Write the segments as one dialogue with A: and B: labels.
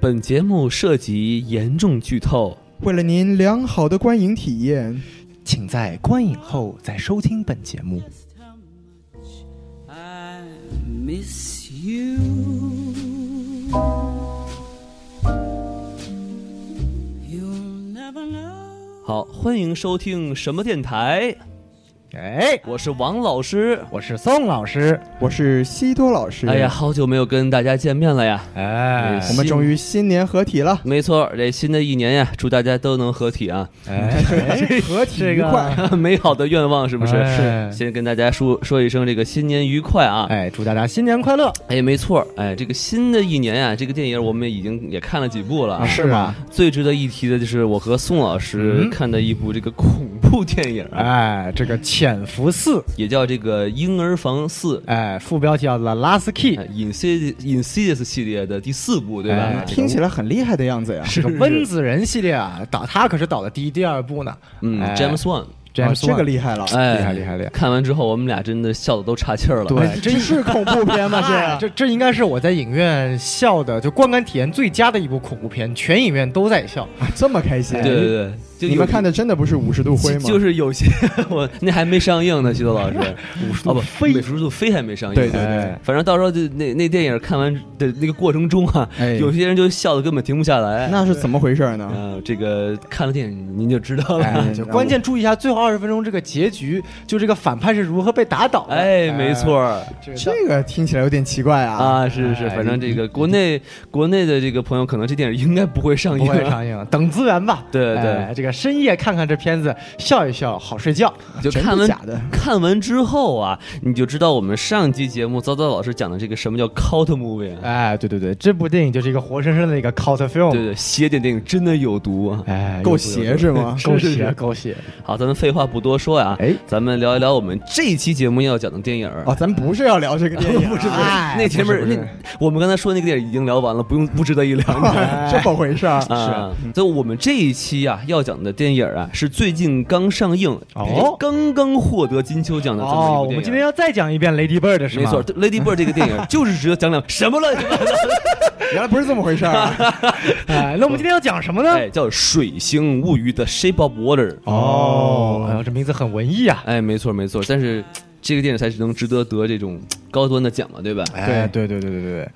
A: 本节目涉及严重剧透，
B: 为了您良好的观影体验，
C: 请在观影后再收听本节目。
D: just how much I miss you. You'll never know.
A: 好，欢迎收听什么电台？
C: 哎，
A: 我是王老师。
C: 我是宋老师，
B: 我是西多老师。
A: 哎呀，，好久没有跟大家见面了呀！
C: 哎
B: 我们终于新年合体了，
A: 没错，这新的一年呀，祝大家都能合体啊！
C: 哎，
B: 合体愉快。
A: 美好的愿望是不是？
C: 哎
A: 先跟大家说说一声这个新年愉快啊！
C: 哎，祝大家新年快乐！
A: 哎，没错，哎，这个新的一年啊，这个电影我们已经也看了几部了啊。
C: 是吗？
A: 最值得一提的就是我和宋老师
C: 嗯
A: 看的一部这个恐怖电影啊，
C: 哎，这个《潜伏四》，
A: 也叫这个《婴儿房四》
C: 哎，副标题叫《The Last Key》，
A: 哎 Insidious Insidious 系列的第四部，对吧
C: 哎？
A: 这个
B: 听起来很厉害的样子呀。
C: 是个温子仁系列啊，导他可是导的第一、第二部呢。
A: 嗯
C: 哎
A: ，James Wan，
B: 啊
C: James
B: 这
C: Wan
B: 个厉害了，
A: 哎，
C: 厉害厉害厉害
A: 看完之后，我们俩真的笑的都岔气儿了。
C: 对
B: 哎这是啊恐怖片吗？
C: 哎
B: 这
C: 这这应该是我在影院笑的，就观感体验最佳的一部恐怖片，全影院都在笑。
B: 啊这么开心？
A: 对对对，就有
B: 你们看的真的不是五十度灰吗？
A: 就，是有些我那还没上映呢，西多老师， 五十
C: 度
A: 不
C: 飞
A: 美术度飞还没上映。
B: 对对对，
C: 哎，
A: 反正到时候就那那电影看完的那个过程中啊，
B: 哎
A: 有些人就笑的根本停不下来。
B: 那是怎么回事呢？
A: 呃，这个看了电影您就知道了。
C: 哎，就关键注意一下最后二十分钟这个结局，就这个反派是如何被打倒的。
A: 哎，没错儿
C: 这个
B: 这个听起来有点奇怪啊。
A: 啊，是是，
C: 哎
A: 反正这个国内国内的这个朋友，可能这电影应该不会上
C: 不
A: 映。
C: 会上映，等资源吧。
A: 对对
C: 哎这个深夜看看这片子，笑一笑，好睡觉。
A: 就
B: 真
A: 看
B: 的
A: 完哎
B: 假的？
A: 看完之后啊，你就知道我们上期节目糟糟老师讲的这个什么叫 cult movie，啊
C: 哎，对对对，这部电影就是一个活生生的一个 cult film。
A: 对对，邪典电影真的有毒啊！
C: 哎，
B: 够邪是吗？
C: 够
A: 是是
C: 邪
A: 是
C: 够邪。
A: 好，咱们废话不多说啊，
C: 哎
A: 咱们聊一聊我们这期节目要讲的电影。
B: 哦，咱不是要聊这个电 影啊，
C: 不是不是哎
A: 那前面
C: 不是不
A: 那我们刚才说那个电影已经聊完了，不用不值得一聊。
C: 哎
B: 啊 这么回事儿？
A: 啊，所以我们这一期啊要讲的电影啊是最近刚上映，
C: 哦
A: 刚刚获得金球奖的这么一
C: 哦，
A: 部电影。啊
C: 我们今天要再讲一遍《Lady Bird》是
A: 没
C: 吗？
A: 错，《Lady Bird》这个电 影就是值得讲讲什么乱七八糟的，
B: 原来不是这么回事儿啊。
C: 哎，那我们今天要讲什 么呢？
A: 哎，叫《水形物语》的《Shape of Water》。嗯
C: 哦，哎呦，这名字很文艺啊。
A: 哎，没错没错，但是这个电影才是能值得得这种高端的奖嘛，对吧？
C: 哎，对对对对对对。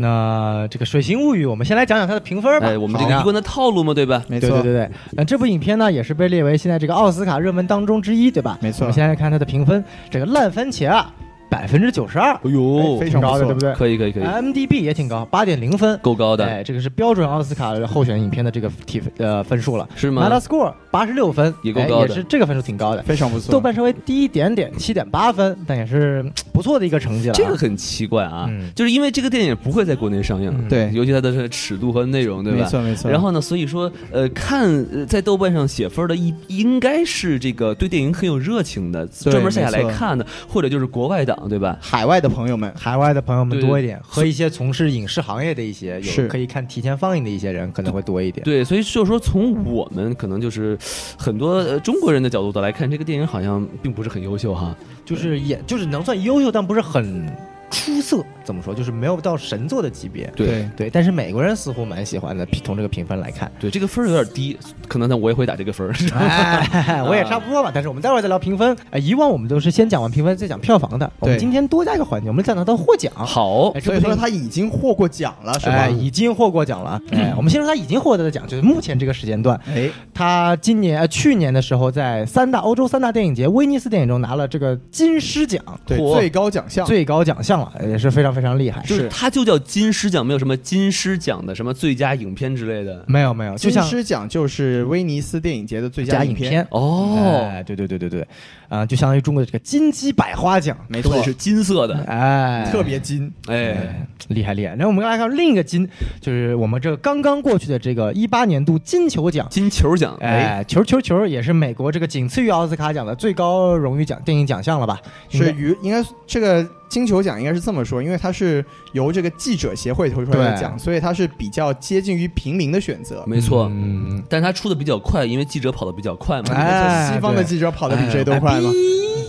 C: 那这个《水形物语》，我们先来讲讲它的评分吧。
A: 哎，我们这个
C: 好
A: 一贯的套路嘛，对吧？
B: 没
C: 对
B: 错
C: 对，对对，那这部影片呢，也是被列为现在这个奥斯卡热门当中之一，对吧？
B: 没错
C: 我们先来看它的评分，这个烂番茄啊，百分之九十二，
A: 哎呦
B: 哎非
C: 挺
B: 常哎
C: 高的，
B: 不
C: 对
B: 错
C: 不对？
A: 可以可以可以，
C: m d b 也挺高，八点零分，
A: 够高的，
C: 哎，这个是标准奥斯卡候选影片的这个体呃分数了。
A: 是
C: m
A: 吗
C: e t？a s c o r e 八十六分，
A: 也够
C: 哎
A: 高的
C: 也是这个分数挺高的。
B: 非常不错。
C: 豆瓣稍微低一点点，七点八分，但也是嗯不错的一个成绩了啊。
A: 这个很奇怪啊，
C: 嗯
A: 就是因为这个电影不会在国内上映，
C: 嗯
B: 对
A: 尤其它的尺度和内容，对吧？
B: 没错没错。
A: 然后呢，所以说，呃，看呃在豆瓣上写分的，一应该是这个对电影很有热情的，
B: 对
A: 专门下下来
B: 没错
A: 看的，或者就是国外党，对吧？
B: 海外的朋友们，
C: 海外的朋友们
A: 对对
C: 多一点，和一些从事影视行业的一些有
B: 是
C: 可以看提前放映的一些人可能会多一点。
A: 对，所以就是说，从我们可能就是很多、呃、中国人的角度的来看，这个电影好像并不是很优秀哈。
C: 就是也就是能算优秀，但不是很出色。怎么说？就是没有到神作的级别。
A: 对
C: 对，但是美国人似乎蛮喜欢的。从这个评分来看，
A: 对，这个分儿有点低，可能呢我也会打这个 分儿。
C: 哎，我也差不多吧。但是我们待会儿再聊评分。哎，以往我们都是先讲完评分再讲票房的，我们
B: 对
C: 今天多加一个环节，我们讲到它获奖。
A: 好，
C: 哎，这
B: 所以
C: 部电
B: 说
C: 影
B: 他已经获过奖了，是吧
C: 哎？已经获过奖了啊。哎，我们先说他已经获得的奖，就是目前这个时间段，
B: 哎，
C: 他今年呃去年的时候，在三大欧洲三大电影节威尼斯电影中拿了这个金狮奖
B: 对，
A: 嚯
B: 最高奖项，
C: 最高奖项了，也是非常非常厉害。
A: 就是它就叫金狮奖，没有什么金狮奖的什么最佳影片之类的。
C: 没有没有，就
B: 金
C: 像
B: 狮奖就是威尼斯电影节的最
C: 佳
B: 佳
C: 影
B: 片，
C: 片。
A: 哦，
C: 嗯哎，对对对对对，啊、就相当于中国的这个金鸡百花奖，
B: 没
A: 都
B: 错
A: 得，是金色的，
C: 哎，
B: 特别金。
A: 哎，
C: 哎厉害厉害。那我们来看另一个金，就是我们这个刚刚过去的这个一八年度金球奖。
A: 金球奖，
C: 哎，球球球也是美国这个仅次于奥斯卡奖的最高荣誉奖电影奖项了吧？应该
B: 是于应该这个金球奖应该是这么说，因为它是由这个记者协会投出来的
C: 对
B: 奖，所以它是比较接近于平民的选择。
A: 没错，
C: 嗯，
A: 但是他出的比较快，因为记者跑的比较快嘛。
C: 哎
B: 西方的
C: 对
B: 记者跑得比谁都
A: 哎
B: 快吗？
C: 哔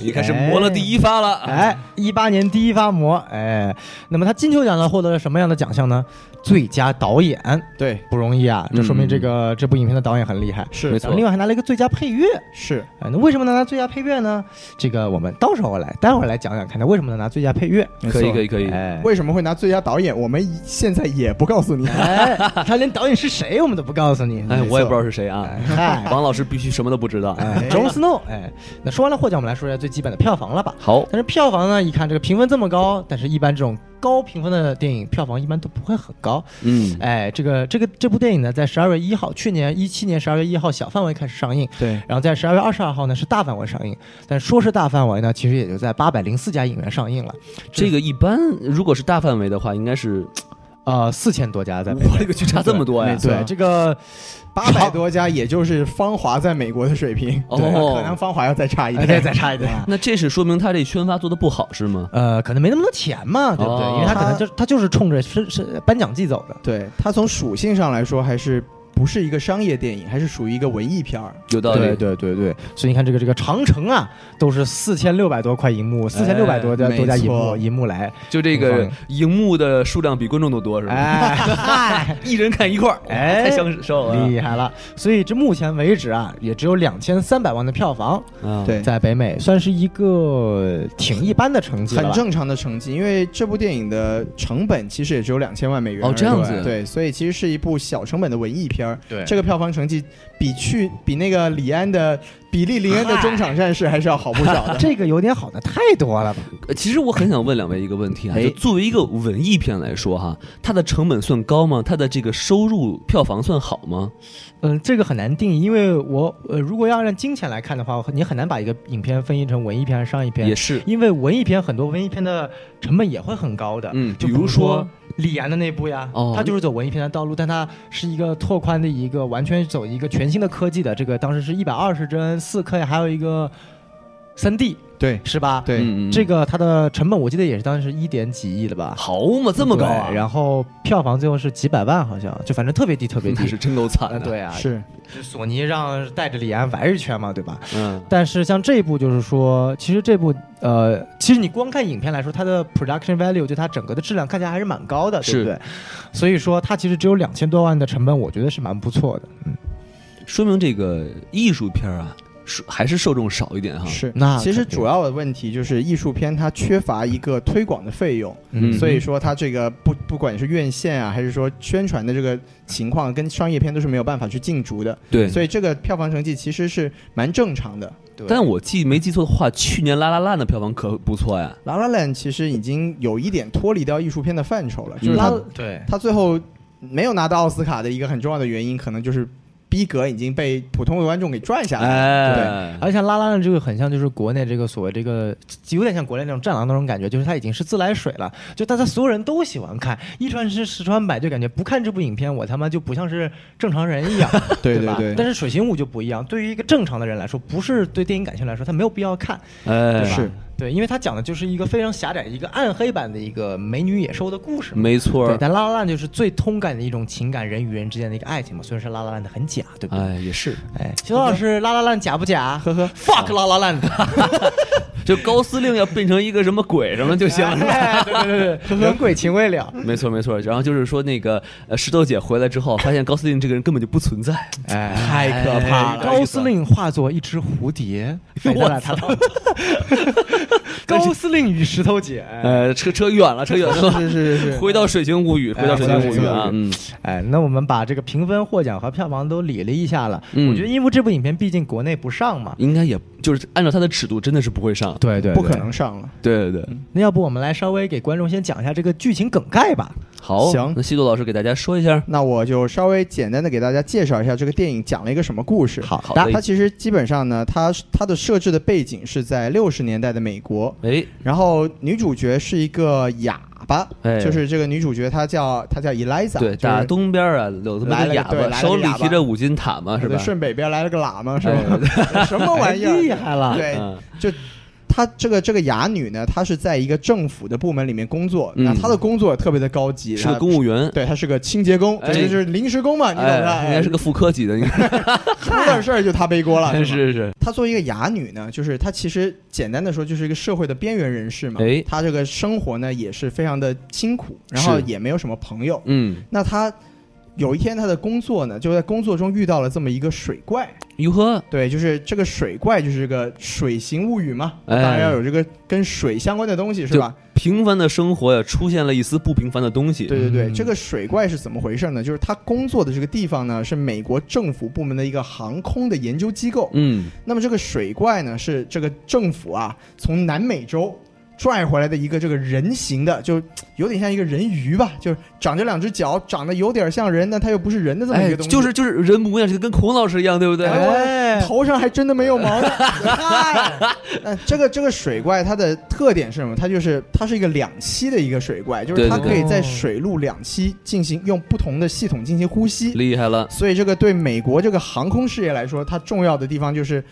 A: 你开始磨了第一发了，
C: 哎，一八年第一发模，哎，那么他金球奖呢获得了什么样的奖项呢？最佳导演，
B: 对，
C: 不容易啊，这说明这个、这部影片的导演很厉害。
A: 没
B: 是
A: 错
C: 然后另外还拿了一个最佳配乐，
B: 是，
C: 哎，那为什么能拿最佳配乐呢？这个我们到时候来，待会儿来讲讲看他为什么能拿最佳配乐。
B: 没
A: 可以
B: 错
A: 可以可以，
C: 哎，
B: 为什么会拿最佳导演？我们现在也不告诉你。
C: 哎，他连导演是谁我们都不告诉你。
A: 哎，我也不知
C: 道。
A: 道是谁啊，
C: 嗨，
A: 王老师必须什么都不知道。
C: 哎，Jon Snow，哎，那说完了获奖，我们来说一下最基本的票房了吧。
A: 好，
C: 但是票房呢，一看这个评分这么高，但是一般这种高评分的电影票房一般都不会很高。
A: 嗯，
C: 哎，这个这个这部电影呢，在十二月一号，去年一七年十二月一号小范围开始上映，
B: 对，
C: 然后在十二月二十二号呢是大范围上映。但说是大范围呢，其实也就在八百零四家影院上映了，
A: 这个一般如果是大范围的话，应该是
C: 呃，四千多家在北美。
A: 我勒个去，差这么多呀
B: 没！错
C: 对这个，
B: 八百多家，也就是芳华在美国的水平，
A: 哦
B: 对可能芳华要再差一
C: 哎再
B: 点。
C: 再差一点。
A: 那这是说明他这宣发做的不好是吗？
C: 呃，可能没那么多钱嘛，对不对？
A: 哦
C: 因为他可能就他就是冲着是是颁奖季走的。
B: 对，它从属性上来说，还是不是一个商业电影，还是属于一个文艺片儿。
A: 有道
C: 对
A: 理，
C: 对对对，所以你看这个这个长城啊，都是四千六百多块银幕，四千六百多家
B: 没
C: 多家银幕
B: 错
C: 银幕来，
A: 就这个荧幕的数量比观众都多是吧？
C: 哎嗨，
A: 一人看一块儿，
C: 哎
A: 太享受了
C: 厉害了！所以这目前为止啊，也只有两千三百万的票房，
A: 啊！
B: 对，
C: 在北美算是一个挺一般的成绩了吧。
B: 很正常的成绩，因为这部电影的成本其实也只有两千万美元
A: 哦
B: 而已
A: 这样子
B: 对，所以其实是一部小成本的文艺片儿。
C: 对
B: 这个票房成绩比去比那个李安的比利林恩 的《中场战士》还是要好不少的。
C: 这个有点好的太多了吧？
A: 呃其实我很想问两位一个问题啊，
B: 哎
A: 就作为一个文艺片来说哈，它的成本算高吗？它的这个收入票房算好吗？
C: 嗯，这个很难定义，因为我呃，如果要按金钱来看的话，你很难把一个影片分析成文艺片、商业片
A: 也，是，
C: 因为文艺片很多文艺片的成本也会很高的。
A: 嗯，
C: 就
A: 比如说
C: 说李安的那部呀，
A: 哦
C: 他就是走文艺片的道路，但他是一个拓宽的一个完全走一个全新的科技的，这个当时是一百二十帧、四 K，还有一个三 D
B: 对
C: 是吧？
B: 对，
A: 嗯嗯
C: 这个它的成本我记得也是当时一点几亿的吧，
A: 好嘛，这么高啊
C: 对！然后票房最后是几百万，好像就反正特别低，特别
A: 那
C: 低。
A: 是真够惨
C: 啊，
A: 的，，
C: 对啊，
B: 是
C: 索尼让带着李安玩一圈嘛，对吧？
A: 嗯，
C: 但是像这一部，就是说，其实这部呃，其实你光看影片来说，它的 production value 就它整个的质量看起来还是蛮高的，对
A: 是
C: 不对？所以说它其实只有两千多万的成本，我觉得是蛮不错的。
A: 说明这个艺术片啊，是还是受众少一点哈。
B: 是。
C: 嗯那
B: 其实
C: 肯定
B: 主要的问题就是艺术片它缺乏一个推广的费用，
A: 嗯
B: 所以说它这个不不管是院线啊，还是说宣传的这个情况，跟商业片都是没有办法去竞逐的。
A: 对，
B: 所以这个票房成绩其实是蛮正常的。
C: 对
A: 但我记没记错的话，去年《拉拉烂》的票房可不错呀。
B: 《La La Land》其实已经有一点脱离掉艺术片的范畴了，就是
A: 嗯
B: 他、
A: 拉
C: 对
B: 他最后没有拿到奥斯卡的一个很重要的原因，可能就是逼格已经被普通的观众给拽下来了。
A: 哎，
C: 而且拉拉的这个很像，就是国内这个所谓这个，有点像国内那种战狼那种感觉，就是它已经是自来水了，就大家所有人都喜欢看，一传十，十传百，就感觉不看这部影片，我他妈就不像是正常人一样，
B: 对
C: 吧？
B: 对
C: 但是水形舞就不一样，对于一个正常的人来说，不是对电影感兴趣来说，他没有必要看，
A: 哎，
C: 对吧？
B: 是
C: 对，因为他讲的就是一个非常狭窄、一个暗黑版的一个美女野兽的故事嘛。
A: 没错
C: 对，
A: 儿。
C: 但拉拉烂就是最通感的一种情感，人与人之间的一个爱情嘛。虽然是拉拉烂的很假，对不对？
A: 哎，也是，
C: 哎，徐老师，拉拉烂假不假？呵呵，fuck 拉拉烂。
A: 就高司令要变成一个什么鬼什么就行 了。
C: 哎，对对对对，人鬼情未了。
A: 没错没错，然后就是说那个呃石头姐回来之后， 发现高司令这个人根本就不存在，
C: 哎，
B: 太可怕了
C: 高司令化作一只蝴蝶，飞到了他的。高司令与石头姐。哎
A: 呃，扯扯远了，扯远了，
B: 是是是是， 哎
A: 回到《水形物语》，回到《水形物语》啊，嗯，
C: 哎，那我们把这个评分、获奖和票房都理了一下了。
A: 嗯
C: 我觉得，因为这部影片毕竟国内不上嘛，
A: 应该也就是按照它的尺度，真的是不会上，
C: 对对
B: 不可。能上了。
A: 对对对，
C: 那要不我们来稍微给观众先讲一下这个剧情梗概吧？
A: 好，
B: 行
A: 那西多老师给大家说一下，
B: 那我就稍微简单的给大家介绍一下这个电影讲了一个什么故事。
C: 好
A: 好
C: 的
A: 的，
B: 它其实基本上呢，它它的设置的背景是在六十年代的美国，
A: 哎，
B: 然后女主角是一个哑巴，
A: 哎
B: 就是这个女主角她叫她叫 Eliza，
A: 对，
B: 就
A: 打
B: 是
A: 东边啊，有他妈的
B: 来了
A: 哑
B: 对来
A: 巴，
B: 了
A: 手里
B: 哑巴
A: 提着五金塔嘛，是吧
B: 对？顺北边来了个喇嘛是
A: 哎
B: 吧？什么玩意
C: 哎厉
B: 儿？
C: 害了！
B: 对，
A: 嗯
B: 就她这个这个哑女呢，她是在一个政府的部门里面工作，
A: 嗯
B: 那她的工作特别的高级，
A: 是个
B: 她
A: 公务员，
B: 对，她是个清洁工，
A: 哎
B: 这就是临时工嘛，你懂的，
A: 哎，应该是个副科级的，应该
B: 哎出点事儿就她背锅了。
A: 是
B: 吧
A: 是是，
B: 她作为一个哑女呢，就是她其实简单的说就是一个社会的边缘人士嘛，
A: 哎
B: 她这个生活呢也是非常的辛苦，然后
A: 是
B: 也没有什么朋友。
A: 嗯，
B: 那她有一天她的工作呢，就在工作中遇到了这么一个水怪，
A: 如何？
B: 对，就是这个水怪，就是这个《水形物语》嘛，
A: 哎
B: 当然要有这个跟水相关的东西，是吧？
A: 平凡的生活呀，出现了一丝不平凡的东西。
B: 对对对，
C: 嗯
B: 这个水怪是怎么回事呢？就是他工作的这个地方呢，是美国政府部门的一个航空的研究机构。
A: 嗯，
B: 那么这个水怪呢，是这个政府啊从南美洲拽回来的一个这个人形的，就有点像一个人鱼吧，就是长着两只脚，长得有点像人，但它又不是人的这么一
A: 哎，
B: 个东西。
A: 就是就是人模样，就跟孔老师一样，对不对？
C: 哎，
B: 头上还真的没有毛呢。 嗨那这个这个水怪它的特点是什么？它就是它是一个两栖的一个水怪，就是
A: 对
B: 它
A: 对
B: 可
A: 对
B: 以在水陆两栖进行用不同的系统进行呼吸。
A: 厉害了，
B: 所以这个对美国这个航空事业来说，它重要的地方就是，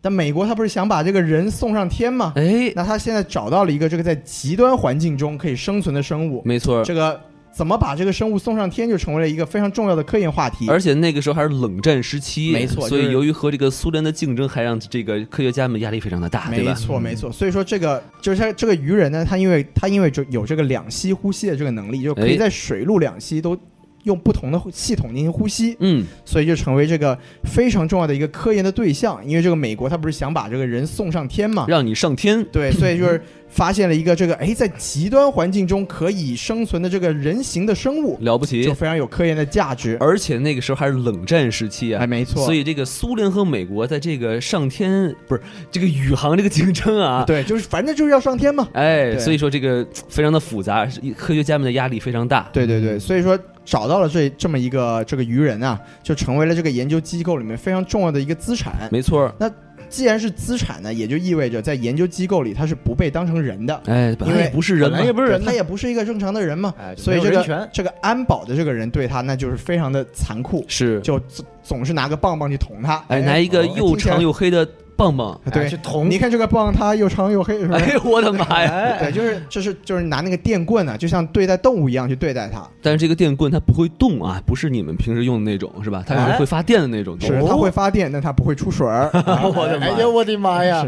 B: 但美国它不是想把这个人送上天吗？
A: 哎，
B: 那它现在找到了一个这个在极端环境中可以生存的生物，
A: 没错。
B: 这个怎么把这个生物送上天，就成为了一个非常重要的科研话题。
A: 而且那个时候还是冷战时期，
B: 没错
A: 所以
B: 就是
A: 由于和这个苏联的竞争，还让这个科学家们压力非常的大，对
B: 没
A: 吧？嗯
B: 错，没错。所以说这个就是它这个鱼人呢，它因为它因为就有这个两栖呼吸的这个能力，就可
A: 哎
B: 以在水陆两栖都用不同的系统进行呼吸，
A: 嗯，
B: 所以就成为这个非常重要的一个科研的对象。因为这个美国它不是想把这个人送上天嘛？
A: 让你上天，
B: 对，所以就是发现了一个这个哎，在极端环境中可以生存的这个人形的生物，
A: 了不起
B: 就。非常有科研的价值。
A: 而且那个时候还是冷战时期啊
B: 哎，，没错。
A: 所以这个苏联和美国在这个上天不是这个宇航这个竞争啊，
B: 对，就是反正就是要上天嘛。
A: 哎，
B: 对
A: 所以说这个非常的复杂，是科学家们的压力非常大。
B: 对对对，所以说找到了这这么一个这个鱼人啊，就成为了这个研究机构里面非常重要的一个资产。
A: 没错儿，
B: 既然是资产呢，也就意味着在研究机构里它是不被当成人的，
A: 哎，本
B: 因
A: 来
B: 为
A: 也不是人嘛，
C: 本来也不是人
B: 对
C: 呢
B: 他也不是一个正常的人嘛，
C: 哎就
B: 所以
C: 没有
B: 这
C: 人
B: 个
C: 权
B: 这个安保的这个人对他那就是非常的残酷，
A: 是，
B: 就哦总总是拿个棒棒去捅他，
A: 哎，拿一个又长
B: 又
A: 又黑的棒棒，
C: 哎
B: 对
C: 去，捅
B: 你看这个棒它又长又黑是吧？
A: 哎，我的妈呀！
C: 哎，
B: 对，就是就是就是拿那个电棍啊，就像对待动物一样去对待它，
A: 但是这个电棍它不会动啊，不是你们平时用的那种，是吧？它是
C: 哎
A: 会发电的那种东哦
B: 是
C: 哦
A: 西。
B: 它会发电，但它不会出水 儿。
A: 我的妈呀
C: 哎呀，我的妈呀！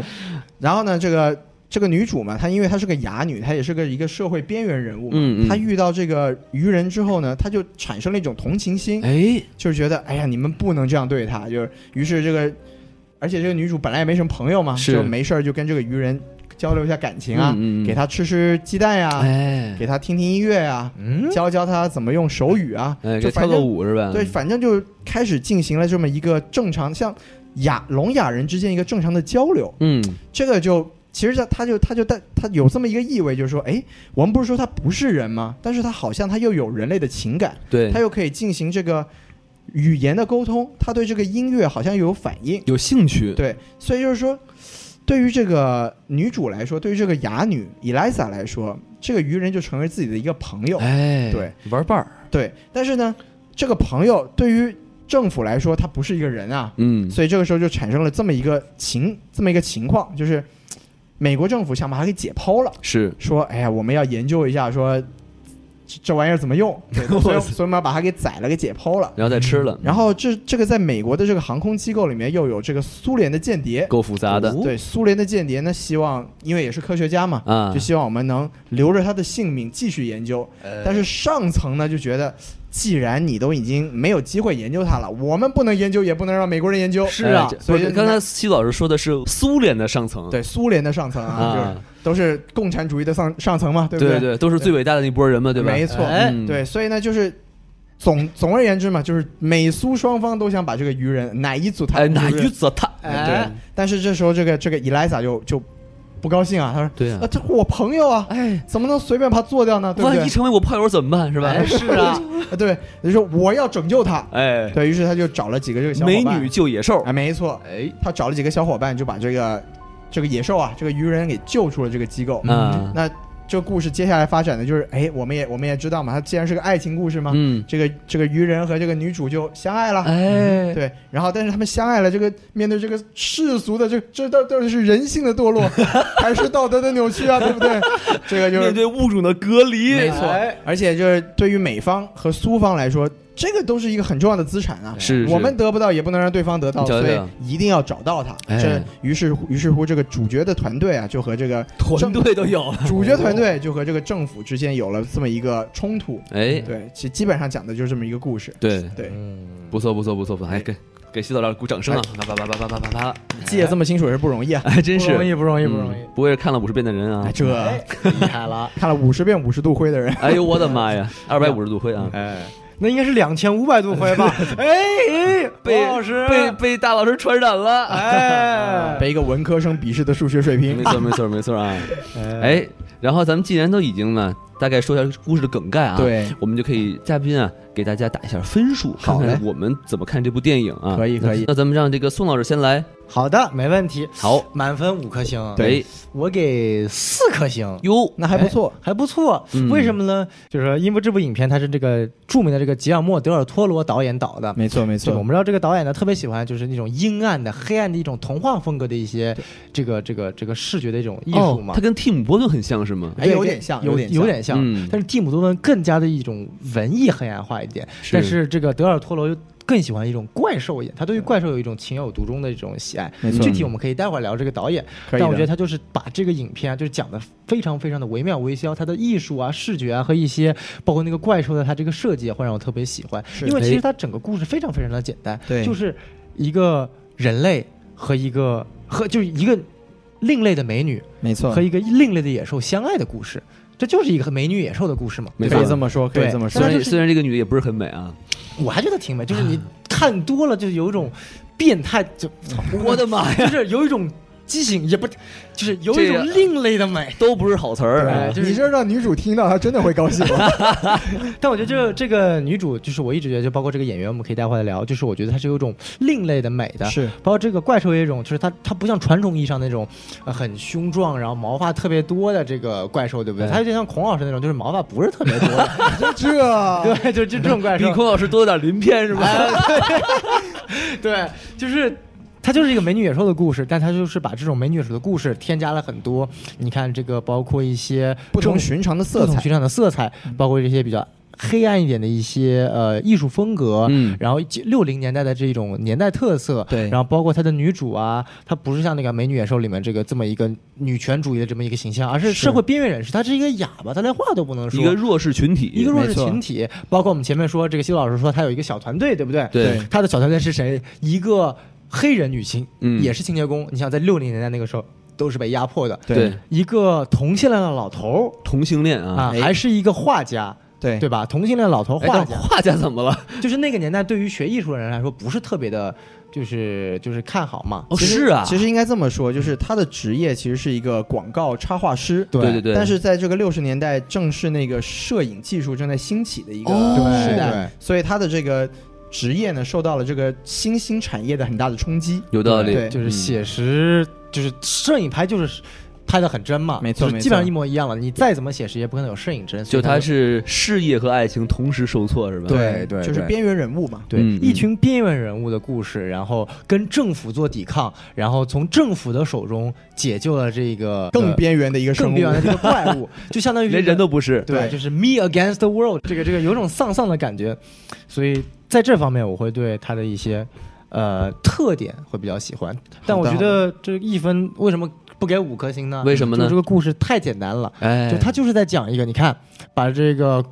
B: 然后呢，这个这个女主嘛，她因为她是个哑女，她也是个一个社会边缘人物嘛。
A: 嗯嗯
B: 她遇到这个愚人之后呢，她就产生了一种同情心，
A: 哎，
B: 就是觉得哎呀，你们不能这样对她。就是于是这个，而且这个女主本来也没什么朋友嘛，
A: 是
B: 就没事儿就跟这个愚人交流一下感情啊，
A: 嗯嗯嗯
B: 给她吃吃鸡蛋呀、
A: 哎，
B: 给她听听音乐呀、
C: 嗯，
B: 教教她怎么用手语啊，
A: 哎，给
B: 就
A: 跳
B: 反
A: 个
B: 正
A: 舞是吧？
B: 对，反正就开始进行了这么一个正常像哑聋哑人之间一个正常的交流。
A: 嗯，
B: 这个就其实他他就他就带他有这么一个意味，就是说，哎，我们不是说他不是人吗？但是他好像他又有人类的情感，
A: 对
B: 他，又可以进行这个语言的沟通，他对这个音乐好像又有反应，
A: 有兴趣，
B: 对，所以就是说，对于这个女主来说，对于这个哑女 Elisa 来说，这个愚人就成为自己的一个朋友，
A: 哎，
B: 对，
A: 玩伴儿，
B: 对，但是呢，这个朋友对于政府来说，他不是一个人啊，
A: 嗯，
B: 所以这个时候就产生了这么一个情，这么一个情况，就是美国政府想把它给解剖了，
A: 是，
B: 说，哎呀，我们要研究一下，说这这玩意儿怎么用， 对所以所以我们要把它给宰了，给解剖了。
A: 然后再吃了，
B: 然后这这个在美国的这个航空机构里面又有这个苏联的间谍，哦
A: 够复杂的
B: 对苏联的间谍呢，希望因为也是科学家嘛，
A: 啊
B: 就，希望我们能留着他的性命继续研究。
C: 呃
B: 但是上层呢就觉得，既然你都已经没有机会研究它了，我们不能研究，也不能让美国人研究。
C: 是啊
A: 哎这
B: 所以
A: 不是
B: 就
A: 刚才西老师说的是苏联的上层，
B: 对苏联的上层啊，就是
A: 啊，
B: 都是共产主义的上上层嘛，对不
A: 对
B: 对
A: 都是最伟大的那波人嘛，对吧？
B: 没错，
C: 哎
A: 嗯
B: 对，所以呢就是。总总而言之嘛，就是美苏双方都想把这个愚人乃一组他，
A: 哎，哪
B: 就是
A: 一则他？
B: 对
C: 哎，。
B: 但是这时候这个这个 Elisa 就就不高兴啊，他说：“
A: 对啊
B: 啊，这我朋友啊，
A: 哎，
B: 怎么能随便把他做掉啊呢？对不对？
A: 万一成为我炮友怎么办？是吧？
C: 哎是啊，
B: 啊，对，就说我要拯救他。
A: 哎，
B: 对于是，他就找了几个这个小伙
A: 美
B: 伴
A: 女救野兽
B: 啊，，没错，
A: 哎，
B: 他找了几个小伙伴，就把这个这个野兽啊，这个鱼人给救出了这个机构。
A: 啊，
B: 那这故事接下来发展的就是，哎，我们也我们也知道嘛，它既然是个爱情故事嘛，
A: 嗯，
B: 这个这个愚人和这个女主就相爱了。
A: 哎，
B: 嗯对，然后但是他们相爱了，这个面对这个世俗的这这到到底是人性的 堕落，还是道德的扭曲啊？对不对？这个就是
A: 面对物种的隔离，
B: 没错
A: 哎
B: 而且就是对于美方和苏方来说，这个都是一个很重要的资产啊。
A: 是
B: 我们得不到，也不能让对方得到，
A: 对
B: 所
A: 对
B: 以
A: 啊
B: 一定要找到它。
A: 哎
B: 这于是乎于是乎，这个主角的团队啊，就和这个
A: 团队都有了，
B: 主角团队就和这个政府之间有了这么一个冲突。
A: 哎，
B: 对，其基本上讲的就是这么一个故事。
A: 对，
B: 对，
C: 嗯，
A: 不错不错不错不错，哎，给给洗澡老师鼓掌声啊！
B: 哎
A: 啪啪啪啪啪啪啪，
B: 记得这么清楚也是不容易啊。
A: 哎，真
C: 不容
A: 是
C: 易，不容易，
A: 嗯
C: 不容易，
A: 不会是看了五十遍的人啊
B: 哎，？这
C: 厉 害了。
B: 看了五十遍五十度灰的人，
A: 哎呦我的妈 呀，二百五十度灰啊！
B: 哎，
C: 那应该是两千五百度灰吧？哎，
A: 被
C: 王老师
A: 被被大老师传染了，
C: 哎，
B: 被一个文科生鄙视的数学水平
A: 没。错没错没错 啊！哎，然后咱们既然都已经呢，大概说一下故事的梗概啊，，
B: 对，
A: 我们就可以嘉宾啊给大家打一下分数，看
B: 好嘞
A: 看我们怎么看这部电影啊？
B: 可以可以
A: 那咱们让这个宋老师先来，
C: 好的，没问题。
A: 好，
C: 满分五颗星，
B: 对
A: 哎
C: 我给四颗星。
A: 哟，
B: 那还不错。
C: 还不错
A: 嗯，
C: 为什么呢？就是说因为这部影片它是这个著名的这个吉尔莫·德尔托罗导演导的，
B: 没错没
C: 这
B: 错
C: 个我，们知道这个导演呢特别喜欢就是那种阴暗的、黑暗的一种童话风格的一些这个这个这个视觉的一种艺术
A: 哦，
C: 嘛
A: 他。跟蒂姆·波顿很像是吗？
C: 哎，
B: 对
C: 有
B: 有点像有
C: 有
B: 点像
C: 有点像
A: 嗯，
C: 但是蒂姆·多顿更加的一种文艺黑暗化一点，但是这个德尔托罗又更喜欢一种怪兽一点，他对于怪兽有一种情有独钟的这种喜爱。
B: 嗯没错
C: 具体我们可以待会儿聊这个导演，
B: 可以
C: 但
B: 的
C: 我觉得他就是把这个影片啊，就是讲的非常非常的惟妙惟肖，他的艺术啊、视觉啊和一些包括那个怪兽的他这个设计啊，会让我特别喜欢，因为其实他整个故事非常非常的简单，
B: 对
C: 就是一个人类和一个和就是一个另类的美女。
B: 没错
C: 和，一个另类的野兽相爱的故事，这就是一个美女野兽的故事嘛。
A: 没
B: 可
A: 错
B: 以这么说，可以
C: 对
B: 这么
A: 虽
B: 说
C: 但。
A: 然
C: 是
A: 虽然这个女的也不是很美啊，
C: 我还觉得挺美，就是你看多了，就是有一种变态，就操
A: 我的妈呀，
C: 就是有一种畸形，也不就是有一
A: 这个
C: 种另类的美。
A: 都不是好词儿啊
C: 对，就是
B: 哎你这让女主听到，她真的会高兴。
C: 但我觉得这这个女主，就是我一直觉得，就包括这个演员，我们可以待会儿聊，就是我觉得她是有一种另类的美的。
B: 是
C: 包括这个怪兽也有一种，就是它它不像传统意义上那种，呃，很凶壮，然后毛发特别多的这个怪兽，对不对？
A: 对
C: 它有点像孔老师那种，就是毛发不是特别多的，
B: 这，
C: 对， 就就这种怪
A: 比
C: 兽。
A: 孔老师多有点鳞片是吧？
C: 哎对，就是它就是一个美女野兽的故事，但它就是把这种美女野兽的故事添加了很多。你看这个，包括一些
B: 不同
C: 正
B: 寻常的
C: 不
B: 色
C: 同
B: 彩，
C: 寻常的色彩，包括这些比较黑暗一点的一些呃艺术风格。
A: 嗯，
C: 然后六零年代的这种年代特色，
B: 对
C: 然后包括她的女主啊，她不是像那个《美女野兽》里面这个这么一个女权主义的这么一个形象，而是
B: 是
C: 社会边缘人士，她是一个哑巴，她连话都不能说，
A: 一个弱势群体，
C: 一个弱势
B: 没错
C: 群体。包括我们前面说这个西老师说她有一个小团队，对不对？
A: 对
B: 对
C: 他的小团队是谁？一个黑人女性，
A: 嗯
C: 也是清洁工。你想，在六零年代那个时候，都是被压迫的。
A: 对
C: 一个同性恋的老头
A: 同性恋
C: 儿啊，
A: 啊，
C: 还是一个画家，
B: 对
C: 对吧？同性恋老头儿
A: 哎
C: 画
A: 但
C: 家，
A: 画家怎么了？
C: 就是那个年代对于学艺术的人来说，不是特别的，就是就是看好嘛。
A: 哦，
B: 其实
A: 是啊，
B: 其实应该这么说，就是他的职业其实是一个广告插画师。
A: 对对对，
B: 但是在这个六十年代，正是那个摄影技术正在兴起的一个
A: 哦对
B: 时
C: 对
B: 代，所以他的这个职业呢，受到了这个新兴产业的很大的冲击。
A: 有道理，
B: 对
C: 就是写实，就是摄影拍就是。拍的很真嘛，
B: 没错
C: 就是
B: 没
C: 基本上
B: 错
C: 一模一样了。你再怎么写实，也不可能有摄影真。所
A: 就
C: 以
A: 他
C: 它
A: 是事业和爱情同时受挫是吧？
C: 对对
B: 就是
C: 对
B: 边缘人物嘛。
C: 对，
A: 嗯
C: 一
A: 嗯
C: 群边缘人物的故事，然后跟政府做抵抗，然后从政府的手中解救了这个
B: 更
C: 呃
B: 边缘的一个生
C: 更
B: 物，
C: 边缘的这个怪 物，就相当于是
A: 连人都不是。
C: 对，
B: 对
C: 就是 me against the world，这个这个有种丧丧的感觉，所以在这方面我会对他的一些呃特点会比较喜欢，但我
B: 好的
C: 觉得这一分为什么不给五颗星呢？
A: 为什么呢
C: 就这个故事太简单了。
A: 哎，
C: 就他就是在讲一个，你看，把这个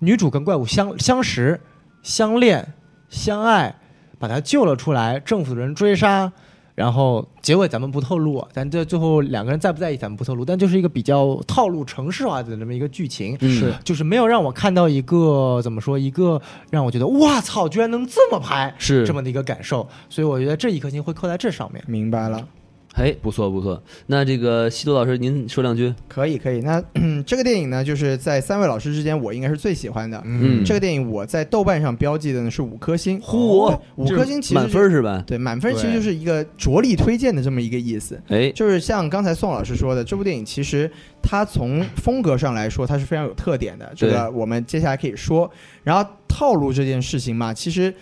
C: 女主跟怪物相相识、相恋、相爱，把她救了出来，政府的人追杀，然后结尾咱们不透露，咱这最后两个人在不在一起咱们不透露，但就是一个比较套路城市化的这么一个剧情。
A: 嗯
B: 是
C: 就是没有让我看到一个怎么说一个让我觉得哇操，居然能这么拍
A: 是
C: 这么的一个感受，所以我觉得这一颗星会扣在这上面。
B: 明白了。
A: 哎，不错不错。那这个西多老师，您说两句。
B: 可以可以，那 这个电影呢，就是在三位老师之间，我应该是最喜欢的。
A: 嗯
B: 这个电影我在豆瓣上标记的呢是五颗星，
A: 嚯
B: 五颗星其实
A: 满
B: 就
A: 分儿是吧？
B: 对，满分其实
C: 对
B: 就是一个着力推荐的这么一个意思。
A: 哎，
B: 就是像刚才宋老师说的，这部电影其实它从风格上来说，它是非常有特点的。这个我们接下来可以说。然后套路这件事情嘛，其实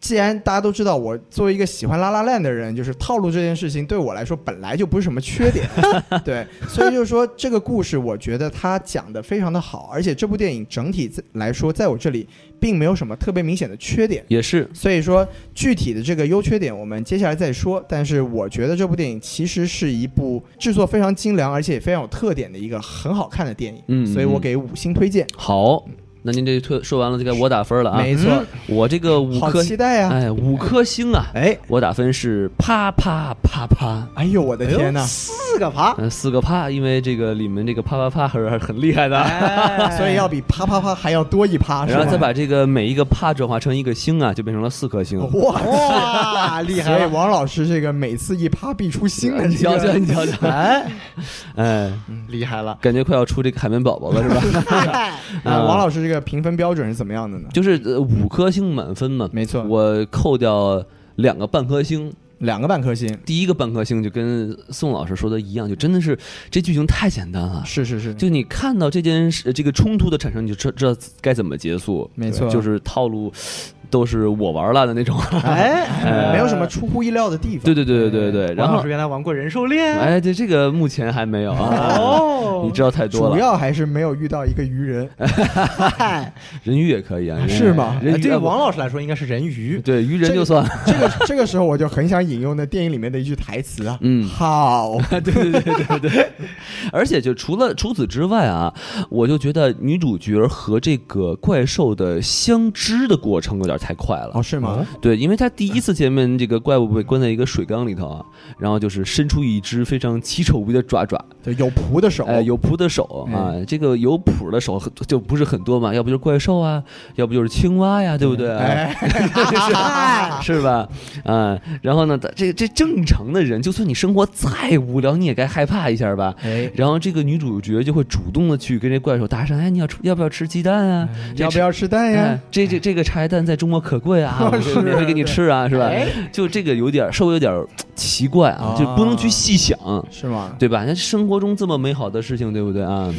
B: 既然大家都知道，我作为一个喜欢拉拉烂的人，就是套路这件事情对我来说本来就不是什么缺点， 对，所以就是说这个故事，我觉得它讲的非常的好，而且这部电影整体来说，在我这里并没有什么特别明显的缺点。
A: 也是，
B: 所以说具体的这个优缺点，我们接下来再说。但是我觉得这部电影其实是一部制作非常精良，而且也非常有特点的一个很好看的电影。
A: 嗯
B: 所以我给五星推荐。
A: 好。那您这推说完了，就该我打分了啊！
B: 没错，
A: 我这个嗯五
B: 好
A: 颗，
B: 期待啊！
A: 哎，五颗星啊！
B: 哎，
A: 我打分是啪啪啪啪，
B: 哎呦我的天哪！
C: 四个爬，
A: 嗯，四个啪，因为这个里面这个啪啪啪还是还是很厉害的啊。
B: 哎所以要比啪啪啪还要多一趴，是
A: 哎然
B: 吧
A: 后再把这个每一个啪转化成一个星啊，就变成了四颗星。
B: 哇
C: 哇厉害了
B: 所以王老师这个每次一趴必出新的
A: 你
B: 这
A: 瞧瞧，
B: 个
A: 你瞧 瞧，
C: 哎，
A: 哎，
B: 嗯
C: 厉害了，
A: 感觉快要出这个海绵宝宝了是吧？ 嗯
B: 啊，王老师这个评分标准是怎么样的呢？
A: 就是呃五颗星满分嘛，
B: 没错，
A: 我扣掉两个半颗星，
B: 两个半颗星，
A: 第一个半颗星就跟宋老师说的一样，就真的是这剧情太简单了。
B: 是是是，
A: 就你看到这件事，这个冲突的产生，你就知知道该怎么结束。
B: 没错
A: 就是套路都是我玩烂的那种。
C: 哎，
B: 没
A: 呃
B: 有什么出乎意料的地方。
A: 对对对对
B: 哎
A: 对对。然
C: 王老
A: 后
C: 师，原来玩过人兽恋，
A: 哎，对这个目前还没有啊，
C: 哦，
A: 你知道太多
B: 主
A: 了。
B: 要还是没有遇到一个愚人，
A: 人鱼也可以啊，人鱼
B: 是吗
A: 人
C: 哎
A: 鱼
C: 对
A: 啊
C: 于
A: 不
C: 王老师来说应该是人鱼，
A: 对鱼人就算，
B: 这个这个时候我就很想引用那电影里面的一句台词啊，
A: 嗯，
B: 好，
A: 对对对对对对， 而且就除了除此之外啊，我就觉得女主角和这个怪兽的相知的过程有点太快了。
B: 哦是吗？
A: 对，因为她第一次见面，这个怪物被关在一个水缸里头啊，然后就是伸出一只非常奇丑无比的爪爪，
B: 对，有仆的手，嗯
A: 哎，有蹼的手啊，这个有蹼的手很就不是很多嘛，要不就是怪兽啊，要不就是青蛙呀，对不对？
B: 哎，
A: 是 是吧？啊，然后呢，这这正常的人，就算你生活再无聊，你也该害怕一下吧。
B: 哎，
A: 然后这个女主角就会主动的去跟这怪兽搭讪，哎，你要吃要不要吃鸡蛋啊？这
B: 要不要吃蛋
A: 哎
B: 呀？
A: 这这这个茶叶蛋在中国可贵啊， 我
B: 是
A: 们免费给你吃啊，是吧
C: 哎？
A: 就这个有点儿稍微有点儿奇怪啊
B: 啊，
A: 就不能去细想，
B: 是吗？
A: 对吧？那生活中这么美好的事情，对不对啊？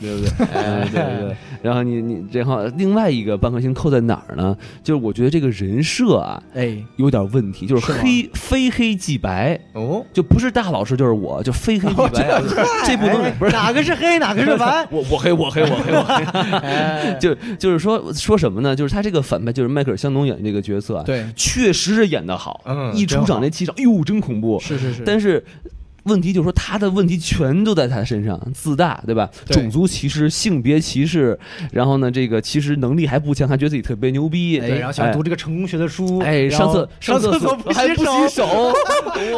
A: 对不对？哎，对对对。然后你你然后另外一个半颗星扣在哪儿呢？就是我觉得这个人设啊
B: 哎，
A: 有点问题，就是
B: 是吗
A: 黑非黑即白，
C: 哦，
A: 就不是大老师就是我，就非黑即白啊，这不能，
C: 不是哎哪个是黑哪个是白
A: 我我黑我黑我黑 我黑，
C: 哎
A: 就就是说说什么呢？就是他这个反派就是迈克尔·香农演这个角色啊，
B: 对，
A: 确实是演得好，
C: 嗯
A: 一出场那气场，哟，真恐怖。
B: 是是是，
A: 但是问题就是说他的问题全都在他身上，自大，对吧？
B: 对
A: 种族歧视、性别歧视，然后呢，这个其实能力还不强，还觉得自己特别牛逼，
C: 对，然后想读这个成功学的书，
A: 哎，
C: 然
A: 上
C: 后
A: 厕
C: 上
A: 厕
C: 厕所不
A: 还
C: 洗
A: 不洗手，啊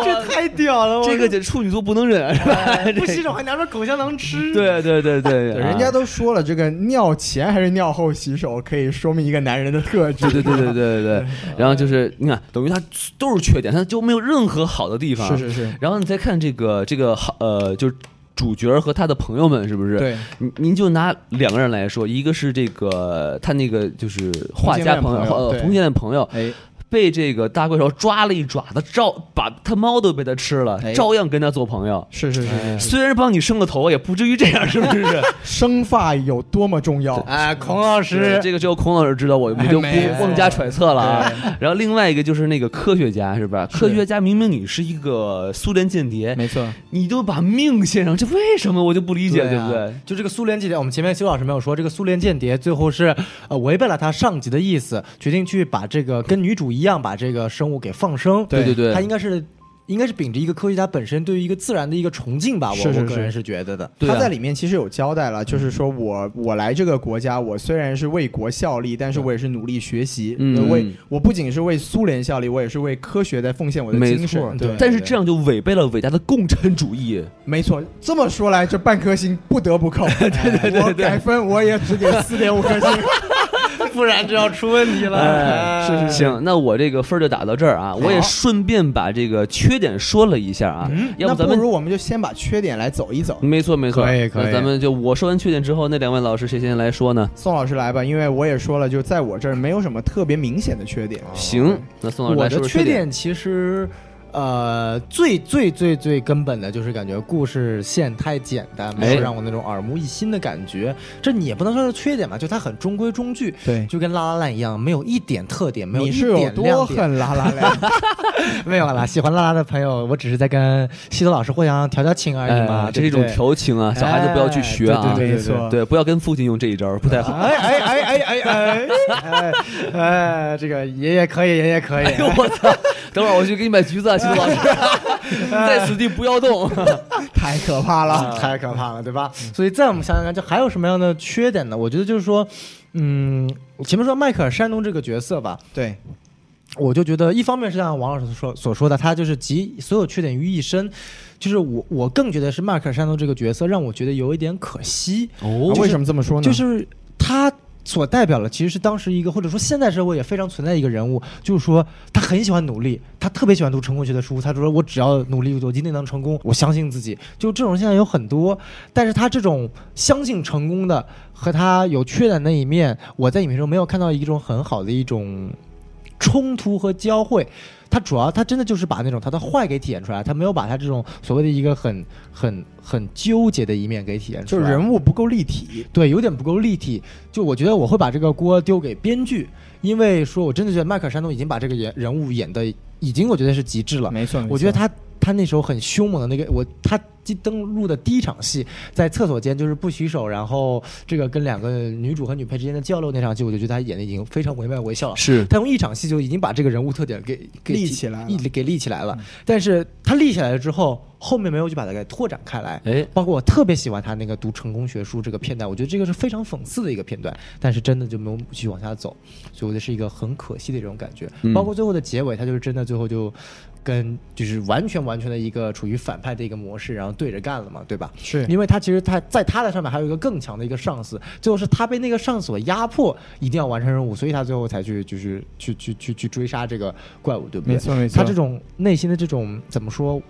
C: 这太屌了，我
A: 这个就处女座不能忍，是吧？
C: 不洗手还拿着口香糖吃，，
A: 对对对对，
B: 对
A: 啊
B: 人家都说了，这个尿前还是尿后洗手，可以说明一个男人的特质。
A: 对对对对对对，然后就是你看，等于他都是缺点，他就没有任何好的地方。
B: 是是是，
A: 然后你再看这个这个好呃，就是主角和他的朋友们是不是？。
B: 对，
A: 您您就拿两个人来说，一个是这个他那个就是画家
B: 同性恋朋友
A: 友，呃，
B: 对
A: 同性恋朋友
B: 哎，
A: 被这个大怪兽抓了一爪子，照把他猫都被他吃了
B: 哎，
A: 照样跟他做朋友。
B: 是是是，
A: 虽然帮你生了头，也不至于这样，是不 是？
B: 生发有多么重要？
C: 哎，孔老师，
A: 这个只有孔老师知道，我我就不
B: 哎没错
A: 妄加揣测了啊。然后另外一个就是那个科学家，是吧？科学家明明你是一个苏联间谍，
B: 没错，
A: 你都把命献上，这为什么我就不理解，对
C: 啊
A: 不对？？
C: 就这个苏联间谍，我们前面修老师没有说，这个苏联间谍最后是呃违背了他上级的意思，决定去把这个跟女主一样把这个生物给放生。
B: 对
A: 对对
C: 他应该是应该是秉着一个科学家本身对于一个自然的一个崇敬吧，我
B: 是是
C: 我个
B: 是
C: 人是觉得的。
A: 对啊嗯
B: 他在里面其实有交代了，就是说我我来这个国家，我虽然是为国效力，但是我也是努力学习，呃
A: 嗯
B: 为我不仅是为苏联效力，我也是为科学在奉献我的
A: 没
B: 精
A: 错
B: 神。，对，
A: 但是这样就违背了伟大的共产主义。
B: 没错，这么说来，这 哎半颗星不得不扣。对对对我改分我也只给四点五颗星。
C: 不然就要出问题了。
A: 哎
C: 哎
A: 行，那我这个分儿就打到这儿啊，我也顺便把这个缺点说了一下啊， 要
B: 那
A: 不咱
B: 不
A: 们嗯
B: 如我们就先把缺点来走一走。
A: 没错没错，
C: 可以可以
A: 那咱们就我说完缺点之后，那两位老师谁先来说呢？
B: 宋老师来吧，因为我也说了，就在我这儿没有什么特别明显的缺点。
A: 哦行，那宋老师嗯
C: 我
A: 来说说
C: 的缺
A: 点，
C: 点其实，呃，最最最最根本的就是感觉故事线太简单，没
A: 哎
C: 有让我那种耳目一新的感觉。这你也不能说是缺点吧，就它很中规中矩，
B: 对
C: 就跟《拉拉烂》一样，没有一点特点，没有
B: 你
C: 一
B: 是有
C: 点
B: 多
C: 亮点。
B: 恨 拉拉嘞？
C: 没有啦，喜欢拉拉的朋友，我只是在跟西多老师互相调调情而已嘛，
A: 哎，这是一种
C: 对不对
A: 调情啊，小孩子不要去学
C: 哎
A: 啊，
C: 对对
B: 没
C: 对对
B: 错
C: 对。
A: 对，不要跟父亲用这一招，不太好。
C: 哎哎哎哎哎哎哎哎哎，这个爷爷可以，爷爷可以。
A: 哎呦我操！等会儿我去给你买橘子啊，秦老师，在此地不要动。
B: 太可怕了。
C: 太可怕了，对吧？所以再我们想想看，就还有什么样的缺点呢？我觉得就是说，嗯，前面说迈克尔·山东这个角色吧，
B: 对，
C: 我就觉得一方面是像王老师说所说的，他就是集所有缺点于一身。就是我，我更觉得是迈克尔·山东这个角色让我觉得有一点可惜，
A: 哦
B: 啊为什么这么说呢？
C: 就是他所代表了其实是当时一个或者说现代社会也非常存在一个人物，就是说他很喜欢努力，他特别喜欢读成功学的书，他说我只要努力，我一定能成功，我相信自己。就这种现象有很多，但是他这种相信成功的和他有缺点那一面，我在影片中没有看到一种很好的一种冲突和交汇。他主要，他真的就是把那种他的坏给体现出来，他没有把他这种所谓的一个很很很纠结的一面给体现出
B: 就
C: 来。
B: 是人物不够立体。
C: 对，有点不够立体。就我觉得我会把这个锅丢给编剧，因为说我真的觉得迈克尔·山东已经把这个演人物演的已经我觉得是极致了。
B: 没错，没错
C: 我觉得他他那时候很凶猛的那个，我他登陆的第一场戏，在厕所间就是不洗手，然后这个跟两个女主和女配之间的交流那场戏，我就觉得他演的已经非常惟妙惟肖了。
A: 是
C: 他用一场戏就已经把这个人物特点给给
B: 立起来了嗯
C: 立给立起来了。但是他立起来了之后，后面没有去把它给拓展开来。
A: 哎
C: 包括我特别喜欢他那个读成功学书这个片段，我觉得这个是非常讽刺的一个片段，但是真的就没有去往下走，所以我觉得是一个很可惜的这种感觉。
A: 嗯
C: 包括最后的结尾，他就是真的最后就跟就是完全完全的一个处于反派的一个模式，然后对着干了嘛，对吧？
B: 是
C: 因为他其实他在他的上面还有一个更强的一个上司，最后是他被那个上司所压迫，一定要完成任务，所以他最后才去就是去去去去追杀这个怪物，对不对？
B: 没错没错
C: 他这种内心的这种怎么说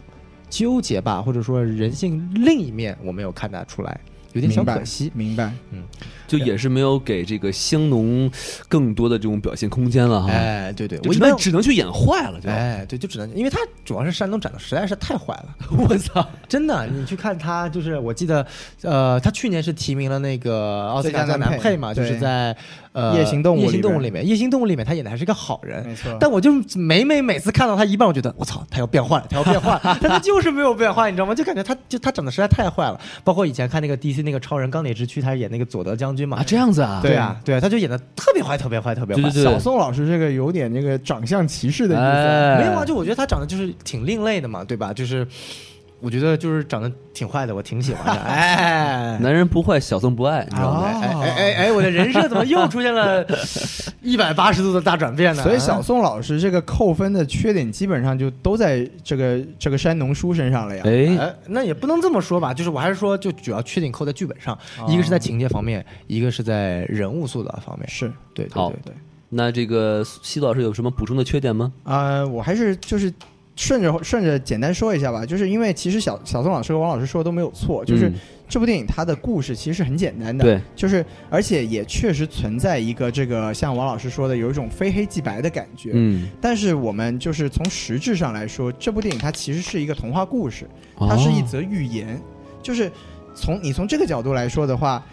C: 纠结吧，或者说人性另一面，我没有看得出来，有点小可惜。
B: 明白。明白
A: 就也是没有给这个香农更多的这种表现空间
B: 哦
A: 了哈。
C: 哎，对对，
A: 就
C: 我一
A: 只
C: 般
A: 能只能去演坏了，就。
C: 哎，对，就只能因为他主要是山东长得实在是太 坏了。
A: 我操！
C: 真的，你去看他，就是我记得，呃，他去年是提名了那个奥斯
B: 最
C: 卡
B: 佳
C: 最佳
B: 男
C: 男
B: 配
C: 配嘛，就
B: 对
C: 是在呃
B: 夜行动物
C: 夜
B: 里
C: 行动物
B: 边
C: 里面，夜行动物里面他演的还是个好人
B: 没。错
C: 但我就每每每次看到他一半，我觉得我操，他要变坏了，他要变坏 了，但他就是没有变坏，你知道吗？就感觉他就他长得实在太坏了。包括以前看那个 DC 那个超人钢铁之躯，他演那个佐德将军嘛，
A: 啊，这样子啊？
C: 对啊对啊，他就演的特别坏，特别坏，特别坏。
A: 对对对
B: 小宋老师这个有点那个长相歧视的意思。
A: 哎，
C: 没有啊，就我觉得他长得就是挺另类的嘛，对吧？就是我觉得就是长得挺坏的，我挺喜欢的。哎，
A: 男人不坏，小宋不爱，你知
B: 哦
A: 道吗？
C: 哎哎哎哎，我的人设怎么又出现 了一百八十度的大转变呢？
B: 所以小宋老师这个扣分的缺点基本上就都在这个这个山农叔身上了呀。
A: 哎，
C: 哎，那也不能这么说吧，就是我还是说，就主要缺点扣在剧本上，一个是在情节方面，一个是在人物塑造方面。
B: 是，
C: 对对
A: 好
C: 对对，
A: 那这个西子老师有什么补充的缺点吗？
B: 呃，我还是就是顺着顺着简单说一下吧，就是因为其实小小宋老师和王老师说的都没有错，就是
A: 嗯
B: 这部电影它的故事其实很简单的，
A: 对，
B: 就是而且也确实存在一个这个像王老师说的有一种非黑即白的感觉，
A: 嗯，
B: 但是我们就是从实质上来说，这部电影它其实是一个童话故事，它是一
A: 哦
B: 则寓言。就是从你从这个角度来说的话，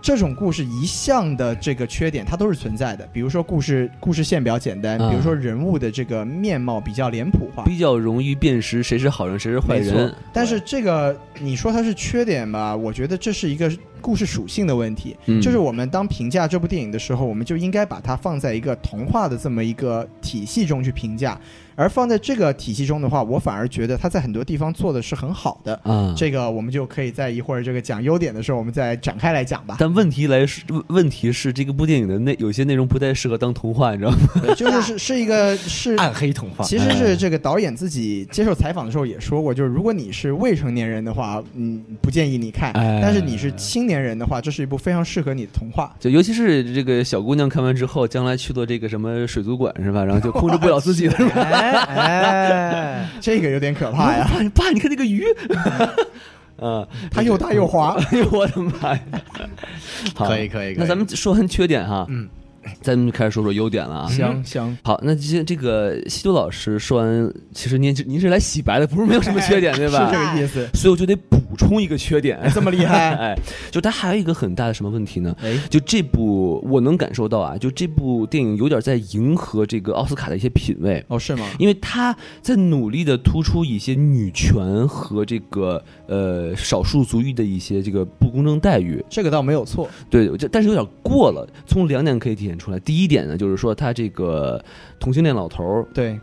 B: 这种故事一向的这个缺点它都是存在的，比如说故事故事线比较简单，
A: 嗯
B: 比如说人物的这个面貌比较脸谱化。
A: 哦比较容易辨识谁是好人，谁是坏
B: 没错
A: 人。，
B: 但是这个你说它是缺点吧，我觉得这是一个故事属性的问题。
A: 嗯
B: 就是我们当评价这部电影的时候，我们就应该把它放在一个童话的这么一个体系中去评价。而放在这个体系中的话，我反而觉得它在很多地方做的是很好的。
A: 啊，
B: 这个我们就可以在一会儿这个讲优点的时候，我们再展开来 讲吧。
A: 但问题来是问问题是这个部电影的内有些内容不太适合当童话，你知道吗？
B: 就是是是一个是，
C: 暗黑童话。
B: 其实是这个导演自己接受采访的时候也说过，就是如果你是未成年人的话，嗯，不建议你看；
A: 哎
B: 但是你是青年人的话，这是一部非常适合你的童话。
A: 就尤其是这个小姑娘看完之后，将来去做这个什么水族馆是吧？然后就控制不了自 己了，是吧？
C: 哎 哎，
B: 这个有点可怕呀，
A: 爸，你爸，你看这个鱼，嗯，
B: 它又大又滑。
A: 哎呦我的妈 呀！好
C: 可以可以可以
A: 那咱们说完缺点哈，
C: 嗯，
A: 咱们就开始说说优点了啊。
B: 嗯行
C: 行
B: 行，
A: 好，那今这个西多老师说完，其实您是您是来洗白的，不是没有什么 缺点对吧？
B: 是这个意思。
A: 所以我就得补充一个缺点，
B: 这么厉害
A: 哎，就它还有一个很大的什么问题呢？
C: 哎，
A: 就这部我能感受到啊，就这部电影有点在迎合这个奥斯卡的一些品味，
B: 哦，是吗？
A: 因为他在努力的突出一些女权和这个呃少数族裔的一些这个不公正待遇，
B: 这个倒没有错。
A: 对，这但是有点过了。从两点可以体现出来，第一点呢，就是说他这个同性恋老头儿，
B: 对，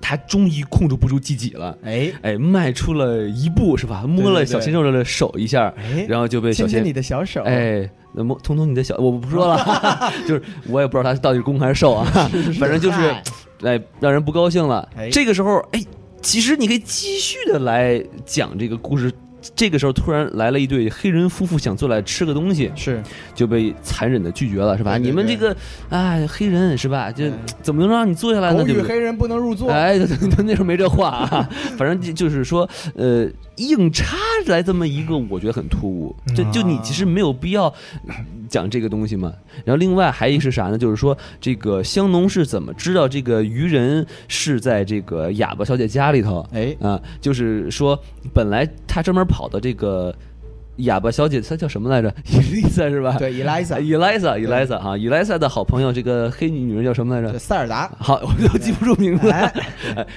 A: 他终于控制不住自己了，
B: 哎
A: 哎，迈出了一步是吧？摸
B: 对对
A: 了
B: 对
A: 小鲜肉的手一下，
B: 哎，
A: 然后就被小
B: 牵
A: 鲜
B: 牵你的小手，
A: 哎，那么彤彤你的小，我不说了， 就是我也不知道他到底是攻还是受啊，反正就是
B: 嗨
A: 哎让人不高兴了。
B: 哎
A: 这个时候，哎，其实你可以继续的来讲这个故事。这个时候突然来了一对黑人夫妇，想坐来吃个东西，
B: 是
A: 就被残忍的拒绝了，是吧？
B: 对对
A: 你们
B: 对
A: 这个哎黑人是吧？就
B: 嗯
A: 怎么能让你坐下来呢？
B: 狗
A: 对
B: 与
A: 不对？
B: 黑人不能入座。
A: 哎，对对对那时候没这话啊， 反正就就是说，呃，硬插来这么一个，我觉得很突兀。就就你其实没有必要讲这个东西嘛。然后另外还一个是啥呢？就是说这个香农是怎么知道这个渔人是在这个哑巴小姐家里头？
B: 哎，
A: 啊，就是说本来他专门跑到这个哑巴小姐，她叫什么来着？伊丽莎是吧？
B: 对，Eliza，
A: ，Eliza，Eliza 哈，Eliza 的好朋友，这个黑女人叫什么来着
B: 对？塞尔达，
A: 好，我都记不住名字。哎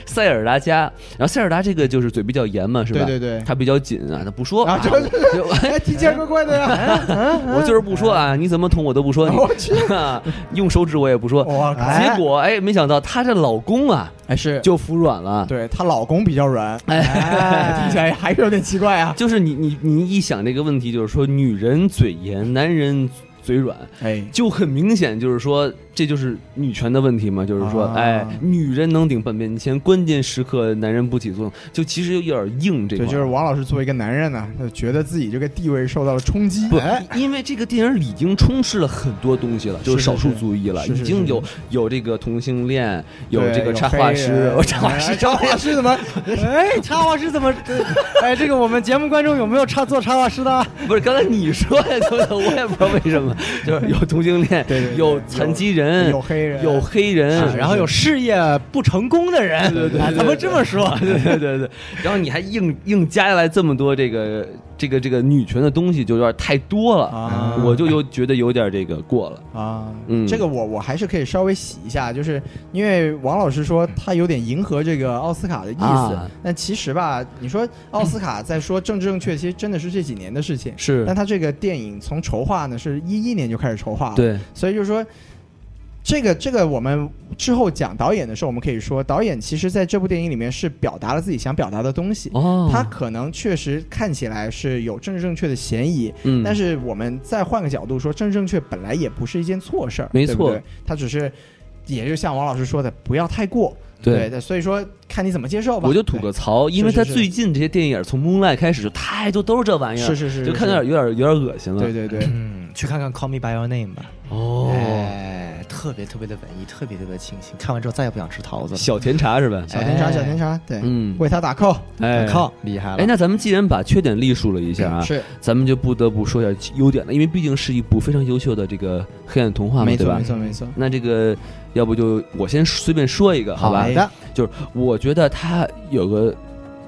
A: 塞尔达家，然后塞尔达这个就是嘴比较严嘛，是吧？
B: 对对对
A: 他比较紧啊，他不说
B: 啊，这
A: 我
B: 这 哎，奇奇怪怪 的呀，
A: 我就是不说啊，你怎么捅我都不说，
B: 哎我
A: 你
B: 去，
A: 啊用手指我也不说。
B: 我
A: 结果哎，没想到她这老公啊
B: 哎是，
A: 就服软了。
B: 对她老公比较软，
A: 哎
B: 哎，听起来还是有点奇怪啊。
A: 就是你你你一想这个问题，就是说女人嘴严，男人嘴软，
B: 哎，
A: 就很明显就是说这就是女权的问题嘛，就是说
B: 啊
A: 哎，女人能顶半边天，关键时刻男人不起作用，就其实有点硬这
B: 对，
A: 块儿。
B: 就是王老师作为一个男人呢，他觉得自己这个地位受到了冲击，
A: 不
B: 哎，，
A: 因为这个电影里已经充斥了很多东西了，就是
B: 是
A: 少数族裔了，
B: 是是
A: 已经
B: 是
A: 有有这个同性恋，有
B: 对
A: 这个插画师
B: 黑人，
A: 哦插画
B: 哎
A: 师，
B: 插画师怎么？
C: 哎，插画师怎么？哎，这个我们节目观众有没有插做插画师的？
A: 不是刚才你说的，对不对我也不知道为什么，就是有同性恋
B: 对对，对
A: 有残疾人，
B: 有黑人，
A: 有黑人，
C: 嗯然后有事业不成功的人，
A: 啊对对对
B: 啊
C: 哎
A: 对
C: 咱们这么说，
A: 对对对对，然后你还硬硬加下来这么多这个这个这个女权的东西，就有点太多
B: 啊
A: 了，我就有觉得有点这个过了。
B: 啊，
A: 嗯
B: 这个我我还是可以稍微洗一下，就是因为王老师说他有点迎合这个奥斯卡的意思，
A: 啊
B: 但其实吧，你说奥斯卡在说政治正确，其实真的是这几年的事情。
A: 是
B: 但他这个电影从筹划呢是一一年就开始筹划了，，
A: 对，
B: 所以就是说。这个这个，我们之后讲导演的时候，我们可以说，导演其实在这部电影里面是表达了自己想表达的东西。
A: 哦，
B: 他可能确实看起来是有政治正确的嫌疑，
A: 嗯，
B: 但是我们再换个角度说，政治正确本来也不是一件错事儿，
A: 没
B: 对不
A: 错
B: 对它只是，也就像王老师说的，不要太过，
A: 对
B: 对，。那所以说看你怎么接受吧。
A: 我就吐个槽，因为
B: 是
A: 他
B: 是
A: 最近这些电影从《Moonlight》开始就太多都是这玩
B: 对
A: 意儿，
B: 是是是，
A: 就是看着有
B: 是
A: 点有点有点恶心了。
B: 对对对，
C: 嗯，去看看《Call Me by Your Name》吧。
A: 哦，
C: 哎，特别特别的文艺，特别特别的清新。看完之后再也不想吃桃子了。
A: 小甜茶是吧？
B: 小甜茶
C: 哎
B: 小甜茶，对，
A: 嗯，
B: 为他打 call，
A: 哎，
C: 靠，厉害了！
A: 哎，那咱们既然把缺点隶属了一下啊，
B: 是
A: 咱们就不得不说一下优点了，因为毕竟是一部非常优秀的这个黑暗童话嘛，
B: 没
A: 对
B: 错
A: 吧哎
B: 没？错没错。
A: 那这个，要不就我先随便说一个，好吧？
B: 的，
A: 就是我觉得它有个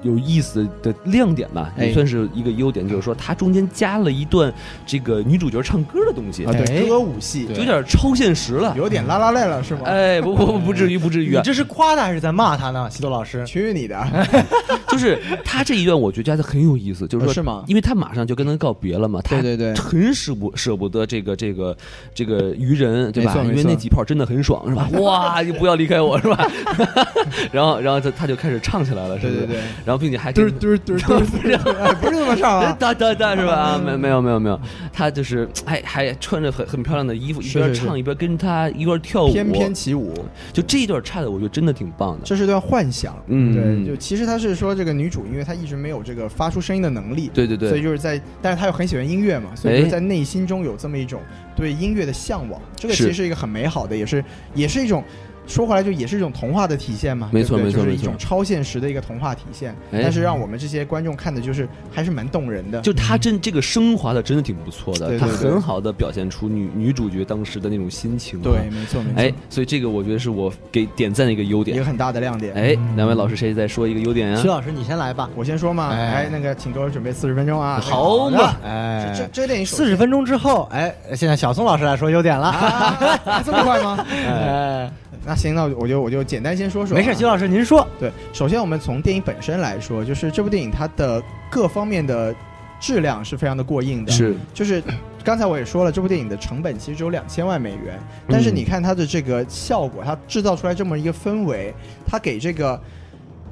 A: 有意思的亮点吧，
B: 哎
A: 也算是一个优点，就是说它中间加了一段这个女主角唱歌的东西
B: 啊，，对，
C: 哎
B: 歌舞戏
A: 有点超现实了。
B: 有点拉拉累了是吗？
A: 哎，不不不，不至于，不至于
C: 你
A: 啊！
C: 这是夸他还是在骂他呢？西多老师，
B: 去你的，
A: 就是他这一段，我觉得加的很有意思，就是说，
B: 啊是吗
A: 因为他马上就跟他告别了嘛，他
B: 对对对
A: 很舍不舍不得这个这个这个渔人，对吧
B: 没？
A: 因
B: 错
A: 为
B: 没错
A: 那几炮真的很爽，是 吧？哇，你不要离开我，是吧？然后然后他他就开始唱起来了，是不
B: 对
A: 是？
B: 对对，
A: 然后并且还
B: 嘚
A: 跟。
B: 儿嘚儿嘚儿嘚儿嘚儿，哎 不是这么上啊
A: 哒哒哒是吧？啊，没没有没有没有，他就是还还穿着很很漂亮的衣服，一
B: 是
A: 边
B: 是是
A: 唱一边跟他一块跳舞，
B: 翩翩起舞，
A: 就这一段唱的，我觉得真的挺棒的。
B: 这是段幻想。
A: 嗯
B: 对，就其实他是说这个女主，因为她一直没有这个发出声音的能力，
A: 对对
B: 所以
A: 对，
B: 就是在，但是她又很喜欢音乐嘛，所以就是
A: 哎
B: 在内心中有这么一种对音乐的向往。这个
A: 是
B: 其实是一个很美好的，也是也是一种。说回来，就也是一种童话的体现嘛，
A: 没错
B: 对
A: 没
B: 不对
A: 错
B: 就是
A: 没
B: 一
A: 错
B: 种超现实的一个童话体现。
A: 哎
B: 但是让我们这些观众看的，就是还是蛮动人的。
A: 就他真这个升华的真的挺不错的，
B: 对对
A: 他
B: 对
A: 很好的表现出女女主角当时的那种心情、啊。
B: 对，，没错没错，
A: 哎，所以这个我觉得是我给点赞的一个优
B: 一个
A: 点。
B: 很大的亮点。
A: 哎，
C: 嗯
A: 两位老师谁再说一个优点
C: 徐
A: 啊？
C: 老师，你先来吧。
B: 我先说嘛，
C: 哎
B: 哎，那个请各位准备四十分钟啊。
A: 好
B: 的
A: 嘛，
C: 哎，
B: 这这这个电影
C: 四十分钟之后，哎，现在小宋老师来说优点了。
B: 啊，这么快吗？
C: 哎，
B: 那行，那我就我就简单先说说啊。
C: 没事，徐老师您说。
B: 对，首先我们从电影本身来说，就是这部电影它的各方面的质量是非常的过硬的。，
A: 是
B: 就是刚才我也说了，这部电影的成本其实只有两千万美元，但是你看它的这个效果，它制造出来这么一个氛围，它给这个。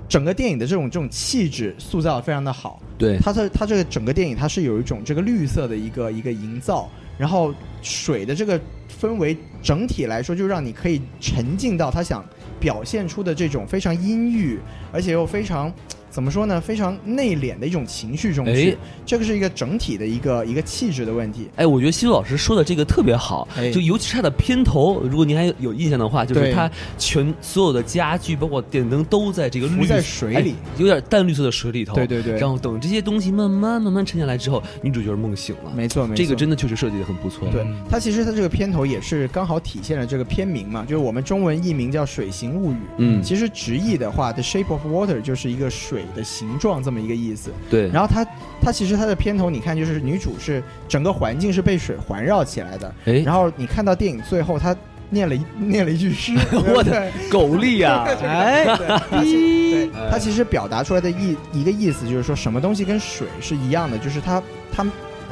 B: 整个电影的这种这种气质塑造的非常的好，
A: 对，
B: 它这它这个整个电影它是有一种这个绿色的一个一个营造，然后水的这个氛围整体来说，就让你可以沉浸到他想表现出的这种非常阴郁，而且又非常怎么说呢，非常内敛的一种情绪中去。
A: 哎
B: 这个是一个整体的一个一个气质的问题。
A: 哎，我觉得西老师说的这个特别好，
B: 哎
A: 就尤其是他的片头，如果您还有印象的话，就是
B: 对
A: 他全所有的家具，包括电灯都在这个
B: 浮
A: 绿
B: 在
A: 色
B: 水
A: 哎
B: 里
A: 有点淡绿色的水里头。
B: 对对对
A: 然后等这些东西慢慢慢慢沉下来之后，女主角梦醒了。
B: 没错，没错，
A: 这个真的确实设计的很不错。
B: 对
C: 嗯
B: 它其实它这个片头也是刚好体现了这个片名嘛，就是我们中文译名叫《水形物语》。
A: 嗯
B: 其实直译的话，《The Shape of Water》就是一个水的形状这么一个意思。
A: 对，
B: 然后它它其实它的片头，你看就是女主是整个环境是被水环绕起来的，
A: 哎，
B: 然后你看到电影最后她念了一 念了一句诗，
A: 我的狗力 呀、
B: 啊
C: 哎，
B: 它其对它其实表达出来的意一个意思就是说什么东西跟水是一样的，就是它它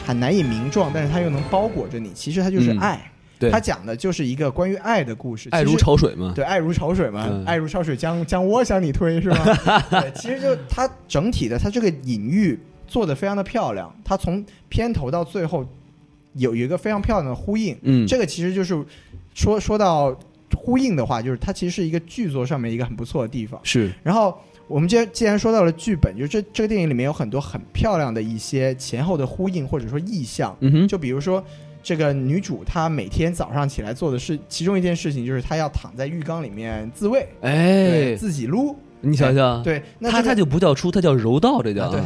B: 很难以名状，但是它又能包裹着你，其实它就是
A: 嗯
B: 爱。
A: 对
B: 它讲的就是一个关于爱的故事，
A: 爱
B: 其
A: 如
B: 实
A: 潮水嘛。
B: 对，爱如潮水嘛，
A: 嗯
B: 爱如潮水将将我向你推是吗？对，其实就它整体的，它这个隐喻做的非常的漂亮，它从片头到最后有一个非常漂亮的呼应。
A: 嗯，
B: 这个其实就是说说到呼应的话，就是它其实是一个剧作上面一个很不错的地方。
A: 是
B: 然后我们既然既然说到了剧本，就这这个电影里面有很多很漂亮的一些前后的呼应或者说意象，
A: 嗯哼，
B: 就比如说。这个女主她每天早上起来做的事，其中一件事情就是她要躺在浴缸里面自慰，对，
A: 哎，
B: 自己撸，
A: 你想想，
B: 对，那
A: 他
B: 这
A: 他
B: 个啊
A: 就不叫出，他叫柔道，这叫
B: 对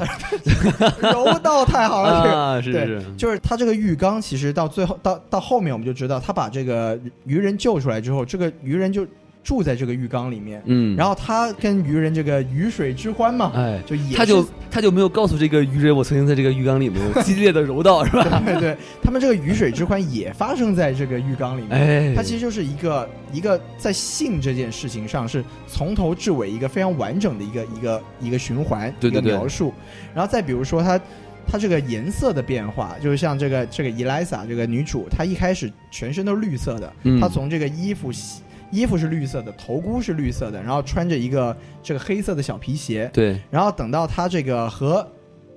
B: 柔道太 好了，这个
A: 啊，是是
B: 对，就是他这个浴缸，其实到最后到到后面，我们就知道他把这个鱼人救出来之后，这个鱼人就住在这个浴缸里面，
A: 嗯，
B: 然
A: 后
B: 后他跟鱼人这个鱼水之欢嘛，
A: 哎，
B: 就也
A: 他
B: 是
A: 就他就没有告诉这个鱼人，我曾经在这个浴缸里面 有激烈的柔道，是吧？
B: 对对，他们这个鱼水之欢也发生在这个浴缸里面。
A: 哎，
B: 它其实就是一个一个在性这件事情上是从头至尾一个非常完整的一个一个一个循环
A: 对对
B: 一个
A: 对
B: 描述。然后再比如说它它这个颜色的变化，就是像这个这个 Elisa 这个女主，她一开始全身都是绿色的，
A: 嗯
B: 她从这个衣服洗衣服是绿色的，头箍是绿色的，然后穿着一个这个黑色的小皮鞋，
A: 对，
B: 然后等到她这个和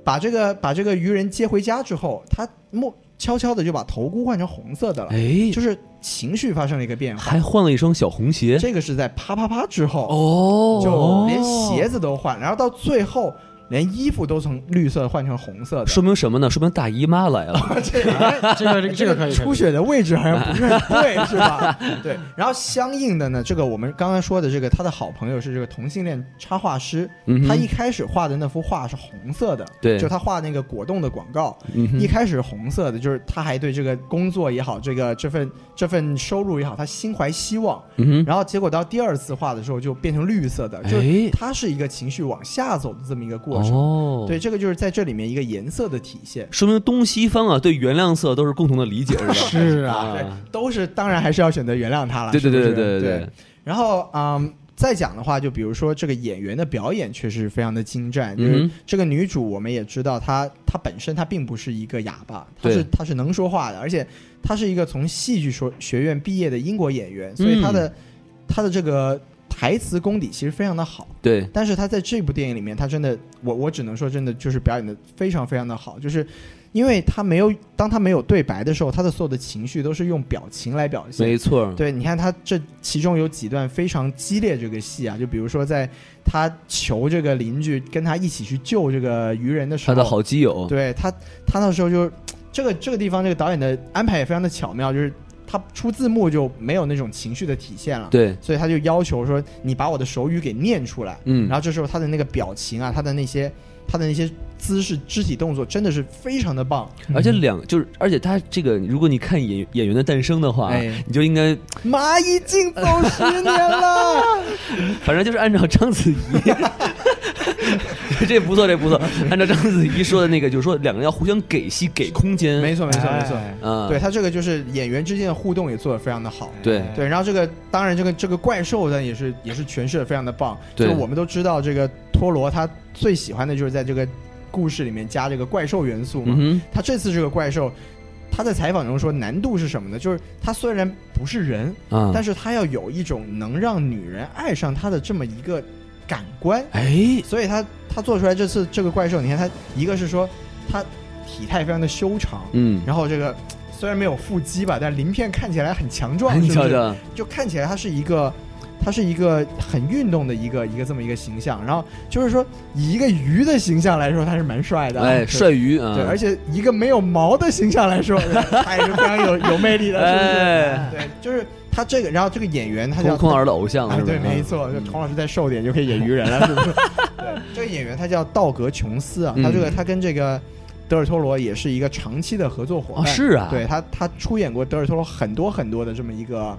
B: 把这个把这个渔人接回家之后，她默悄悄的就把头箍换成红色的了。
A: 哎，
B: 就是情绪发生了一个变化。
A: 还换了一双小红
C: 哎
A: 鞋，
B: 这个是在啪啪啪之后，
A: 哦，
B: 就连鞋子都换，然后到最后连衣服都从绿色换成红色的。
A: 说明什么呢？说明大姨妈来 了，
B: 这个哎
C: 这个这个 这个可以。
B: 出血的位置好像不是 很对，是吧？对。然后相应的呢，这个我们刚刚说的这个他的好朋友是这个同性恋插画师，
A: 嗯哼
B: 他一开始画的那幅画是红色的，
A: 对
B: 就他画那个果冻的广告，
A: 嗯
B: 一
A: 哼，
B: 开始红色的，就是他还对这个工作也好，这个这份这份收入也好，他心怀希望。
A: 嗯哼，
B: 然后结果到第二次画的时候就变成绿色的，就是
A: 哎
B: 它是一个情绪往下走的这么一个过程。
A: 哦，
B: 对，，这个就是在这里面一个颜色的体现。
A: 说明东西方啊对原亮色都是共同的理解，是吧？
C: 是啊，
B: 对，都是当然还是要选择原谅他了。
A: 对对
B: 是不
A: 对
B: 是
A: 对
B: 对然后嗯。再讲的话，就比如说这个演员的表演确实非常的精湛，就是
A: 嗯
B: 这个女主，我们也知道她她本身她并不是一个哑巴，她
A: 对
B: 是她是能说话的，而且
A: 嗯
B: 她是一个从戏剧说学院毕业的英国演员，所以她的、她的这个台词功底其实非常的好，
A: 对，
B: 但是他在这部电影里面，他真的，我我只能说，真的就是表演的非常非常的好，就是因为他没有，当他没有对白的时候，他的所有的情绪都是用表情来表现。
A: 没错儿，
B: 对，你看他这其中有几段非常激烈这个戏啊，就比如说在他求这个邻居跟他一起去救这个渔人的时
A: 他
B: 候，
A: 的好基友，
B: 对他，他那时候就是这个这个地方，这个导演的安排也非常的巧妙，就是他出字幕就没有那种情绪的体现了，
A: 对，
B: 所以他就要求说你把我的手语给念出来，
A: 嗯，
B: 然后这时候他的那个表情啊，他的那些他的那些姿势、肢体动作真的是非常的棒，
A: 而且两就是，而且他这个，如果你看演演员的诞生的话，啊
B: 哎
A: 你就应该，
B: 妈已经走十 年了，
A: 反正就是按照章 子怡，这不错，这不错，按照章子怡说的那个，就是说两个人要互相给戏、给空间，
B: 没错没错
C: 哎
B: 没错，
A: 啊，
B: 对他这个就是演员之间的互动也做得非常的好，
A: 对
B: 对，然后这个当然这个这个怪兽呢也是也是诠释的非常的棒，
A: 对
B: 就我们都知道这个托罗他最喜欢的就是在这个故事里面加这个怪兽元素嘛，
A: 嗯哼，
B: 他这次这个怪兽。他在采访中说，难度是什么呢？就是他虽然不是人，
A: 啊，
B: 但
A: 是
B: 是他要有一种能让女人爱上他的这么一个感官，
A: 哎，
B: 所以他他做出来这次这个怪兽，你看他一个是说他体态非常的修长，
A: 嗯，
B: 然后这个虽然没有腹肌吧，但鳞片看起来很强壮，
A: 哎你
B: 是不
A: 瞧
B: 是
A: 瞧，
B: 就看起来他是一个，他是一个很运动的一个一个这么一个形象。然后就是说，以一个鱼的形象来说，他是蛮帅的，
A: 哎，
B: 对
A: 帅。鱼啊，
B: 对，而且一个没有毛的形象来说，他也是非常有有魅力的，是不是？
A: 哎
B: 对，就是他这个，然后这个演员他叫
A: 空空儿的偶像
B: 啊
A: 是，吧？
B: 对，没错，就
A: 嗯
B: 童老师再瘦点就可以演鱼人了，是不是？对，这个演员他叫道格·琼斯啊，他这个
A: 嗯
B: 他跟这个德尔托罗也是一个长期的合作伙
A: 哦，
B: 伴，
A: 是啊，
B: 对，他他出演过德尔托罗很多很多的这么一个。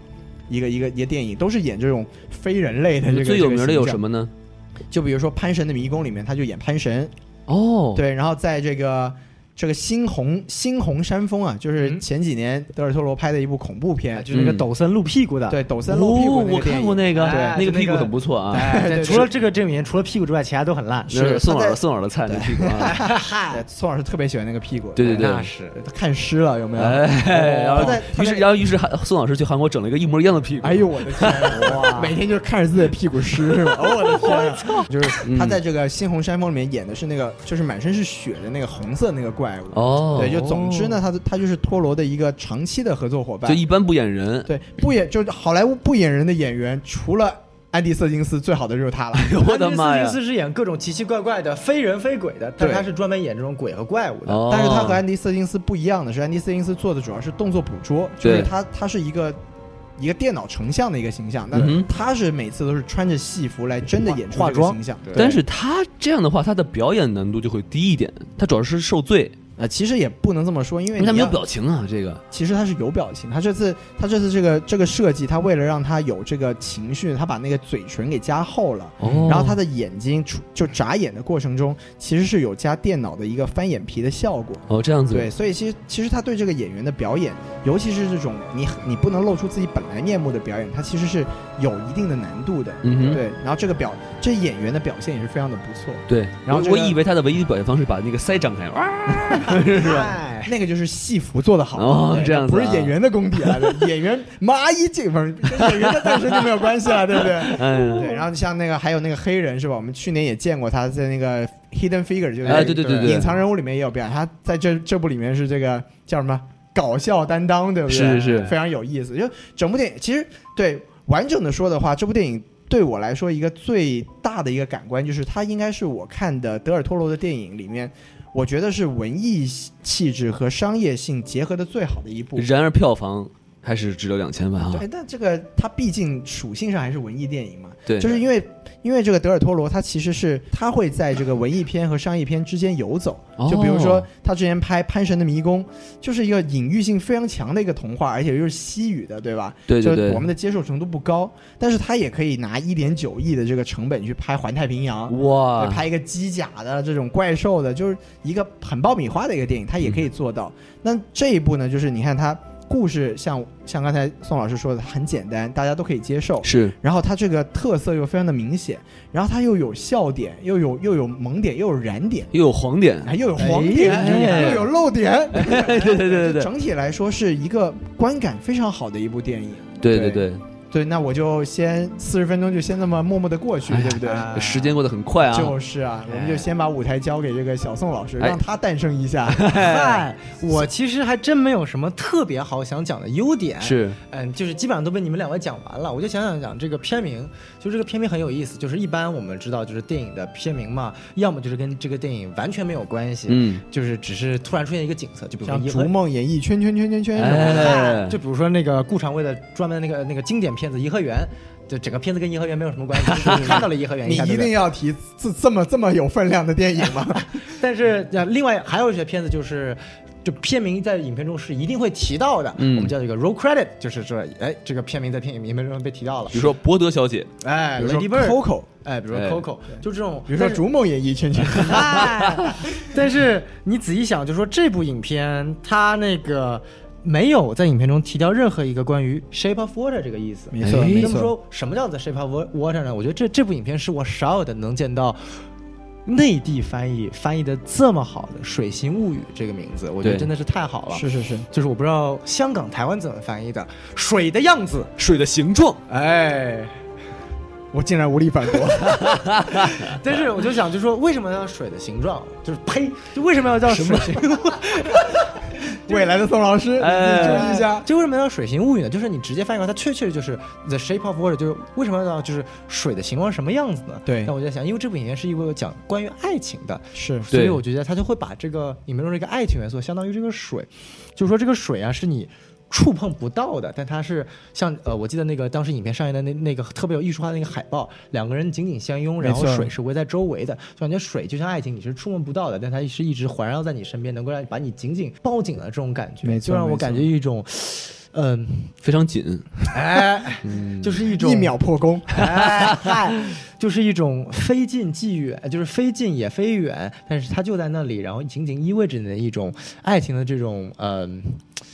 B: 一个一个一个电影都是演这种非人类的这个
A: 最有名的有什？
B: 这个
A: 么呢？
B: 形象就比如说《潘神的迷宫》里面，他就演潘神，
A: 哦，，
B: 对，然后在这个这个猩红猩红山峰啊，就是
C: 嗯啊
B: 前几年德尔托罗拍的一部恐怖片，
C: 就是那个抖森露屁股的。
B: 嗯对，抖森露屁股
A: 哦，
B: 那
A: 我
B: 个电
A: 看
B: 影
A: 过那个，
C: 哎
A: 那
C: 就
A: 个
C: 那
A: 屁股
C: 个
A: 很不错啊，
C: 哎，
B: 对
C: 对，除了这个这个演员，除了屁股之外，其他都很烂。
A: 那
B: 是
A: 宋
B: 他
A: 老
B: 在
A: 宋老的菜，那屁股啊，
B: 对宋老师特别喜欢那个屁股，
A: 对对对
C: 那是
B: 他看湿了有没有？
A: 哎，然
B: 哦他
A: 后
B: 在他
A: 于是，
B: 在
A: 然后于是韩宋老师去韩国整了一个一模一样的屁股。
B: 哎呦，我的天，
C: 哇
B: 每天就是看着自己的屁股湿是吧？哦我的天啊，就是他
A: 嗯
B: 在这个《猩红山峰》里面演的是那个就是满身是血的那个红色那个怪物。
A: 哦，
B: 对，就总之呢，他他就是托罗的一个长期的合作伙伴
A: 就。一般不演人。
B: 对，不演就是好莱坞不演人的演员，除了安迪·瑟金斯，最好的就是他了。
A: 我的妈呀
C: 安迪斯汀斯是演各种奇奇怪怪的非人非鬼的，但
B: 对
C: 他是专门演这种鬼和怪物的。
A: 哦，
B: 但是他和安迪·瑟金斯不一样的是，安迪·瑟金斯做的主要是动作捕捉，就
A: 对
B: 是他他是一个一个电脑成像的一个形象，但
A: 嗯哼
B: 他是每次都是穿着戏服来真的演出
C: 化
B: 这个
C: 妆
B: 形象。对
A: 但是他这样的话，他的表演难度就会低一点。他主要是受罪，
B: 呃，其实也不能这么说，因
A: 因
B: 为
A: 为他
B: 你
A: 没有
B: 要，
A: 表情啊。这个
B: 其实他是有表情。他这次他这次这个这个设计，他为了让他有这个情绪，他把那个嘴唇给加厚了。
A: 哦，
B: 然后他的眼睛出就眨眼的过程中，其实是有加电脑的一个翻眼皮的效果。
A: 哦这样子，
B: 对，所以其实其实他对这个演员的表演，尤其是这种你你不能露出自己本来面目的表演，他其实是有一定的难度的。
A: 嗯哼，
B: 对，然后这个表这演员的表现也是非常的不错，
A: 对。
B: 然后
A: 我
B: 这个
A: 我以为他的唯一的表现方式把那个腮张开，哇，
C: 是吧？
B: 哎那个就是戏服做的好
A: 哦
B: 对
A: 这样子啊
B: 不是演员的功底啊，对演员蚂蚁这份跟演员的诞生就没有关系啊了，对不对？
A: 嗯，
B: 对，然后像那个还有那个黑人是吧？我们去年也见过他在那个 Hidden Figure 就是、
A: 哎对对对对
B: 隐藏人物里面也有表演，他在这这部里面是这个叫什么搞笑担当，对不对？
A: 是是
B: 非常有意思。就整部电影其实对完整的说的话，这部电影。对我来说，一个最大的一个感官就是，它应该是我看的德尔托罗的电影里面，我觉得是文艺气质和商业性结合的最好的一部。
A: 然而票房还是只有两千万啊。
B: 对，但这个它毕竟属性上还是文艺电影嘛，
A: 对，
B: 就是因为因为这个德尔托罗，他其实是他会在这个文艺片和商业片之间游走。
A: 哦
B: 就比如说他之前拍《潘神的迷宫》，就是一个隐喻性非常强的一个童话，而且又是西语的，对吧？
A: 对对
B: 就
A: 对，
B: 是我们的接受程度不高，但是他也可以拿一点九亿的这个成本去拍《环太平洋》。
A: 哇
B: 对，拍一个机甲的这种怪兽的，就是一个很爆米花的一个电影，它也可
A: 嗯
B: 以做到。那这一部呢，就是你看它故事像像刚才宋老师说的很简单，大家都可以接受，
A: 是
B: 然后它这个特色又非常的明显，然后它又有笑点，又有又有萌点，又有燃点，
A: 又有黄点，
B: 还又有黄点，
A: 哎
B: 又有漏点。
A: 对对对对对
B: 整体来说是一个观感非常好的一部电影。
A: 对对
B: 对
A: 对，
B: 对，那我就先四十分钟就先这么默默的过去，对不对？
C: 哎
A: 时间过得很快啊。
B: 就是啊，我们就先把舞台交给这个小宋老师，
A: 哎
B: 让他诞生一下。
C: 嗨，我其实还真没有什么特别好想讲的优点，
A: 是
C: 嗯，就是基本上都被你们两位讲完了。我就想想讲这个片名，就这个片名很有意思，就是一般我们知道就是电影的片名嘛，要么就是跟这个电影完全没有关系，
A: 嗯，
C: 就是只是突然出现一个景色，就比如说
B: 像《
C: 一
B: 逐梦演艺圈圈圈圈圈》什么的，
A: 哎，
C: 就比如说那个顾长卫的专门那个那个经典片子《颐和园》，就整个片子跟颐和园没有什么关 系，就是你看到了颐和园，
B: 你
C: 下对
B: 一
C: 不对
B: 定要提这这么这么有分量的电影吗？
C: 但是呃，另外还有一些片子就是。就片名在影片中是一定会提到的，
A: 嗯
C: 我们叫这个 roll credit，就是说，哎，这个片名在片影片中被提到了
A: 比，如说博德小姐，
C: 哎
B: 比如说
C: ，Lady Bird，
B: Coco，
C: 哎，比如说
A: 哎
C: Coco，就这种，
B: 比如说《
C: 但是
B: 逐梦演艺圈圈》，
C: 哎 但是你仔细想，就说这部影片它那个没有在影片中提到任何一个关于 shape of water 这个意思。
B: 没错
A: 哎
B: 没
C: 那么
B: 错。
C: 说，什么叫做 shape of wa- water 呢？我觉得这这部影片是我少有的能见到。内地翻译翻译的这么好的《水形物语》这个名字，我觉得
A: 对
C: 真的是太好了。
B: 是是是，
C: 就是我不知道香港、台湾怎么翻译的，《水的样子
A: 水的形状，》。
C: 哎，
B: 我竟然无力反驳。
C: 但是我就想，就说为什么要水的形状？就是呸，就为什么要叫水形？
B: 未来的宋老师，你
A: 哎
B: 注意一下。
C: 就为什么要叫水形物语呢？就是你直接翻译过来，它确确实就是 the shape of water，就是为什么要叫就是水的形状是什么样子呢？
B: 对
C: 那我就在想，因为这部影片是一部讲关于爱情的，
B: 是
C: 所以
A: 对
C: 我觉得它就会把这个里面中这个爱情元素，相当于这个水，就是说这个水啊是你。触碰不到的，但它是像呃，我记得那个当时影片上映的那那个特别有艺术化的那个海报，两个人紧紧相拥，
B: 没
C: 然后
B: 错
C: 水是围在周围的，就感觉水就像爱情，你是触摸不到的，但它是一直环绕在你身边，能够让你把你紧紧抱紧的这种感觉，
B: 没错
C: 就让
B: 没
C: 我
B: 错
C: 感觉一种，嗯、
A: 非常紧，
C: 哎，就是一
B: 嗯
C: 种
B: 一秒破功，
C: 哎嗨，就是一种非近即远，就是非近也非远，但是它就在那里，然后紧紧依偎着你的一种爱情的这种呃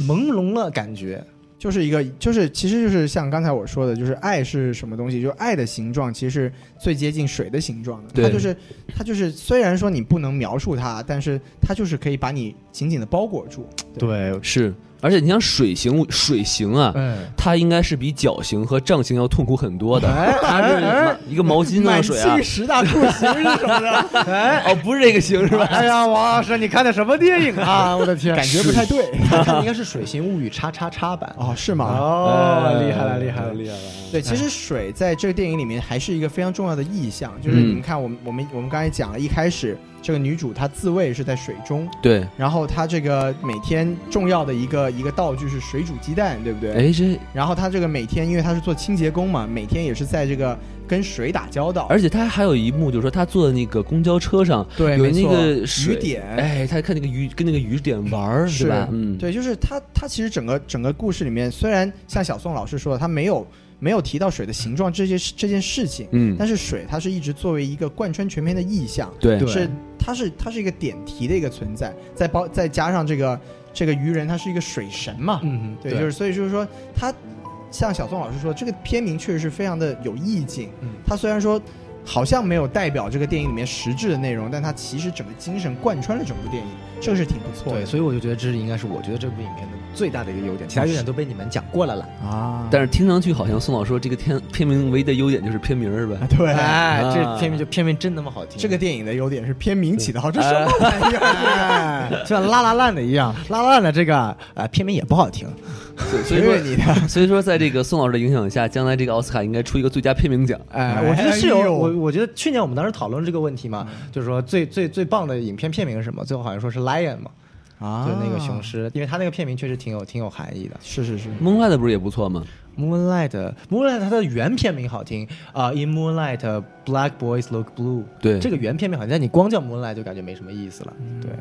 C: 朦胧的感觉。
B: 就是一个，就是其实就是像刚才我说的，就是爱是什么东西？就是爱的形状其实是最接近水的形状的。
A: 对
B: 它就是它就是，虽然说你不能描述它，但是它就是可以把你紧紧的包裹住。
C: 对，
A: 是，而且你像水形，水形啊，
C: 嗯，
A: 它应该是比绞刑和杖刑要痛苦很多的。
C: 哎
A: 它是什
C: 哎
A: 么一个毛巾弄
B: 满
A: 上水啊
B: 清？十大酷刑是什么的？
C: 哎。
A: 哦，不是这个刑是吧？
C: 哎呀，王老师，你看的什么电影 啊？我的天，
B: 感觉不太对
C: 他看的应 该是《水形物语》叉叉叉版。
B: 哦，是吗？
A: 哎
C: 哦，厉害了，厉害了，
A: 厉害了！
B: 对，其
A: 哎
B: 实水在这个电影里面还是一个非常重要的意象，就是
A: 嗯
B: 你们看，我们我们我们刚才讲了，一开始这个女主她自卫是在水中，
A: 对，
B: 然后她这个每天重要的一个一个道具是水煮鸡蛋，对不对？
A: 哎这，
B: 然后她这个每天，因为她是做清洁工嘛，每天也是在这个跟水打交道，
A: 而且他还有一幕，就是说他坐在那个公交车上，
B: 对
A: 有
B: 没
A: 那
B: 错
A: 个水
B: 雨点
A: 哎，他看那个雨，跟那个雨点玩儿，
B: 是
A: 对吧？嗯，，
B: 对，就是他，他其实整个整个故事里面，虽然像小宋老师说的，他没有没有提到水的形状这些这件事情，
A: 嗯
B: 但是水它是一直作为一个贯穿全片的意象，
A: 对
C: 对
B: 是它是它是一个点题的一个存在，再包再加上这个这个渔人他是一个水神嘛，
C: 嗯，
B: 对，就是所以就是说他像小宋老师说，这个片名确实是非常的有意境，
C: 嗯
B: 它虽然说。好像没有代表这个电影里面实质的内容，但它其实整个精神贯穿了整部电影，这个是挺不错的
C: 对，所以我就觉得这是应该是我觉得这部影片的最大的一个优点，其他优点都被你们讲过了啦。
B: 啊
A: 但是听上去好像宋老师说这个片片名唯一的优点就是片名儿是吧？
B: 对
C: 哎，
A: 啊
C: 这片名就片名真那么好听，
B: 这个电影的优点是片名起的好，这什么玩意儿？
C: 哎， 就像拉拉烂的一样，拉拉烂的这个呃片名也不好听，
A: 所以所
B: 随
A: 以
B: 便
A: 说，
B: 你的，
A: 所以说，在这个宋老师的影响下，将来这个奥斯卡应该出一个最佳片名奖。
C: 哎
B: 哎，
C: 我觉得是有
B: 哎呦
C: 我我觉得去年我们当时讨论这个问题嘛，
A: 嗯
C: 就是说最最最棒的影片片名是什么？最后好像说是 Lion 嘛，
B: 啊
C: 就是那个雄，狮，因为它那个片名确实挺有挺有含义的。
B: 是是是，
A: 蒙赖的不是也不错吗？
C: Moonlight Moonlight 它的原片名好听啊、i n Moonlight Black Boys Look Blue，
A: 对
C: 这个原片名好听，但你光叫 Moonlight 就感觉没什么意思了，对，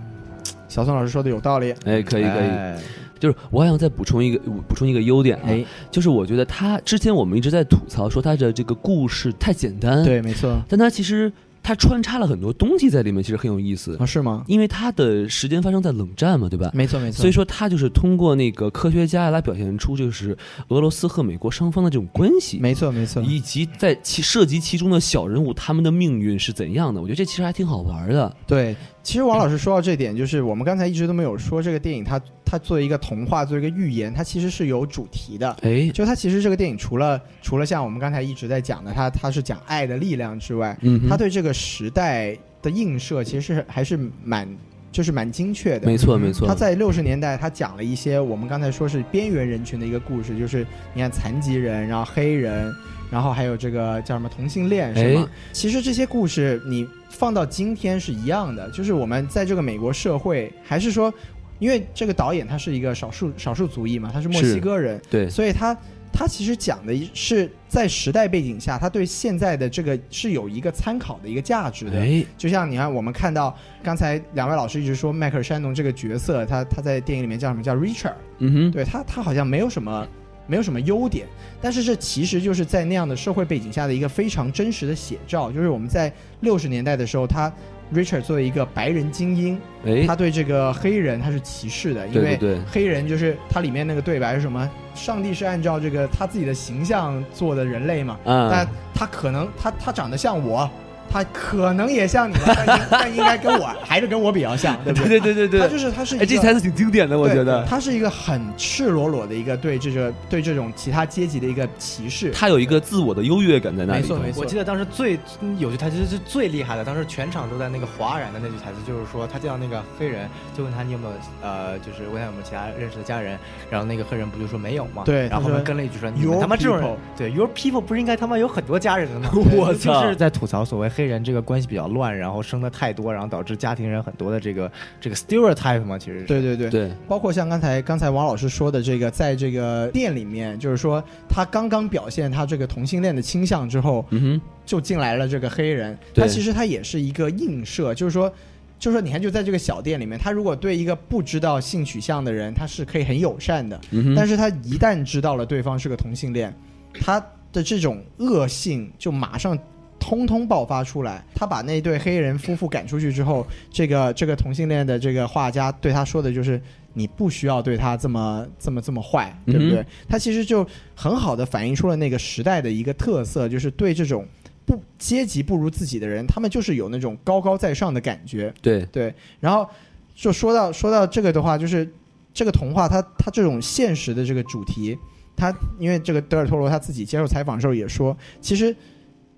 B: 小宋老师说的有道理，
A: 哎，可以可以，
C: 哎
A: 就是我还想再补充一个补充一个优点啊，
B: 哎
A: 就是我觉得他之前我们一直在吐槽说他的这个故事太简单，，
B: 对，没错
A: 但他其实他穿插了很多东西在里面，其实很有意思，
B: 啊，是吗？
A: 因为他的时间发生在冷战嘛，对吧？
B: 没错没错，
A: 所以说他就是通过那个科学家来表现出就是俄罗斯和美国双方的这种关系，
B: 没错没错，
A: 以及在其涉及其中的小人物他们的命运是怎样的，我觉得这其实还挺好玩的。
B: 对，其实王老师说到这点，就是我们刚才一直都没有说这个电影它它作为一个童话，作为一个寓言，它其实是有主题的。
A: 哎，
B: 就它其实这个电影除了除了像我们刚才一直在讲的，它它是讲爱的力量之外，
A: 嗯哼，
B: 它对这个时代的映射其实是还是蛮就是蛮精确的
A: 没。错没错，
B: 他在六十年代，他讲了一些我们刚才说是边缘人群的一个故事，就是你看残疾人，然后黑人，然后还有这个叫什么同性恋是
A: 哎
B: 吗？其实这些故事你放到今天是一样的，就是我们在这个美国社会，还是说，因为这个导演他是一个少数少数族裔嘛，他是墨
A: 是
B: 西哥人，
A: 对，
B: 所以他他其实讲的是在时代背景下，他对现在的这个是有一个参考的一个价值的。
A: 哎，
B: 就像你看，我们看到刚才两位老师一直说迈克尔·山农这个角色，他他在电影里面叫什么叫 Richard，
A: 嗯哼，
B: 对他他好像没有什么没有什么优点，但是这其实就是在那样的社会背景下的一个非常真实的写照，就是我们在六十年代的时候，他 Richard 作为一个白人精英，
A: 哎，
B: 他对这个黑人他是歧视的，因
A: 对
B: 为
A: 对对，
B: 黑人就是他里面那个对白是什么？上帝是按照这个他自己的形象做的人类嘛？但
A: 啊，
B: 他可能他他长得像我，他可能也像你吧，但应 但应该跟我还是跟我比较像，对不
A: 对对对对
B: 他
A: 对，
B: 就是他是一个
A: 哎，这台词挺经典的，我
B: 对
A: 觉得
B: 他是一个很赤裸裸的一个对这个对这种其他阶级的一个歧视。
A: 他有一个自我的优越感在那里
B: 没
A: 头，
B: 错没错
C: 我记得当时最有句台词是最厉害的，当时全场都在那个哗然的那句台词，就是说他见到那个黑人，就问他你有没有呃，就是问他有没有其他认识的家人，然后那个黑人不就说没有吗？
B: 对
C: 然
B: 他
C: 后
B: 说
C: 后面跟了一句说你
B: "Your
C: 们他妈这种
B: people
C: 人，对 your people 不是应该他妈有很多家人的 吗？
A: 我操
C: 就是在吐槽所谓黑人这个关系比较乱，然后生的太多，然后导致家庭人很多的这个这个 stereotype 嘛，其实是
B: 对对对，
A: 对，
B: 包括像刚才刚才王老师说的这个，在这个店里面，就是说他刚刚表现他这个同性恋的倾向之后，
A: 嗯哼。
B: 就进来了这个黑人，
A: 对
B: 他其实他也是一个映射，就是说，就是说，你看就在这个小店里面，他如果对一个不知道性取向的人，他是可以很友善的，
A: 嗯哼，
B: 但
A: 是
B: 是他一旦知道了对方是个同性恋，他的这种恶性就马上。通通爆发出来。他把那对黑人夫妇赶出去之后，这个这个同性恋的这个画家对他说的就是：“你不需要对他这么这么这么坏，对不对？”
A: 嗯
B: 他其实就很好的反映出了那个时代的一个特色，就是对这种不阶级不如自己的人，他们就是有那种高高在上的感觉。
A: 对，
B: 对，然后就说到说到这个的话，就是这个童话它它这种现实的这个主题，它因为这个德尔托罗他自己接受采访的时候也说，其实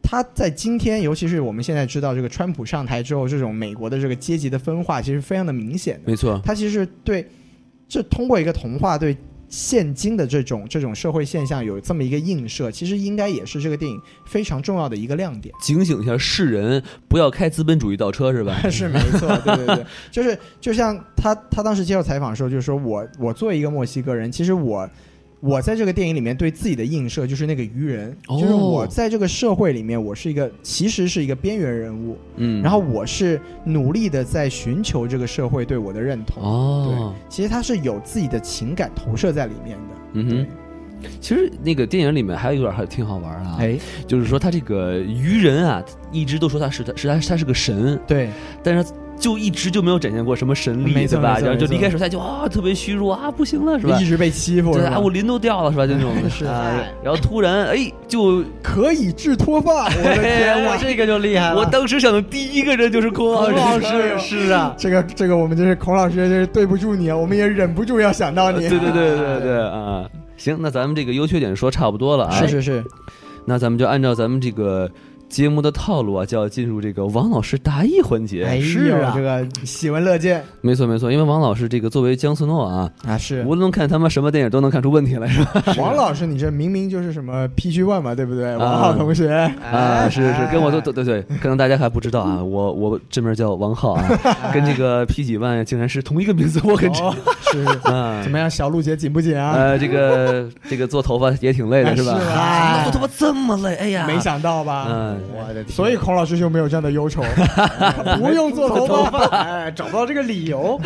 B: 他在今天，尤其是我们现在知道这个川普上台之后，这种美国的这个阶级的分化其实非常的明显的，
A: 没错，
B: 他其实对这通过一个童话对。现今的这种这种社会现象有这么一个映射，其实应该也是这个电影非常重要的一个亮点。
A: 警醒一下世人，不要开资本主义倒车，是 吧？
B: 是没错，对对对，就是就像他他当时接受采访的时候，就说我我作为一个墨西哥人，其实我我在这个电影里面对自己的映射就是那个鱼人，
A: 哦
B: 就是我在这个社会里面，我是一个其实是一个边缘人物，
A: 嗯，
B: 然后我是努力的在寻求这个社会对我的认同。
A: 哦，
B: 其实他是有自己的情感投射在里面的，
A: 嗯哼。其实那个电影里面还有一段还挺好玩啊，
B: 哎，
A: 就是说他这个鱼人啊，一直都说他是他是他他是个神，
B: 对，
A: 但是他就一直就没有展现过什么神力，
B: 没错
A: 对吧？
B: 没错
A: 然后就
B: 没错
A: 离开时候他就啊特别虚弱啊，不行了是吧
B: 一？直被欺负，
A: 对
B: 是吧
A: 啊，我鳞都掉了是吧？就那 种
B: 是
A: 啊然后突然哎就，
B: 可以治脱发，我的天，啊
A: 哎
B: 我
C: 这个就厉害了，
A: 我 当时想的第一个人就是孔
B: 孔
A: 老
B: 老
A: 师，
B: 师
A: 是啊，
B: 这个这个，我们真是孔老师，真是对不住你啊，我们也忍不住要想到啊你。
A: 呃对对对对对啊！行，那咱们这个优缺点说差不多了啊。
B: 是是是，
A: 那咱们就按照咱们这个节目的套路啊，就要进入这个王老师答疑环节。
B: 哎呦
C: 是啊
B: 这个喜闻乐见
A: 没错没错，因为王老师这个作为江苏诺啊，
B: 啊，是
A: 无论看他妈什么电影都能看出问题来，是 吧？
B: 王老师，你这明明就是什么 PG One 嘛，对不对？王浩同学，
A: 啊，是是，
B: 哎
A: 跟我都对对对，可能大家还不知道 啊，我我真名叫王浩啊，跟这个 P 几万竟然是同一个名字，我很
B: 哦，是是，
A: 啊
B: 怎。么样？小鹿姐紧不紧啊？哎
A: 呃，这个这个做头发也挺哎累的，是吧？
B: 是吧
A: 啊做头发这么累，哎呀，
B: 没想到吧？
A: 嗯
B: 我的天，所以孔老师就没有这样的忧愁，
C: 哎
B: 不用做头发。
C: 发，哎，找不到这个理 由，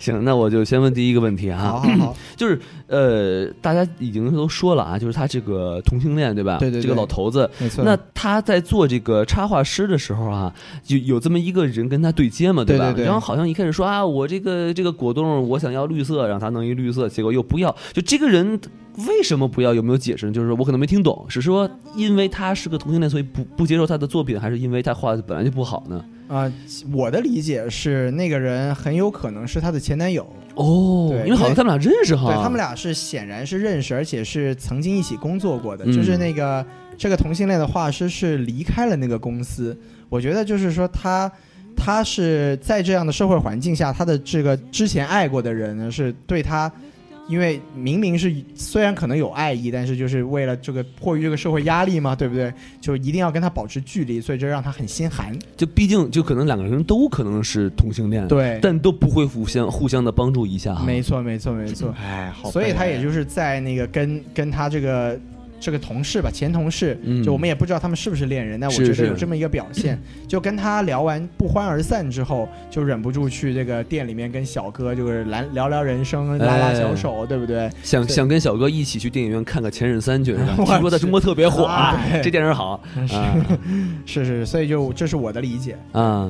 A: 行，那我就先问第一个问题啊
B: 好，好好，
A: 就是呃，大家已经都说了啊，就是他这个同性恋对吧？
B: 对对对
A: 这个老头子。
B: 没错。
A: 那他在做这个插画师的时候啊，有有这么一个人跟他对接嘛，吧？
B: 对对对
A: 然后好像一开始说啊，我这个这个果冻我想要绿色，让他弄一绿色，结果又不要。就这个人为什么不要？有没有解释？就是我可能没听懂，是说因为他是个同性恋，所以不不接受他的作品，还是因为他画的本来就不好呢？
B: 啊，我的理解是，那个人很有可能是她的前男友，
A: 哦
B: 对，
A: 因为好像他们俩认识哈，
B: 对他们俩是显然是认识，而且是曾经一起工作过的。
A: 嗯
B: 就是那个这个同性恋的画师是离开了那个公司，我觉得就是说他他是在这样的社会环境下，他的这个之前爱过的人呢，是对他。因为明明是虽然可能有爱意，但是就是为了这个迫于这个社会压力嘛，对不对？就一定要跟他保持距离，所以这让他很心寒。
A: 就毕竟就可能两个人都可能是同性恋，，
B: 对，
A: 但都不会互相互相的帮助一下哈，
B: 没错，没错，没错。
C: 哎，好悲哀，
B: 所以他也就是在那个跟跟他这个这个同事吧，前同事，
A: 嗯
B: 就我们也不知道他们是不是恋人，但我
A: 是
B: 觉得
A: 是
B: 有这么一个表现。就跟他聊完不欢而散之后，就忍不住去这个店里面跟小哥就是来聊聊人生，拉拉小手，对不对？
A: 想
B: 对
A: 想跟小哥一起去电影院看个《前任三》去， 是吧？
B: 我
A: 听说在中国特别火，啊
B: 去，
A: 这电影好啊
B: 是是，所以就这是我的理解。
A: 啊，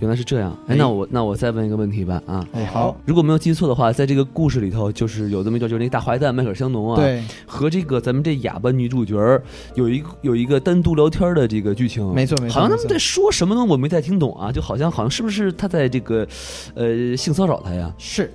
A: 原来是这样。哎，
B: 哎
A: 那我那我再问一个问题吧啊。
B: 哎，
C: 好，
A: 如果没有记错的话，在这个故事里头，就是有这么一段，就是那大坏蛋迈克尔·香农啊，，
B: 对，
A: 和这个咱们这哑巴女主角儿有一个有一个单独聊天的这个剧情，
B: 没错没错
A: 好像他
B: 没
A: 们
B: 错
A: 在说什么呢？我没太听懂啊，就好像好像是不是他在这个，呃，性骚扰她呀？哦
B: 是。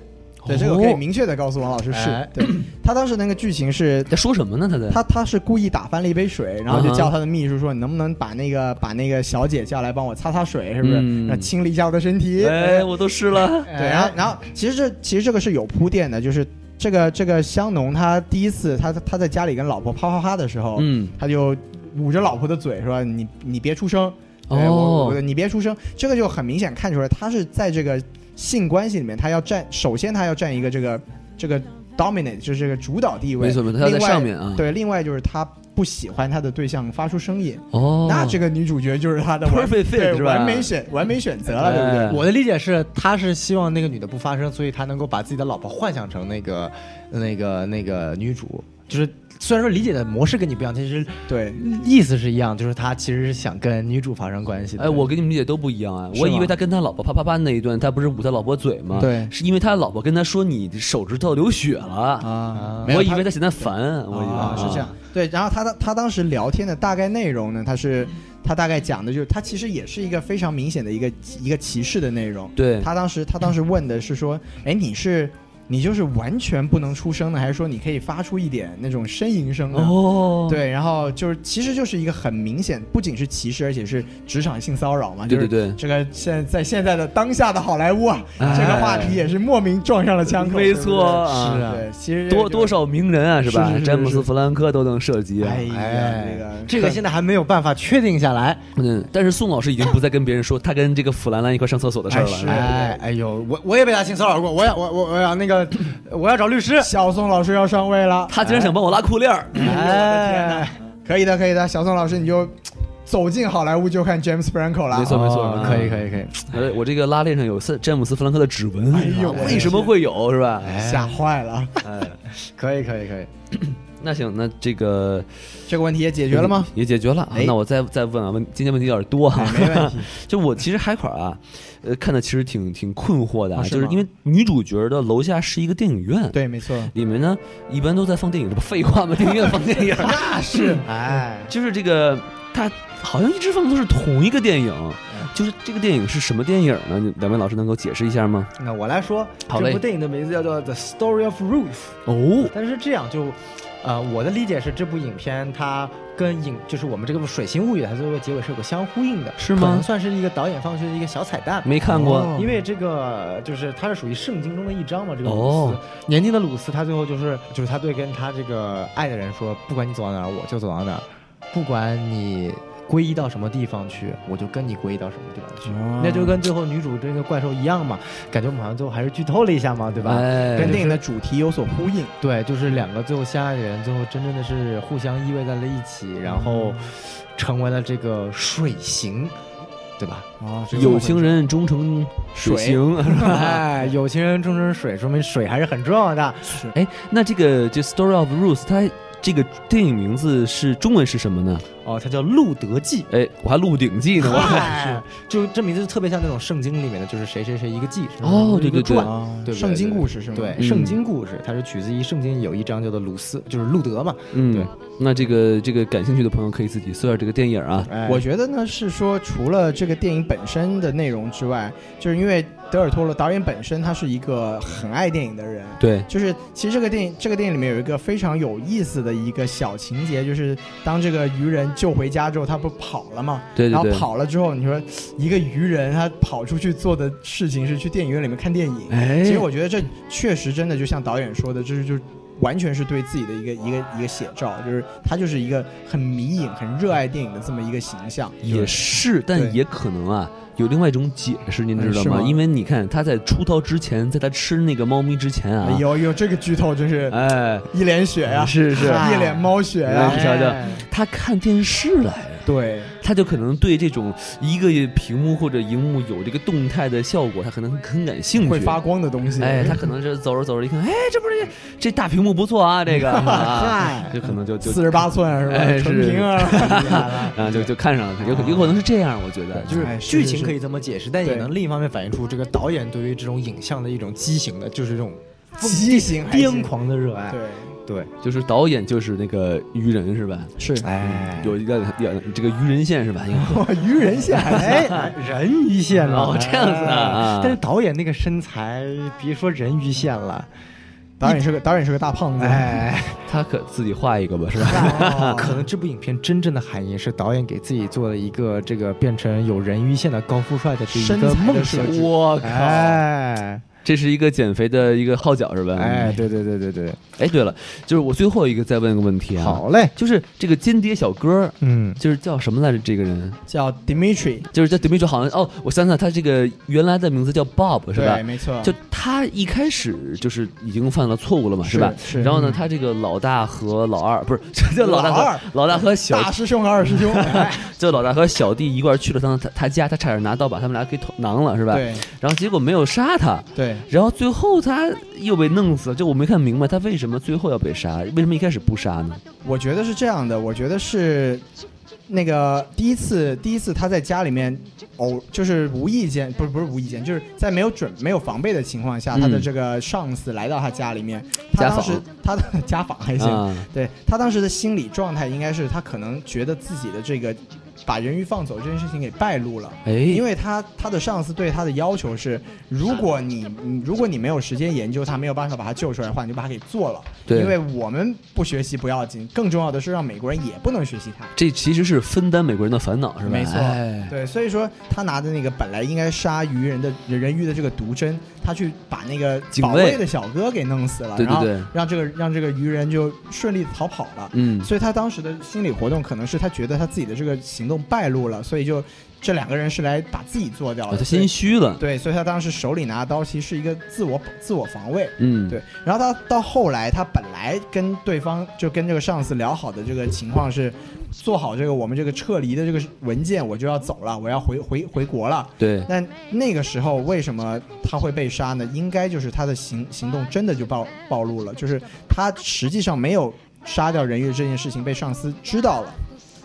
B: 对，这个我可以明确的告诉王老师，是
C: 哎
B: 对他当时那个剧情是
A: 在说什么呢？他在
B: 他他是故意打翻了一杯水，然后
A: 啊
B: 就
A: 哈
B: 叫他的秘书说：“你能不能把那个把那个小姐叫来帮我擦擦水，是不是？
A: 嗯
B: 然后清理一下我的身体。
A: 哎，我都湿了，
B: 对，然后然后其实这其实这个是有铺垫的，就是这个这个香农他第一次他他在家里跟老婆啪啪啪的时候，
A: 嗯，
B: 他就捂着老婆的嘴说：“你你别出声，哎我
A: 哦
B: 我，你别出声。”这个就很明显看出来，他是在这个性关系里面，他要占首先他要占一个这个这个 dominate，就是这个主导地位。
A: 没错没错，他在
B: 另外
A: 上面啊，
B: 对，另外就是他不喜欢他的对象发出声音，
A: 哦，
B: 那这个女主角就是他的完
A: perfect
B: 对
A: fit 是吧？
B: 完美选完美选择了，对不对？
A: 哎
C: 我的理解是，他是希望那个女的不发声，所以他能够把自己的老婆幻想成那个、那个、那个女主。就是虽然说理解的模式跟你不一样，其实
B: 对，
C: 意思是一样，就是他其实是想跟女主发生关系的。
A: 哎，我跟你们理解都不一样啊！
B: 是
A: 我以
B: 吗
A: 为他跟他老婆啪啪啪那一段，他不是捂他老婆嘴吗？
B: 对
A: 是因为他老婆跟他说你手指头流血了，
B: 啊
A: 我以为他嫌他烦，我以为
B: 啊
A: 啊
B: 是这样。对，然后他的他当时聊天的大概内容呢，他是他大概讲的就是他其实也是一个非常明显的一个一个歧视的内容。
A: 对，
B: 他当时他当时问的是说，哎，你是你就是完全不能出声呢，还是说你可以发出一点那种呻吟声呢？
A: 哦，
B: 对，然后就是其实就是一个很明显，不仅是歧视，而且是职场性骚扰嘛。
A: 对对
B: 就是
A: 对
B: 这个现在现在的当下的好莱坞啊，
A: 哎
B: 这个话题也是莫名撞上了枪口。
A: 没错
B: 对不
A: 啊
B: 对对，其实这个
A: 多
B: 就
A: 多。少名人啊，是吧
B: 是是？是
A: 詹姆斯
B: 是
A: 弗兰科都能涉及啊。
B: 哎呀，
C: 哎
B: 这个，
C: 这个现在还没有办法确定下来。
A: 嗯，但是宋老师已经不再跟别人 说他跟这个弗兰兰一块上厕所的事儿
B: 哎是
A: 了。
C: 哎，哎呦，我我也被他性骚扰过，我要我我我要那个，我要找律师。
B: 小宋老师要上 位了。
A: 他竟然想帮我拉裤链儿，
B: 嗯
C: 哎，
B: 可以的，可以的，小宋老师你就走进好莱坞就看 James Franco 了。
A: 没错没错
C: 哦
B: 嗯
A: 啊
C: 可以可以可以。
A: 我呃这我这个拉链上有塞詹姆斯弗兰科的指纹，
B: 哎呦
A: 为什么会有是吧？
B: 吓坏了，
A: 哎，
C: 可以可以可以，
A: 那行，那这个
B: 这个问题也解决了吗？？
A: 也解决了。啊
B: 哎
A: 那我再再问啊，问今天问题有点多哈、
B: 没问题。
A: 就我其实海口啊，呃，看的其实挺挺困惑的、啊，
B: 啊是
A: 就是
B: 吗
A: 因为女主角的楼下是一个电影院，，
B: 对，没错。
A: 里面呢一般都在放电影，这不 废话吗？电影院放电影，
B: 那是
C: 哎，
A: 就是这个它好像一直放的都是同一个电影，
B: 嗯
A: 就是这个电影是什么电影呢？你两位老师能够解释一下吗？
C: 那我来说，
A: 好嘞
C: 这部电影的名字叫做《The Story of Ruth》。
A: 哦，
C: 但是这样就，呃，我的理解是，这部影片它跟影就是我们这个《水形物语》它这个结尾是有个相呼应的，
A: 是吗
C: 可能算是一嗯个导演放出的一个小彩蛋。
A: 没看过，
B: 哦
C: 因为这个就是它是属于圣经中的一章嘛，这个鲁斯、
A: 哦
C: 年轻的鲁斯，他最后就是就是他对跟他这个爱的人说，不管你走到哪儿，我就走到哪儿，不管你皈依到什么地方去，我就跟你皈依到什么地方去。
B: 哦
C: 那就跟最后女主这个怪兽一样嘛，感觉我们好像最后还是剧透了一下嘛，对吧？
A: 哎，
B: 跟电影的主题有所呼应。
C: 对，就是两个最后相爱的人，最后真正的是互相依偎在了一起，然后成为了这个水形，对吧？
B: 啊
A: 有情人终成水
B: 水
A: 行。
C: 哎，有情人终成水，说明水还是很重要的。
A: 哎，那这个就《Story of Ruth》，它这个电影名字是中文是什么呢？
C: 哦，它叫《鹿德记》。
A: 哎，我还《鹿鼎记》呢，我还。
C: 是，就这名字就特别像那种圣经里面的，就是谁谁谁一个记，是吧
A: 哦对
C: 一个
A: 对对
C: 传
B: 啊
C: 对不对
B: 圣经故事是吗？
C: 对，
A: 嗯
C: 圣经故事，它是取自于圣经有一章叫做鲁斯，就是路德嘛。
A: 嗯
C: 对，
A: 那这个这个感兴趣的朋友可以自己搜一下这个电影啊。
C: 哎
B: 我觉得呢是说，除了这个电影本身的内容之外，就是因为德尔托罗导演本身他是一个很爱电影的人。
A: 对，
B: 就是其实这个电影这个电影里面有一个非常有意思的一个小情节，就是当这个渔人救回家之后，他不跑了吗？
A: 对
B: 然
A: 对
B: 后
A: 对。
B: 跑了之后，你说一个渔人他跑出去做的事情是去电影院里面看电影。
A: 哎，
B: 其实我觉得这确实真的就像导演说的，这是就是完全是对自己的一个一个一个写照，就是他就是一个很迷影、很热爱电影的这么一个形象。
A: 也是，但
B: 对
A: 也可能啊，有另外一种解释，您知道
B: 嗯是
A: 吗？
B: 吗
A: 因为你看他在出逃之前，在他吃那个猫咪之前啊
B: 哎，呦呦，这个剧透真是
A: 哎，
B: 一脸血呀、
A: 是是，
B: 一脸猫血呀、
A: 哎你瞧瞧
C: 哎，
A: 他看电视来着。
B: 对，
A: 他就可能对这种一个屏幕或者荧幕有这个动态的效果，他可能很感兴趣。
B: 会发光的东西。
A: 哎，他可能是走着走着一看，哎，这不是这大屏幕不错啊，这个，啊
B: 嗨
A: 就可能就就
B: 四十八寸是吧？
A: 哎是
B: 纯屏啊，
A: 啊就就看上了他，有可有可能是这样，我觉得
B: 对
C: 就是
B: 哎是
C: 剧
B: 是
C: 情
B: 是
C: 可以这么解释，但也
B: 对
C: 能另一方面反映出这个导演对于这种影像的一种畸形的，就是这种
B: 畸形还行
C: 癫。狂的热爱。
A: 哎
B: 对，
C: 对，
A: 就是导演就是那个愚人是吧？
B: 是
C: 哎
A: 有一个有这个愚人线是吧？应该
B: 哇，愚人线 还行。
C: 哎，人鱼线
A: 哦
C: 了，
A: 这样子啊
C: 哎但是导演那个身材，别说人鱼线了，
B: 导演是个导演是个大胖子，
C: 哎，
A: 他可自己画一个吧， 是吧？
B: 哦，
C: 可能这部影片真正的含义是导演给自己做了一个这个变成有人鱼线的高富帅的这一
B: 身材
C: 个
B: 的
C: 梦
B: 设
C: 想。
B: 计
A: 我靠
C: 哎
A: 这是一个减肥的一个号角是吧？嗯
C: 哎，，对对对对对，
A: 哎，对了，就是我最后一个再问个问题啊，
C: 好嘞，
A: 就是这个间谍小哥，
C: 嗯，
A: 就是叫什么来着？这个人
B: 叫 Dimitri，
A: 就是叫 Dimitri，好像哦，我想起来，他这个原来的名字叫 Bob 是吧
B: 对，？没错，
A: 就他一开始就是已经犯了错误了嘛，
B: 是
A: 吧？
B: 是嗯
A: 然后呢，他这个老大和老二不是 叫老大
B: 老
A: 和
B: 二
A: 老大和小
B: 大师兄和二师 兄，哎
A: 就老大和小弟一块儿去了他他他家，他差点拿刀把他们俩给捅囊了是吧？
B: 对
A: 然后结果没有杀他，
B: 对，
A: 然后最后他又被弄死了，就我没看明白他为什么最后要被杀，为什么一开始不杀呢？
B: 我觉得是这样的，我觉得是那个第一次，第一次他在家里面偶就是无意间，不是不是无意间，就是在没有准没有防备的情况下，
A: 嗯
B: 他的这个上司来到他家里面，他
A: 家访
B: 当时他的家访还行，
A: 啊，
B: 对他当时的心理状态应该是他可能觉得自己的这个把人鱼放走这件事情给败露了。
A: 哎，
B: 因为他他的上司对他的要求是，如果你你如果你没有时间研究他，没有办法把他救出来的话，你就把他给做了。
A: 对
B: 因为我们不学习不要紧，更重要的是让美国人也不能学习他。
A: 这其实是分担美国人的烦恼是吧？
B: 没错
A: 哎
B: 对，所以说他拿的那个本来应该杀鱼人的人鱼的这个毒针，他去把那个
A: 警
B: 保
A: 卫
B: 卫的小哥给弄死了，
A: 对对对
B: 然后让这个让这个鱼人就顺利地逃跑了。
A: 嗯，
B: 所以他当时的心理活动可能是他觉得他自己的这个行动败露了，所以就这两个人是来把自己做掉
A: 啊
B: 的。
A: 他
B: 所以
A: 心虚了，
B: 对，所以他当时手里拿的刀其实是一个自我自我防卫。
A: 嗯，
B: 对，然后他到后来，他本来跟对方就跟这个上司聊好的这个情况是，做好这个我们这个撤离的这个文件，我就要走了，我要回回回国了。
A: 对
B: 但那个时候为什么他会被杀呢？应该就是他的行行动真的就暴暴露了，就是他实际上没有杀掉人鱼这件事情被上司知道了。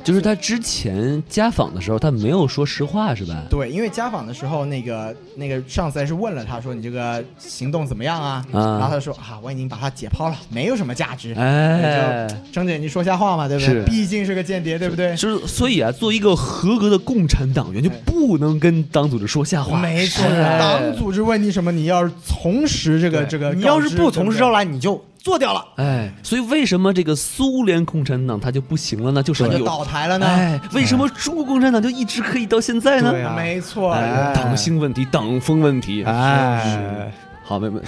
A: 就是他之前家访的时候，他没有说实话是吧？
B: 对，因为家访的时候，那个那个上司还是问了他说：“你这个行动怎么样啊？”
A: 啊
B: 然后他说：“啊，我已经把它解剖了，没有什么价值。
A: 哎，
B: 张姐，你说瞎话嘛，对不对
A: 是？
B: 毕竟是个间谍，对不对？
A: 就是所以啊，做一个合格的共产党员，就不能跟党组织说瞎话。
B: 没错，
A: 哎
B: 党组织问你什么，你要是从实这个这个告知，
C: 你要是不从实招
B: 来，
C: 来，你就做掉了。
A: 哎，所以为什么这个苏联共产党它就不行了呢？就是
B: 那就
A: 有
B: 倒台了呢。
A: 哎，为什么中国共产党就一直可以到现在呢？
C: 对啊
B: 没错，
A: 哎党性问题、党风问题。
C: 哎，
A: 好，妹妹，。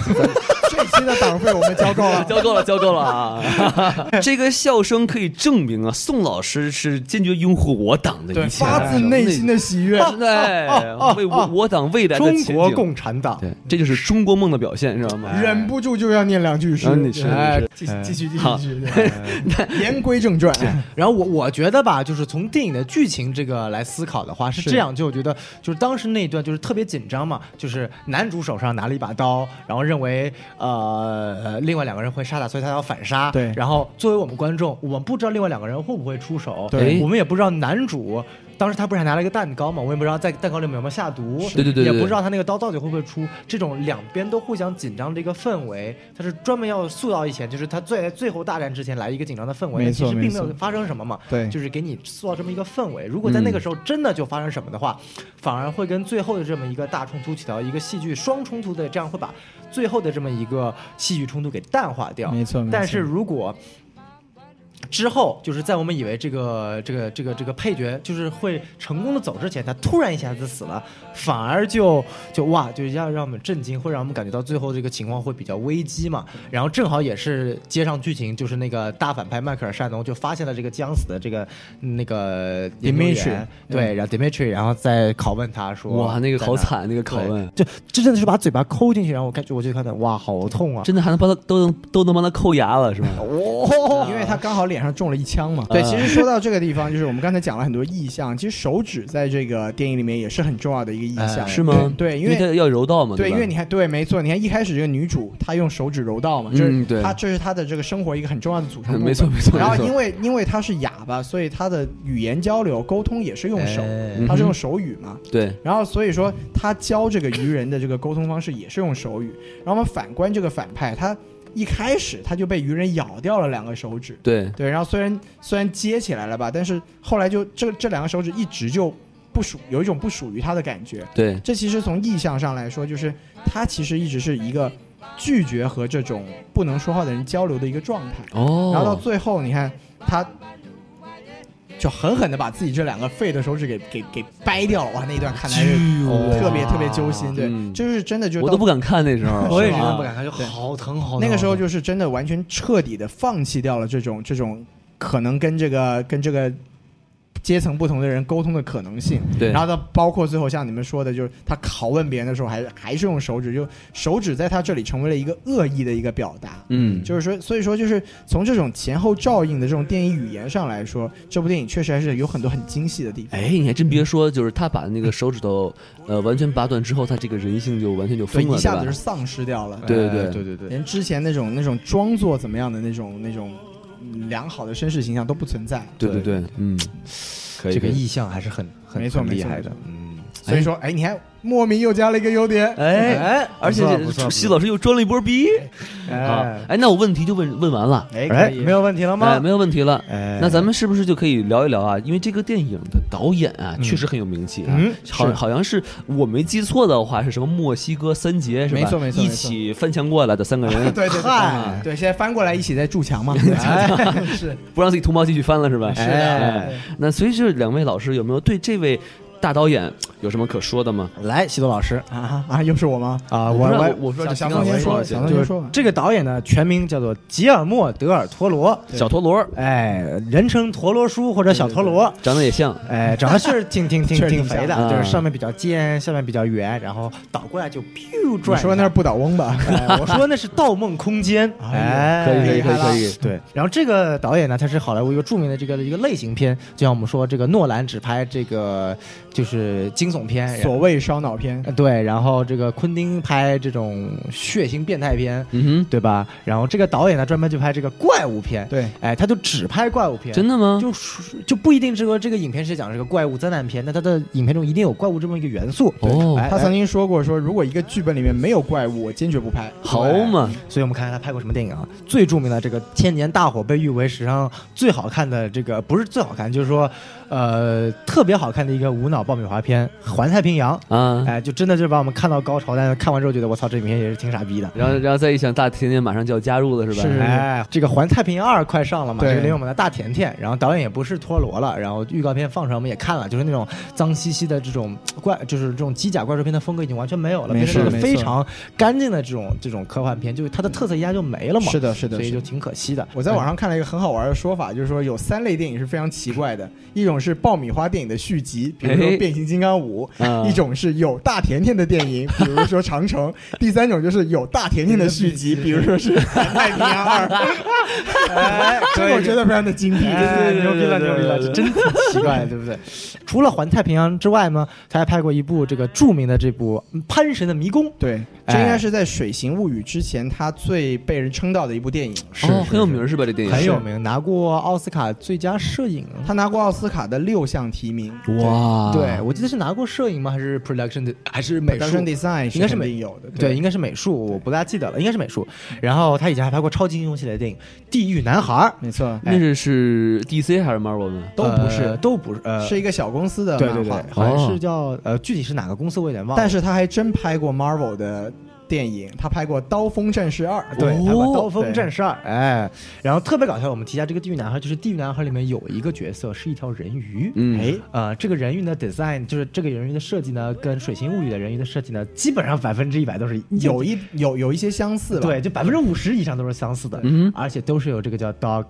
B: 这期的党费我们交够了
A: 交够了，交够了 啊！这个笑声可以证明啊，宋老师是坚决拥护我党的
B: 对，
A: 一切，啊
B: 发自内心的哦喜悦。
A: 对， 为我我党未来的
C: 中
A: 前
C: 国
A: 景
C: 共产党。
A: 对，这就是中国梦的表现，知道吗？
B: 忍不住就要念两句诗
A: 啊你，是
B: 哎
A: 你是
B: 继继续继续
A: 好
B: 继续。 对言归正传，
C: 然后我我觉得吧，就是从电影的剧情这个来思考的话，是
B: 是
C: 这样，就我觉得就是当时那一段就是特别紧张嘛，就是男主手上拿了一把刀，然后认为呃呃，另外两个人会杀他，所以他要反杀。
B: 对
C: 然后作为我们观众，我们不知道另外两个人会不会出手，
A: 对
C: 我们也不知道男主当时他不是还拿了一个蛋糕嘛，我也不知道在蛋糕里面有没有下毒，
A: 对对对对
C: 也不知道他那个刀到底会不会出。这种两边都互相紧张的一个氛围，他是专门要塑造一些，就是他最最后大战之前来一个紧张的氛围，
B: 没错
C: 其实并没有
B: 没错
C: 发生什么嘛。
B: 对
C: 就是给你塑造这么一个氛围。如果在那个时候真的就发生什么的话，反而会跟最后的这么一个大冲突起到一个戏剧双冲突的，这样会把最后的这么一个戏剧冲突给淡化掉。
B: 没错没错
C: 但是如果之后，就是在我们以为这个这个这个这个配角就是会成功的走之前，他突然一下子死了，反而就就哇，就要让我们震惊，会让我们感觉到最后这个情况会比较危机嘛。然后正好也是接上剧情，就是那个大反派迈克尔·善农就发现了这个将死的这个那个研究员
B: Dimitri，
C: 对，然后 Dimitri，然后再拷问他说，
A: 嗯哇，那个
C: 在
A: 好
C: 哪，
A: 惨，那个拷
C: 对
A: 问，
C: 就这真的是把嘴巴抠进去，然后我感觉我就看到哇，好痛啊！
A: 真的还能帮他都能都能帮他抠牙了，是吗？
B: 因为他刚好脸上中了一枪嘛。哦对，
A: 啊
B: 其实说到这个地方，就是我们刚才讲了很多意象，其实手指在这个电影里面也是很重要的一个意象，
C: 哎
A: 是吗？
B: 对，因
A: 因为
B: 为。
A: 他要柔道嘛，
B: 对，
A: 吧
B: 因为你看，对，没错，你看一开始这个女主她用手指柔道嘛，这
A: 嗯
B: 是
A: 对
B: 她这是她的这个生活一个很重要的组成
A: 嗯
B: 部 分。
A: 没错没错
B: 然
A: 没
B: 后
A: 错
B: 因为因为她是哑巴，所以她的语言交流沟通也是用手
C: 哎，
B: 她是
A: 嗯
B: 用
A: 哼
B: 手语嘛。
A: 对，
B: 然后所以说他教这个愚人的这个沟通方式也是用手语。然后我们反观这个反派，他一开始他就被愚人咬掉了两个手指，
A: 对，
B: 对，然后虽然虽然接起来了吧，但是后来就这这两个手指一直就不属有一种不属于他的感觉。
A: 对，
B: 这其实从意向上来说，就是他其实一直是一个拒绝和这种不能说话的人交流的一个状态。
A: 哦，
B: 然后到最后，你看他就狠狠的把自己这两个废的手指给给给掰掉了，哇，那一段看来是
C: 哦
B: 哎特别特别揪心，对
A: 嗯，
B: 就是真的就
A: 我
B: 到
A: 都不敢看那时 候，
C: 我也
B: 是
C: 真
B: 吧
C: 的不敢看，就
B: 对
C: 好疼好疼。
B: 那个时
C: 好
B: 候
C: 疼
B: 就是真的完全彻底的放弃掉了这种这种可能跟这个跟这个。阶层不同的人沟通的可能性，
A: 对
B: 然后他包括最后像你们说的，就是他拷问别人的时候还，还是用手指，就手指在他这里成为了一个恶意的一个表达。
A: 嗯，
B: 就是说，所以说，就是从这种前后照应的这种电影语言上来说，这部电影确实还是有很多很精细的地方。
A: 哎，你还真别说，就是他把那个手指头，呃，完全拔断之后，他这个人性就完全就
B: 对，
A: 疯了，
B: 一下
A: 对
B: 子
A: 吧
B: 就丧失掉了。
A: 对对
C: 哎
A: 对
C: 对对对。
B: 连之前那种那种装作怎么样的那种那种嗯良好的绅士形象都不存在。
A: 对对对，嗯，可以，
C: 这个
A: 可以
C: 意向还是很很
B: 没错
C: 很
B: 没
C: 厉
B: 错
C: 害
B: 没错
C: 的，嗯，
B: 所以说，哎，你看，莫名又加了一个优点。
A: 哎哎，而且
C: 不错不错不错
A: 徐老师又装了一波逼啊！哎，那我问题就问问完了，
B: 哎，可
C: 哎，
B: 以
C: 没有问题了
A: 哎，
C: 吗？
A: 没有问题了。
C: 哎
A: 那咱们是不是就可以聊一聊啊？因为这个电影的导演啊，
C: 嗯
A: 确实很有名气啊，
B: 嗯
A: 好
B: 是
A: 好像是我没记错的话，是什么墨西哥三杰是吧？
B: 没错没错
A: 一
B: 没错
A: 起翻墙过来的三个人，
B: 对对
C: 嗨
B: 对，对，现在翻过来一起在筑墙 嘛。哎
C: 是
A: 不让自己同胞继续翻了是吧？
C: 是的
A: 哎，那所以就是两位老师有没有对这位大导演有什么可说的吗？
C: 来，西多老师
B: 啊啊，又是我吗？
C: 啊，
A: 我
C: 我
A: 说
C: 我
A: 我说
B: 小
A: 这
B: 小
A: 刚
B: 宋
A: 才我
B: 先说，
A: 了
B: 小
A: 就
B: 宋
A: 是
B: 先说吧。
C: 这个导演呢，全名叫做吉尔莫·德尔·托罗，
A: 小陀螺
C: 哎，人称陀螺叔或者小陀螺。
A: 长得也像，
C: 哎，长得确实挺挺挺
B: 确实
C: 挺
B: 挺
C: 肥
A: 像
C: 的，嗯
A: 的
C: 就是上面比较尖，下面比较圆，然后倒过来就 biu
B: 你
C: 转一下。
B: 说那是不倒翁吧？
C: 哎我说那是《盗梦空间》， 哎，
A: 可以可以
B: 厉
A: 可
B: 害
A: 以
B: 了
A: 可以，
C: 对，然后这个导演呢，他是好莱坞一个著名的这个一个类型片，就像我们说这个诺兰只拍这个就是惊悚片，然
B: 所谓烧脑片，
C: 呃对，然后这个昆汀拍这种血腥变态片，
A: 嗯
C: 对吧？然后这个导演呢专门就拍这个怪物片，
B: 对，
C: 哎，他就只拍怪物
A: 哼，
C: 片，
A: 真的吗？
C: 就是就不一定这个这个影片是讲这个怪物灾难片，但他的影片中一定有怪物这么一个元素，
A: 哦，
C: 哎
B: 他曾经说过说，如果一个剧本里面没有怪物，我坚决不拍。
A: 好嘛，
C: 所以我们看看他拍过什么电影啊？最著名的这个《千年大火》被誉为史上最好看的这个，不是最好看，就是说，呃，特别好看的一个无脑爆米花片《环太平洋》。
A: 啊，
C: 哎，就真的就是把我们看到高潮，但是看完之后觉得我操，这影片也是挺傻逼的。
A: 然后然后再一想，大甜甜马上就要加入了是吧？
B: 是
C: 哎，这个《环太平洋二》快上了嘛，
B: 嗯对
C: 这个领我们的大甜甜，然后导演也不是陀螺了，然后预告片放出来我们也看了，就是那种脏兮兮的这种怪，就是这种机甲怪兽片的风格已经完全没有了，
B: 没
C: 变成了
B: 错
C: 一个
B: 没
C: 非
B: 错
C: 常干净的这种这种科幻片，就是它的特色一下就没了嘛。
B: 是的，是的，
C: 所以
B: 是
C: 就
B: 的。
C: 挺可惜的。
B: 我在网上看了一个很好玩的说法，就是说有三类电影是非常奇怪的，一种是爆米花电影的续集，比如说说
A: 哎
B: 《变形金刚 五》
A: 啊
C: 嗯
B: 一种是有大甜甜的电 影，比如说《长城》；第三种就是有大甜甜的续 集，比如说是《太平洋二》。哎，这个我觉得非常的精辟，
C: 哎
B: 就是牛逼了，
C: 对
B: 牛逼
C: 对
B: 了！
C: 对对 真挺奇怪的，对不对？除了《环太平洋》之外呢，他还拍过一部这个著名的这部《潘神的迷宫》，
B: 对，
C: 哎
B: 这应该是在《水形物语》之前他最被人称道的一部电影。
A: 哦，很有名儿是吧？这电影
C: 很有名，拿过奥斯卡最佳摄影。
B: 他拿过奥斯卡的六项提名，
A: 哇，
C: 对，哎我记得是拿过摄影吗？还是 production 的？还是美术
B: Production？design
C: 应该是
B: 肯
C: 美
B: 定有的，
C: 对，应该是美术，我不大记得了，应该是美术。然后他以前还拍过超级英雄系列的电影《地狱男孩儿
B: 没错，
A: 那是是 DC 还是 Marvel 呢？》，
B: 都不是，
C: 呃都不是，呃，
B: 是一个小公司的
C: 对
B: 漫画，
C: 对对，好像是叫呃，具体是哪个公司我有点忘了。
B: 但是他还真拍过 Marvel 的电影，他拍过《刀锋战士二》，
C: 对，
A: 哦
C: 拍过《刀锋
B: 对
C: 战士二》，哎，然后特别搞笑，我们提一下这个《地狱男孩》，就是《地狱男孩》里面有一个角色是一条人鱼，
A: 嗯
C: 哎，呃，这个人鱼呢 design 就是这个人鱼的设计呢，跟《水形物语》的人鱼的设计呢，基本上百分之一百都是
B: 有一有有一些相似吧。，
C: 对，就百分之五十以上都是相似的，
A: 嗯
C: 而且都是有这个叫 Dog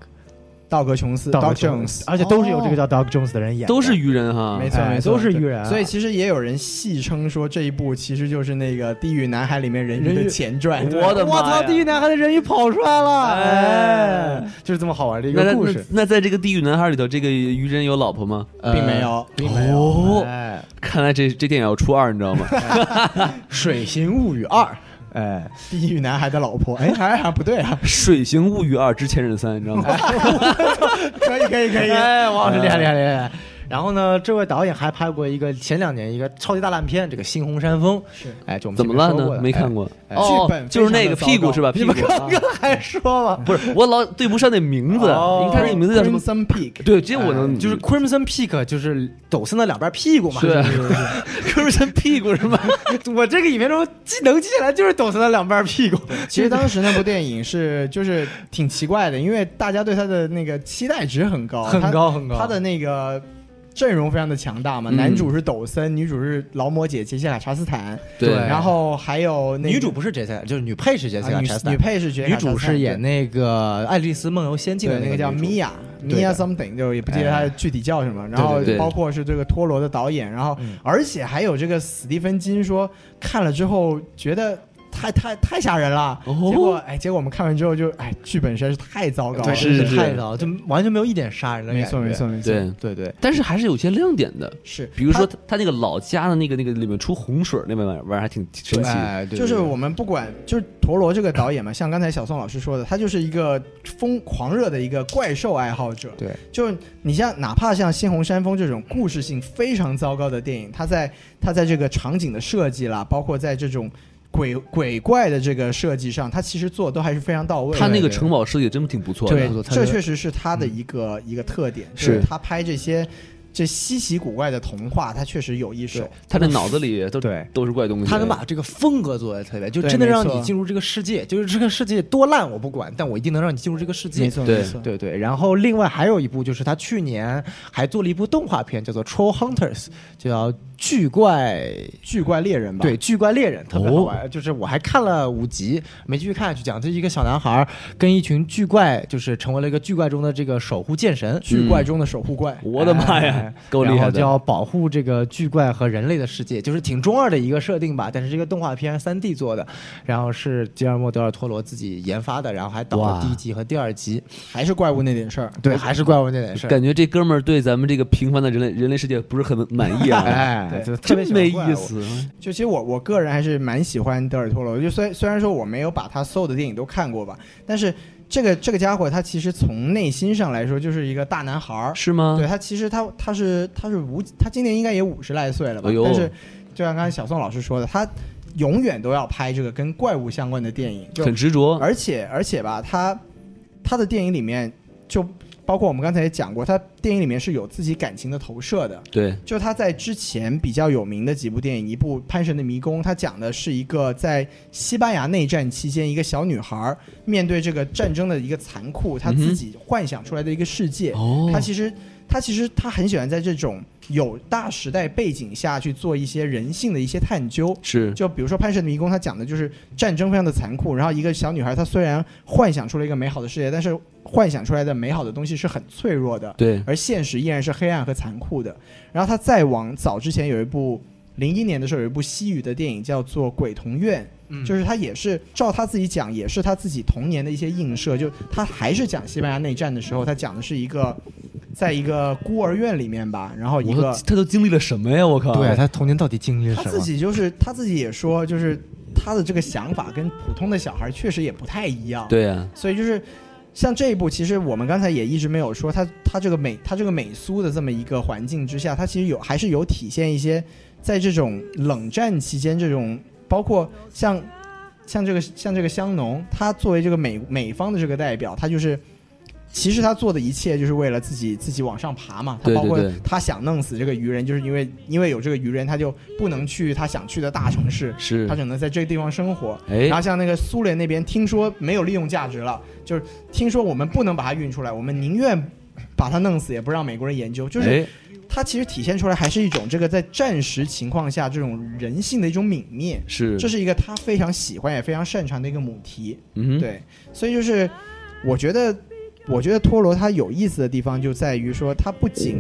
B: 道格·琼斯，Doc
C: Dog
B: Jones，
C: 而且都是有这个叫 Dog Jones 的人演
A: 哦
C: 的，
A: 都是鱼人哈，
B: 没错
C: 哎
B: 没错，
C: 都是
B: 对
C: 鱼人啊
B: 所以其实也有人戏称说这一部其实就是那个《地狱男孩》里面人鱼
C: 人鱼
B: 的前传。
A: 我
B: 对
A: 的
C: 我
A: 妈
C: 操！
A: 呀
C: 地狱男孩的人鱼跑出来了，
A: 哎
C: 哎，就是这么好玩的一
A: 那
C: 个
A: 在
C: 故
A: 那
C: 事，
A: 那在这个地狱男孩里头，这个鱼人有老婆吗？
C: 呃
B: 并没有
C: 并没有。
A: 哦
C: 哎
A: 看来这这电影要出二，你知道吗？，
C: 《水形物语二》。哎，
B: 地狱男孩的老婆，哎，还还不对啊
A: 水形物语二之前任三，你知道吗？
B: 可以可以可以，
C: 哎，王老师厉害厉害厉害！然后呢，这位导演还拍过一个前两年一个超级大烂片，这个《猩红山峰》。
B: 是
C: 哎，就我们
A: 怎么了
C: 前面说过
A: 呢？
C: 的
A: 没看。过。
C: 哎
B: 剧
A: 哦
B: 本，
A: 就是那个
B: 非常
A: 屁
B: 地糟糕
A: 股是吧？屁股啊
C: 哎刚刚还说嘛，
A: 不是，我 老对不上那名字。
C: 哦
A: 你看那名字叫什么？
B: Crimson Peak，
A: 对，这哎我能
C: 哎就是 Crimson Peak，就是抖森的两边屁股嘛。
A: 是啊
C: 就是
A: Crimson 屁股是吗？
C: 我这个影片中记能记起来就是抖森的两边屁股。
B: 其实当时那部电影是就是挺奇怪的，因为大家对他的那个期待值很高，
C: 很
B: 它
C: 高很高。
B: 他的那个阵容非常的强大嘛，
A: 嗯
B: 男主是抖森，女主是劳模姐杰西卡查斯坦，
A: 对
B: 然后还有那个
C: 女主不是 J C，就是女配是 J
B: 啊
C: C
B: 女女配是杰西
C: 女
B: 卡查斯坦
C: 主是演那个《爱丽丝梦游仙境》
B: 对
C: 的
B: 那个叫
C: 女主
B: Mia
C: 对
B: Mia
C: 的
B: something，就也不记得她具体叫什么。然后
A: 对对
B: 包括是这个托罗的导演，然后
C: 嗯
B: 而且还有这个史蒂芬金说看了之后觉得。太太太吓人了！
A: 哦
B: 结果哎，结果我们看完之后就哎，剧本实在是太糟糕了，
C: 对，
A: 是
C: 啊真
A: 是
C: 太早，就完全没有一点杀人的感
B: 没
C: 觉。
B: 错没，错没错，
A: 对，
C: 对对，
A: 但是还是有些亮点的，
B: 是。
A: 比如
B: 他
A: 说他他那个老家的那个那个里面出洪水那玩意儿玩意儿还挺挺神奇的。
C: 哎，对
B: 就是我们不管，就是陀螺这个导演嘛，像刚才小宋老师说的，他就是一个疯狂热的一个怪兽爱好者。
C: 对，
B: 就是你像哪怕像《猩红山峰》这种故事性非常糟糕的电影，他在他在这个场景的设计啦，包括在这种鬼鬼怪的这个设计上，他其实做得都还是非常到位的。
A: 他那个城堡设计真挺不错的
B: 对
C: 不。错他
B: 这
C: 的
B: 确实是他的一个、一个特点，就是是他拍这些这稀奇古怪的童话，他确实有一手
C: 对。
A: 他这脑子里都
C: 对
A: 都是怪东西。
C: 他能把这个风格做的特别，就
B: 对
C: 真的
B: 没
C: 让
B: 错
C: 你进入这个世界，就是这个世界多烂我不管，但我一定能让你进入这个世界。
B: 没错，
A: 对
B: 没错。
C: 对对，然后另外还有一部就是他去年还做了一部动画片，叫做《Troll Hunters》，就叫巨怪，
B: 巨怪猎人吧，哦
C: 对，巨怪猎人，特别好玩。就是我还看了五集，没继续看下去讲，这一个小男孩儿跟一群巨怪，就是成为了一个巨怪中的这个守护剑神。
B: 巨怪中的守护怪。
A: 我的妈呀
C: 哎，
A: 够厉
C: 然
A: 害
C: 后就
A: 的！
C: 要保护这个巨怪和人类的世界，就是挺中二的一个设定吧。但是这个动画片三 D 做的，然后是吉尔莫·德尔托罗自己研发的，然后还导
A: 哇
C: 了第一集和第二集。
B: 还是怪物那点事儿。
C: 对，还是怪物那点事儿。
A: 感觉这哥们儿对咱们这个平凡的人类人类世界不是很满意啊，
C: 哎，
B: 对
C: 就特别
A: 真
C: 喜欢
A: 没
C: 怪
A: 意
C: 物。
A: 思。
B: 就其实我我个人还是蛮喜欢德尔托罗的，就虽虽然说我没有把他所有的电影都看过吧，但是这个这个家伙他其实从内心上来说就是一个大男孩儿。
A: 是吗
B: 对？他其实他他是他是无他今年应该也五十来岁了吧，
A: 哎呦
B: 但是就像刚才小宋老师说的，他永远都要拍这个跟怪物相关的电影，就
A: 很执着。
B: 而且而且吧，他他的电影里面就包括我们刚才也讲过，他电影里面是有自己感情的投射的，
A: 对，
B: 就他在之前比较有名的几部电影，一部《潘神的迷宫》，他讲的是一个在西班牙内战期间，一个小女孩儿面对这个战争的一个残酷，她自己幻想出来的一个世界。
A: 哦
B: 她其实他其实他很喜欢在这种有大时代背景下去做一些人性的一些探究。
A: 是
B: 就比如说《潘神的迷宫》，它讲的就是战争非常的残酷，然后一个小女孩她虽然幻想出了一个美好的世界，但是幻想出来的美好的东西是很脆弱的，
A: 对，
B: 而现实依然是黑暗和残酷的。然后他再往早之前有一部零一年的时候有一部西语的电影叫做《鬼童院》，
C: 嗯
B: 就是他也是照他自己讲，也是他自己童年的一些映射，就他还是讲西班牙内战的时候，他讲的是一个在一个孤儿院里面吧，然后一
A: 我
B: 个
A: 说他都经历了什么呀？我靠，
C: 对他童年到底经历了
B: 他
C: 什
B: 自
C: 么？
B: 己就是他自己也说，就是他的这个想法跟普通的小孩确实也不太一样。，
A: 对啊呀，
B: 所以就是像这一部，其实我们刚才也一直没有说，他他这个美他这个美苏的这么一个环境之下，他其实有还是有体现一些在这种冷战期间这种，包括像像这个像这个香农，他作为这个美美方的这个代表，他就是。其实他做的一切就是为了自己自己往上爬嘛，他
A: 对
B: 包括
A: 对对
B: 他想弄死这个鱼人，就是因为因为有这个鱼人，他就不能去他想去的大城市，
A: 是
B: 他，只能在这个地方生活。
A: 哎
B: 然，后像那个苏联那边，听说没有利用价值了，就是听说我们不能把它运出来，我们宁愿把它弄死，也不让美国人研究。就是
A: 哎
B: 它其实体现出来还是一种这个在战时情况下这种人性的一种泯灭，
A: 是，
B: 这是一个他非常喜欢也非常擅长的一个母题。
A: 嗯，，
B: 对，所以就是我觉得，我觉得陀螺它有意思的地方就在于说，它不仅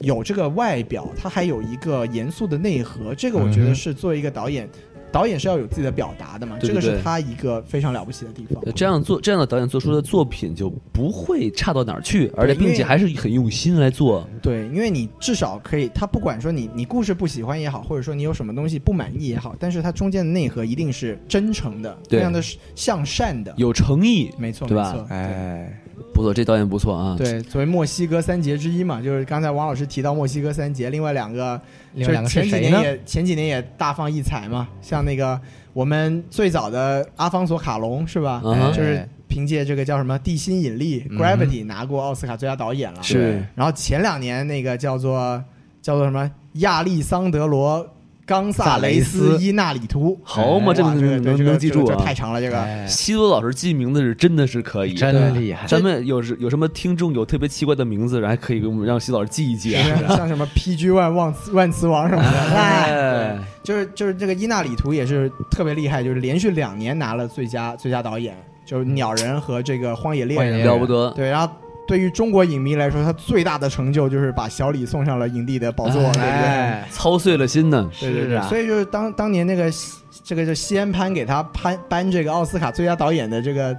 B: 有这个外表，它还有一个严肃的内核。这个我觉
C: 嗯
B: 得
C: 哼
B: 是作为一个导演，导演是要有自己的表达的嘛，
A: 对对
B: 这个
A: 对呃
B: 是他一个非常了不起的地方。
A: 这样做这样的导演做出的作品就不会差到哪儿去，而且
B: 因为
A: 并且还是很用心来做，
B: 对，因为你至少可以，他不管说你你故事不喜欢也好，或者说你有什么东西不满意也好，但是它中间的内核一定是真诚的，
A: 对
B: 非常的向善的。
A: 有诚意，
B: 没错，
A: 对
B: 没
A: 吧
B: 错，
C: 哎，
A: 不错，这导演不错啊，
B: 对，作为墨西哥三杰之一嘛，就是刚才王老师提到墨西哥三杰，另外两个
C: 另外两个
B: 就是前几
C: 谁
B: 年
C: 呢？
B: 也前几年也大放异彩嘛，像那个我们最早的阿方索卡隆是吧？哎
A: 嗯哼
B: 就是凭借这个叫什么《地心引力》
C: 嗯
B: （Gravity） 拿过奥斯卡最佳导演了。
A: 是
B: 然后前两年那个叫做叫做什么亚历桑德罗·冈萨雷
C: 萨雷
B: 斯·
C: 斯
B: 伊纳里图，哎
A: 好嘛，这
B: 哇
A: 个能
B: 这对
A: 能
B: 这个
A: 能记住
B: 这个这
A: 啊
B: 太！长了这个。
C: 哎
A: 西多老师记名字是真的是可以，
C: 真厉害，
A: 咱们有时有什么听众有特别奇怪的名字，然后还可以给我们让西老师记一记啊。
B: 对像什么 PG One 万磁万磁王什 么的，哎
A: 哎，
B: 就是就是这个伊纳里图也是特别厉害，就是连续两年拿了最佳最佳导演，就是《鸟人》和这个《荒野猎
C: 荒
B: 人
C: 野》。
A: 了不得，
B: 对，然后对于中国影迷来说，他最大的成就就是把小李送上了影帝的宝座，
C: 哎，
A: 操碎了心 呢。
B: 对不对？对对
C: 是
B: 对
C: 啊
B: 所以就是当当年那个西这个就西安潘给他颁颁这个奥斯卡最佳导演的这个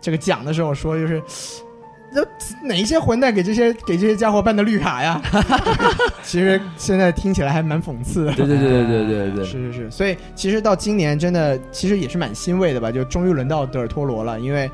B: 这个奖的时候说，就是。那哪一些混蛋给这些给这些家伙办的绿卡 呀？ 其实现在听起来还蛮讽刺的。
A: 对对对对对对对，
B: 是是是，所以其实到今年真的其实也是蛮欣慰的吧，就终于轮到德尔托罗了，因为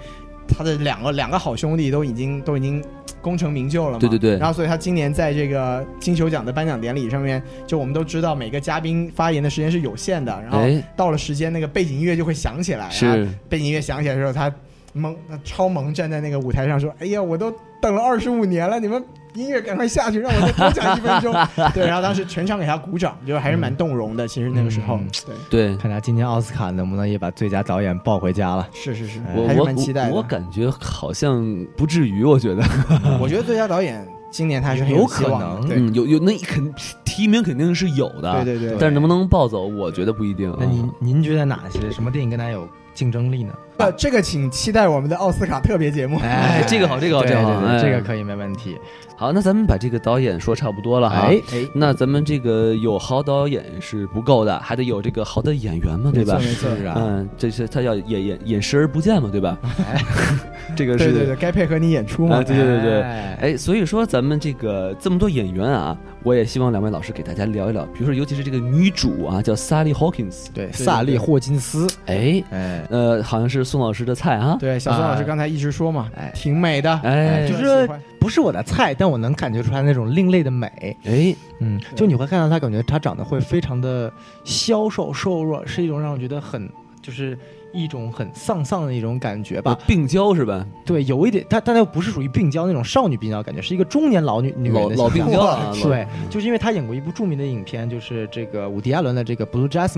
B: 他的两个两个好兄弟都已经都已经功成名就了嘛。
A: 对对对
B: 然后所以他今年在这个金球奖的颁奖典礼上面，就我们都知道每个嘉宾发言的时间是有限的，然后哎
A: 哎
B: 到了时间那个背景音乐就会响起来，然后
A: 是
B: 背景音乐响起来的时候，他萌超萌站在那个舞台上说：“哎呀，我都等了二十五年了，你们音乐赶快下去，让我再多讲一分钟。”对，然后当时全场给他鼓掌，就还是
A: 嗯
B: 蛮动容的。其实那个时候，
C: 嗯
B: 对，
A: 对。
C: 看来今年奥斯卡能不能也把最佳导演抱回家了？
B: 是是是，
A: 我
B: 还
A: 哎
B: 是
A: 我
B: 蛮期待的。
A: 我我感觉好像不至于，我觉得，
B: 我觉得最佳导演今年他还是很
C: 有
B: 希
C: 可
B: 望
C: 能
B: 的对、
A: 嗯，有有那肯提名肯定是有的，
B: 对对对。
A: 但是能不能抱走，我觉得不一定啊。
C: 那您您觉得哪些什么电影跟他有竞争力呢？
B: 呃，这个请期待我们的奥斯卡特别节目。
A: 哎这个好这个好
C: 对
A: 这个好
C: 对对
A: 哎
C: 这个可以没问题。
A: 好，那咱们把这个导演说差不多了哈。
C: 哎
B: 哎，
A: 那咱们这个有好导演是不够的，还得有这个好的演员嘛，对吧？
B: 没错没错
C: 是啊，
A: 嗯，这是他要演演演视而不见嘛，对吧？ 这个
B: 对对
A: 是
B: 对，该配合你演出嘛。
A: 啊对对对对
C: 哎，
A: 哎，所以说咱们这个这么多演员啊，我也希望两位老师给大家聊一聊，比如说尤其是这个女主啊，叫 Sally Hawkins，
C: 对，萨利霍金斯，
A: 哎，
C: 哎
A: 呃，好像是宋老师的菜啊，
B: 对，小孙老师
C: 啊
B: 刚才一直说嘛，
C: 哎
B: 挺美的。
A: 哎
C: 就
B: 就是是
C: 说不是我的菜，但我能感觉出来那种另类的美。
A: 哎，
C: 嗯，就你会看到她，感觉她长得会非常的消瘦瘦弱，是一种让我觉得很就是一种很丧丧的一种感觉吧
A: 有。病娇是吧？
C: 对，有一点，但但又不是属于病娇那种少女病娇感觉，是一个中年老女女人的
A: 老老
C: 形象
A: 病娇啊，老
C: 对，就是因为他演过一部著名的影片，就是这个伍迪·艾伦的这个《Blue Jasmine》，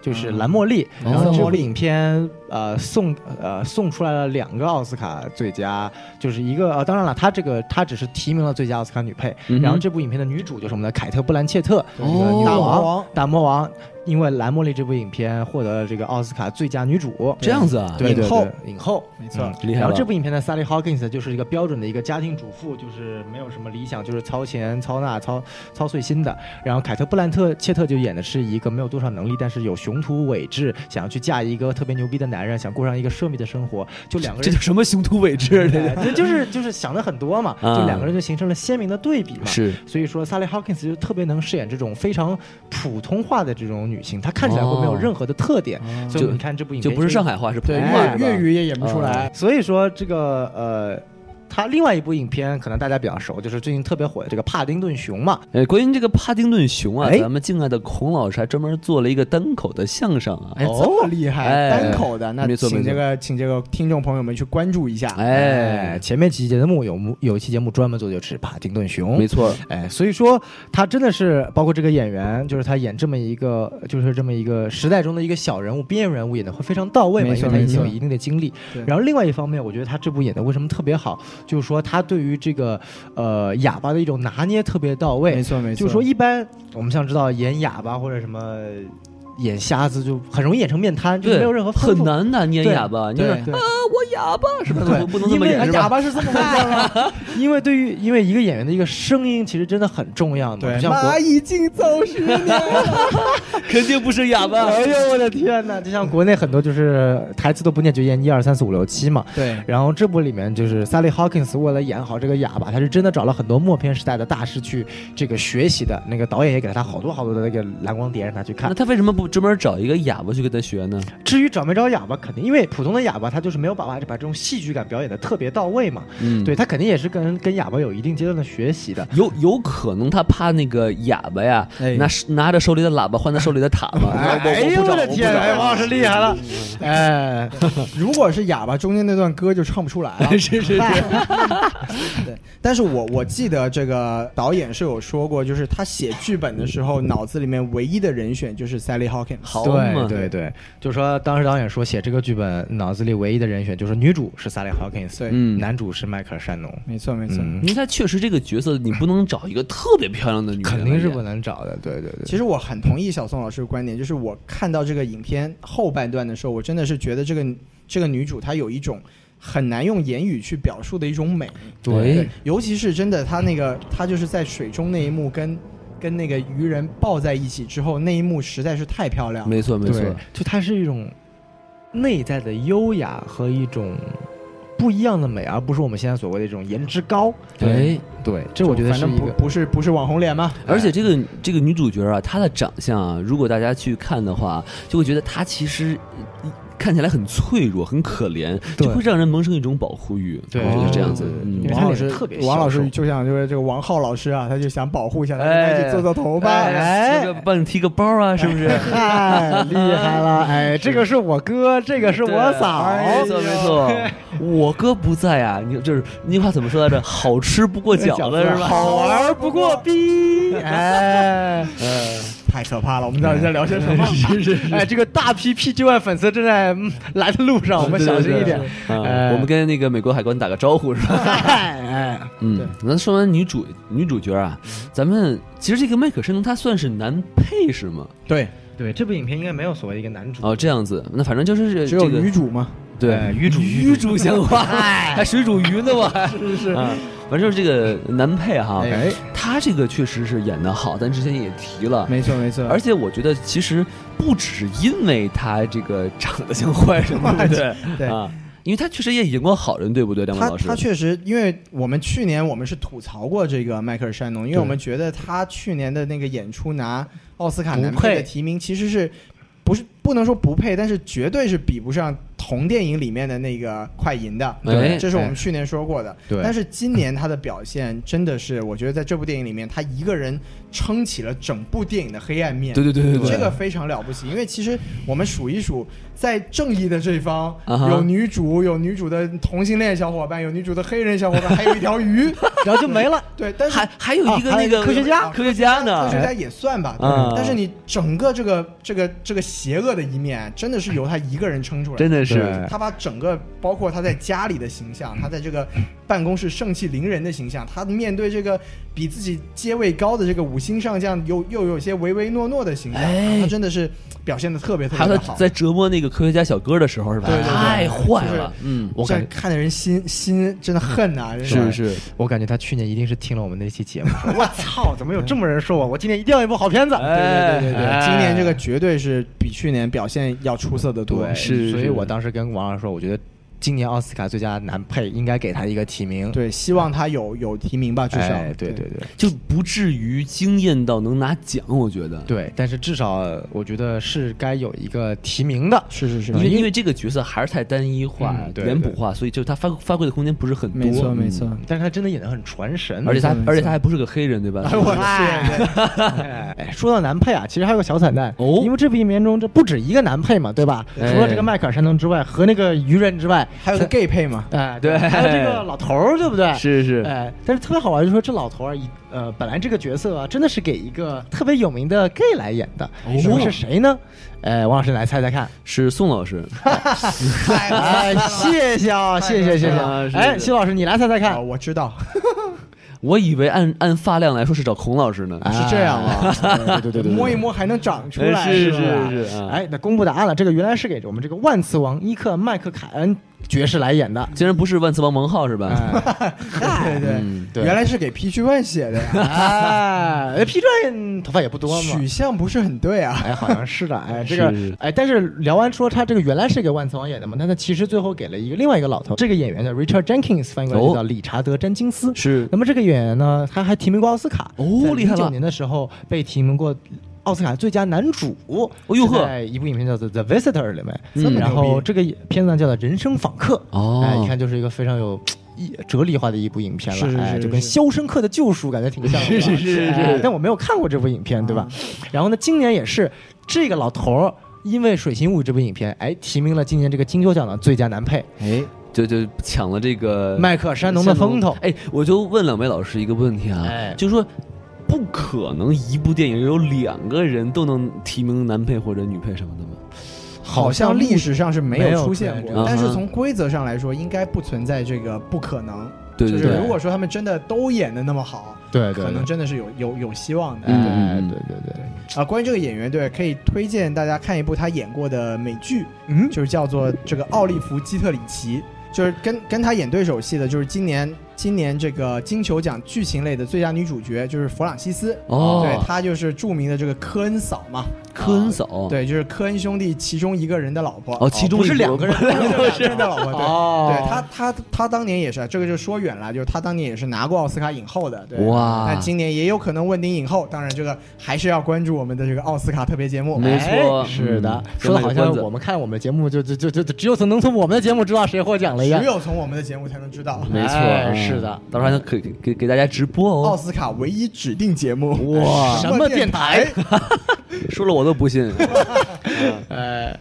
C: 就是蓝茉莉。
A: 哦
C: 然后这部影片呃送呃送出来了两个奥斯卡最佳，就是一个呃当然了，他这个他只是提名了最佳奥斯卡女配。
A: 嗯哼
C: 然后这部影片的女主就是我们的凯特·布兰切特，就是一个
A: 哦
C: 女
B: 大
C: 大
B: 魔
C: 王。
B: 王，
C: 大魔王，因为《蓝茉莉》这部影片获得了这个奥斯卡最佳女主，
A: 这样子啊，
C: 对对
B: 影后
C: 对，影后，
B: 没错
C: 嗯
A: 厉害了
C: 然后这部影片的 Sally Hawkins 就是一个标准的一个家庭主妇，就是没有什么理想，就是操钱、操那、操操碎心的。然后凯特·布兰特切特就演的是一个没有多少能力，但是有雄图伟志，想要去嫁一个特别牛逼的男人，想过上一个奢靡的生活，就两个
A: 这
C: 人
A: 叫。什么雄图伟志的？
C: 对，就是就是想的很多嘛，
A: 啊
C: 就两个人就形成了鲜明的对比嘛。
A: 是
C: 所以说，Sally Hawkins 就特别能饰演这种非常普通话的这种女性，她看起来会没有
A: 哦
C: 任何的特点。所以
A: 就
C: 你看这部影
A: 就
C: 片
A: 不是上海话，是普
B: 对
A: 通话
B: 粤
A: 哎是吧哦
B: 粤语也演不出来，
C: 所以说这个呃，他另外一部影片可能大家比较熟，就是最近特别火的这个《帕丁顿熊》嘛。
A: 呃，关于这个帕丁顿熊啊，
C: 哎
A: 咱们敬爱的孔老师还专门做了一个单口的相声啊。
B: 哎，这么厉害，
A: 哎
B: 单口的，那
A: 没错
B: 请
A: 没错
B: 这个请这个听众朋友们去关注一下。
A: 哎，
C: 前面几期节目有有一期节目专门做的就是《帕丁顿熊》
A: 没。错，
C: 哎，所以说他真的是包括这个演员，就是他演这么一个，就是这么一个时代中的一个小人物、边缘人物，演的会非常到位嘛，
B: 没
C: 因
B: 错
C: 为他已经
B: 没错
C: 有一定的经历
B: 对。
C: 然后另外一方面，我觉得他这部演的为什么特别好，就是说他对于这个呃哑巴的一种拿捏特别到位
B: 哎没。错没错，
C: 就是说一般我们像知道演哑巴或者什么演瞎子，就很容易演成面瘫，就是
A: 对，
C: 没有任何丰
A: 很
C: 富。
A: 难的，捏
C: 对
A: 哑巴，你说
B: 对
A: 啊，我哑巴是吧？
C: 对
A: 不能这么
C: 因为
A: 演是吧？
B: 哑巴是这么回事吗？
C: 因为对于因为一个演员的一个声音，其实真的很重要嘛。
B: 对，
C: 不像国
B: 妈已经走失了。
A: 肯定不是哑巴。
C: 哎呦我的天哪！就像国内很多就是台词都不念，就念一二三四五六七嘛。
B: 对，
C: 然后这部里面就是 Sally Hawkins 为了演好这个哑巴，他是真的找了很多默片时代的大师去这个学习的。那个导演也给了他好多好多的那个蓝光碟让他去看
A: 那。他为什么不专门找一个哑巴去跟他学呢？
C: 至于找没找哑巴，肯定因为普通的哑巴他就是没有办法把这种戏剧感表演的特别到位嘛。
A: 嗯，
C: 对，他肯定也是跟跟哑巴有一定阶段的学习的。
A: 有有可能他怕那个哑巴呀，
B: 哎
A: 拿拿着手里的喇叭换他手里的塔嘛。
C: 哎呦我的天！哎，王老师厉害了！哎，
B: 如果是哑巴，中间那段歌就唱不出来了。啊
A: 是是
B: 对，但是我我记得这个导演是有说过，就是他写剧本的时候，脑子里面唯一的人选就是 Sally Hawkins。
A: 好嘛
C: 对，对对，就说当时导演说写这个剧本，脑子里唯一的人选就是女主是 Sally Hawkins，
B: 对
A: 嗯
C: 男主是迈克尔·山农，
B: 没错没错。
C: 嗯
A: 因为他确实这个角色，你不能找一个特别漂亮的女人来
C: 肯
A: 演，
C: 定是不能找的。对对对，
B: 其实我很同意小宋老师的观点，就是我看到这个影片后半段的时候，我真的是觉得这个这个女主她有一种很难用言语去表述的一种美。
C: 哎
A: 对
B: 对，尤其是真的，她那个她就是在水中那一幕跟跟那个渔人抱在一起之后，那一幕实在是太漂亮了。
A: 没错没错
C: 对，，就它是一种内在的优雅和一种不一样的美，而不是我们现在所谓的这种颜值高。
A: 哎，
C: 对，这我觉得
B: 反
C: 是
B: 正
C: 一
B: 不
C: 个。
B: 不是不是网红脸嘛，
A: 而且这个这个女主角啊，她的长相啊，如果大家去看的话，就会觉得她其实呃看起来很脆弱、很可怜，
C: 对
A: 就会让人萌生一种保护欲。
C: 对
A: 我觉得这样子
C: 对。
A: 嗯
C: 因为他
B: 王老
C: 脸
B: 师
C: 特别
B: 王老
C: 消
B: 师
C: 瘦
B: 就想就是这个王浩老师啊，他就想保护一下他，
A: 哎
B: 他去做做头发，
A: 哎，这个帮你提个包啊，是不是？
C: 太厉害了！哎，这个是我哥，这个是 我嫂。
A: 对啊
C: 哎
A: 没错没错，我哥不在啊，你就是那句话怎么说来着？好吃不 过饺子是吧？
C: 好玩不过逼，哎，
B: 太可怕了！我们到底在聊些什么？
C: 哎，这个大批 PGY 粉丝正在嗯来的路上，我们小心一点。
A: 啊
C: 哎
A: 我们跟那个美国海关打个招呼是吧？
C: 哎，
A: 嗯，那说完女主女主角啊，咱们其实这个麦可申她算是男配是吗？
B: 对，
C: 对，这部影片应该没有所谓一个男主，
A: 哦，这样子，那反正就是
B: 只
A: 这
B: 有
A: 个
B: 女主嘛，
C: 哎
A: 对
C: 女主
A: 女主像话，还水煮鱼呢我还是是，啊反正就是这个男配哈，
B: 哎，
A: 他这个确实是演得好，咱之前也提了，
B: 没错没错，
A: 而且我觉得其实不只是因为他这个长得像坏人，对不对？
B: 对
A: 啊，因为他确实也演过好人，对不对，梁文
B: 他
A: 老师？
B: 他确实，因为我们去年我们是吐槽过这个迈克尔·山农，因为
A: 对
B: 我们觉得他去年的那个演出拿奥斯卡男配
C: 不配
B: 的提名，其实是不是不能说不配，但是绝对是比不上同电影里面的那个快银的，
A: 哎
B: 这是我们去年说过的。
C: 对
B: 但是今年他的表现真的是，我觉得在这部电影里面，他一个人撑起了整部电影的黑暗面。
A: 对对对对对，
B: 这个非常了不起，因为其实我们数一数，在正义的这一方，
A: 啊哈
B: 有女主，有女主的同性恋小伙伴，有女主的黑人小伙伴，还有一条鱼。
C: 然后就没了。
B: 对，但是
A: 还还有一个
C: 啊还
A: 那
C: 有一个
A: 个
C: 科学家
A: 科学家呢
B: 科学，家也算吧，对
A: 啊
B: 但是你整个这个这个这个邪恶的一面，真的是由他一个人撑出来的。
A: 真的是
C: 对
B: 他把整个包括他在家里的形象，他在这个办公室盛气凌人的形象，他面对这个比自己阶位高的这个五星上将，又又有些唯唯诺诺的形象，
A: 哎
B: 他真的是表现的特别特
A: 还
B: 别
A: 有
B: 的
A: 他
B: 好。
A: 在折磨那个科学家小哥的时候是吧哎
B: 对对？对
A: 太坏
B: 就是
A: 了，嗯，
C: 我
B: 这
C: 感
B: 看的人心心真的恨呐、真
A: 是
B: 的
A: 是，
C: 我感觉他去年一定是听了我们那期 节目，说我操，怎么有这么人说我？我今年一定要一部好片子。
A: 哎
B: 对对对，今年这个绝对是比去年表现要出色的多。
C: 对，
A: 是
C: 所以
A: 是
C: 我当时跟王老师说，我觉得今年奥斯卡最佳男配应该给他一个提名。，
B: 对，希望他有有提名吧，至少。
C: 哎，对对对
A: 就不至于惊艳到能拿奖，我觉得。
C: 对，但是至少我觉得是该有一个提名的。
B: 是是是，
A: 因为因为这个角色还是太单一化、
C: 嗯对
A: 脸谱化，所以就是他发发挥的空间不是很多。
B: 没错没错。
C: 但是他真的演得很传神，
A: 而且他
B: 没错没错
A: 而且他还不是个黑人，对吧？
B: 哎我天，对
C: 哎，说到男配啊，其实还有个小彩蛋
A: 哦
C: 因为这部影片中这不止一个男配嘛，对吧？
A: 哎
C: 除了这个迈克尔·山登之外，和那个鱼人之外，
B: 还有个 gay 配嘛？
C: 哎，
A: 对
C: 还有这个老头儿，对不对？
A: 是是
C: 哎，但是特别好玩，就是说这老头儿一呃，本来这个角色啊，真的是给一个特别有名的 gay 来演的，
A: 哦
C: 那么是谁呢？哎，王老师来猜猜看。
A: 是宋老师，
C: 哎，谢谢啊，谢谢谢谢
A: 啊
C: 啊
A: 是。是
C: 哎，徐老师，你来猜猜
B: 哦
C: 看。
B: 我知 道，
A: 我以为按按发量来说是找孔老师呢。
C: 啊
B: 是这样啊，
C: 对对对对对，
B: 摸一摸还能长出
A: 哎
B: 来，
A: 是
B: 吧
A: 是是，哎，
C: 哎，那公布答案了，这个原来是给我们这个万磁王伊克麦克凯恩爵士来 演的。
A: 竟然不是万磁王蒙浩是吧？
C: 哎
B: 对
A: 嗯
B: 对
C: 对
B: 原来是给 PG One 写的呀，啊
C: 哎，P 转头发也不多嘛
B: 取。向不是很对啊。
C: 哎，好像是的， 哎，这个
A: 是是，
C: 哎，但是聊完说他这个原来是给万磁王演的嘛，但他其实最后给了一个另外一个老头，这个演员叫 Richard Jenkins，翻译过来就叫
A: 哦
C: 理查德·詹金斯。
A: 是
C: 那么这个演员呢，他还提名过奥斯卡
A: 哦
C: 在
A: 厉害了
C: 09年的时候被提名过奥斯卡最佳男主。哦
A: 哦呦呵
C: 在一部影片叫做《The Visitor》里面，
A: 这么牛逼
C: 然后这个片子呢叫做《人生访客》。
A: 哦
C: 哎，一看就是一个非常有。一哲理化的一部影片了，
B: 是是是
C: 哎，
B: 是
C: 就跟《
B: 是
C: 肖申克的救赎》感觉挺像的，
A: 是是是是
C: 哎但我没有看过这部影片，对吧？然后呢，今年也是这个老头儿，因为《水形物语》这部影片，哎，提名了今年这个金球奖的最佳男配，
B: 哎，
A: 就就抢了这个
C: 迈克尔·山农的风头。
A: 哎，我就问两位老师一个问题啊，
C: 哎
A: 就说不可能一部电影有两个人都能提名男配或者女配什么的吗？
B: 好像历史上是没
C: 没
B: 有
C: 有
B: 出现
A: 现
C: 出
B: 过嗯
A: 过，
B: 但是从规则上来说，应该不存在这个不可能。
A: 对
B: 就
A: 对
B: 是
A: 对，
B: 如果说他们真的都演的那么好，
C: 对对，
B: 可能真的是有有有希望的。
A: 嗯
C: 哎，对对对，
B: 啊，关于这个演员，对，可以推荐大家看一部他演过的美剧，
C: 嗯
B: 就是叫做这个奥利弗·基特里奇，就是跟跟他演对手戏的，就是今年今年这个金球奖剧情类的最佳女主角就是弗朗西斯，
A: 哦
B: 对，她就是著名的这个科恩嫂嘛，
A: 科恩嫂，
B: 对，就是科恩兄弟其中一个人的老婆，
A: 哦，其中
C: 哦不是
A: 一
C: 两个人
B: 不是两个人的老婆，对。
C: 哦
B: 对他，他他当年也是，这个就说远了，就是他当年也是拿过奥斯卡影后的，对。
A: 哇
B: 但今年也有可能问鼎影后，当然这个还是要关注我们的这个奥斯卡特别节目。
A: 没错
C: 哎是的
A: 嗯，
C: 说的好像
A: 先卖个关子
C: 我们看我们的节目就就就就就只有从能从我们的节目知道谁获奖了一样
B: 只。有从我们的节目才能知道，
A: 没错，
C: 哎
A: 嗯
C: 是的
A: 到时候还能给给给大家直播
B: 奥
A: 哦。
B: 斯卡唯一指定节目。
A: 哇，
C: 什么
B: 电
C: 电台？
A: 说了我都不信。
C: 哎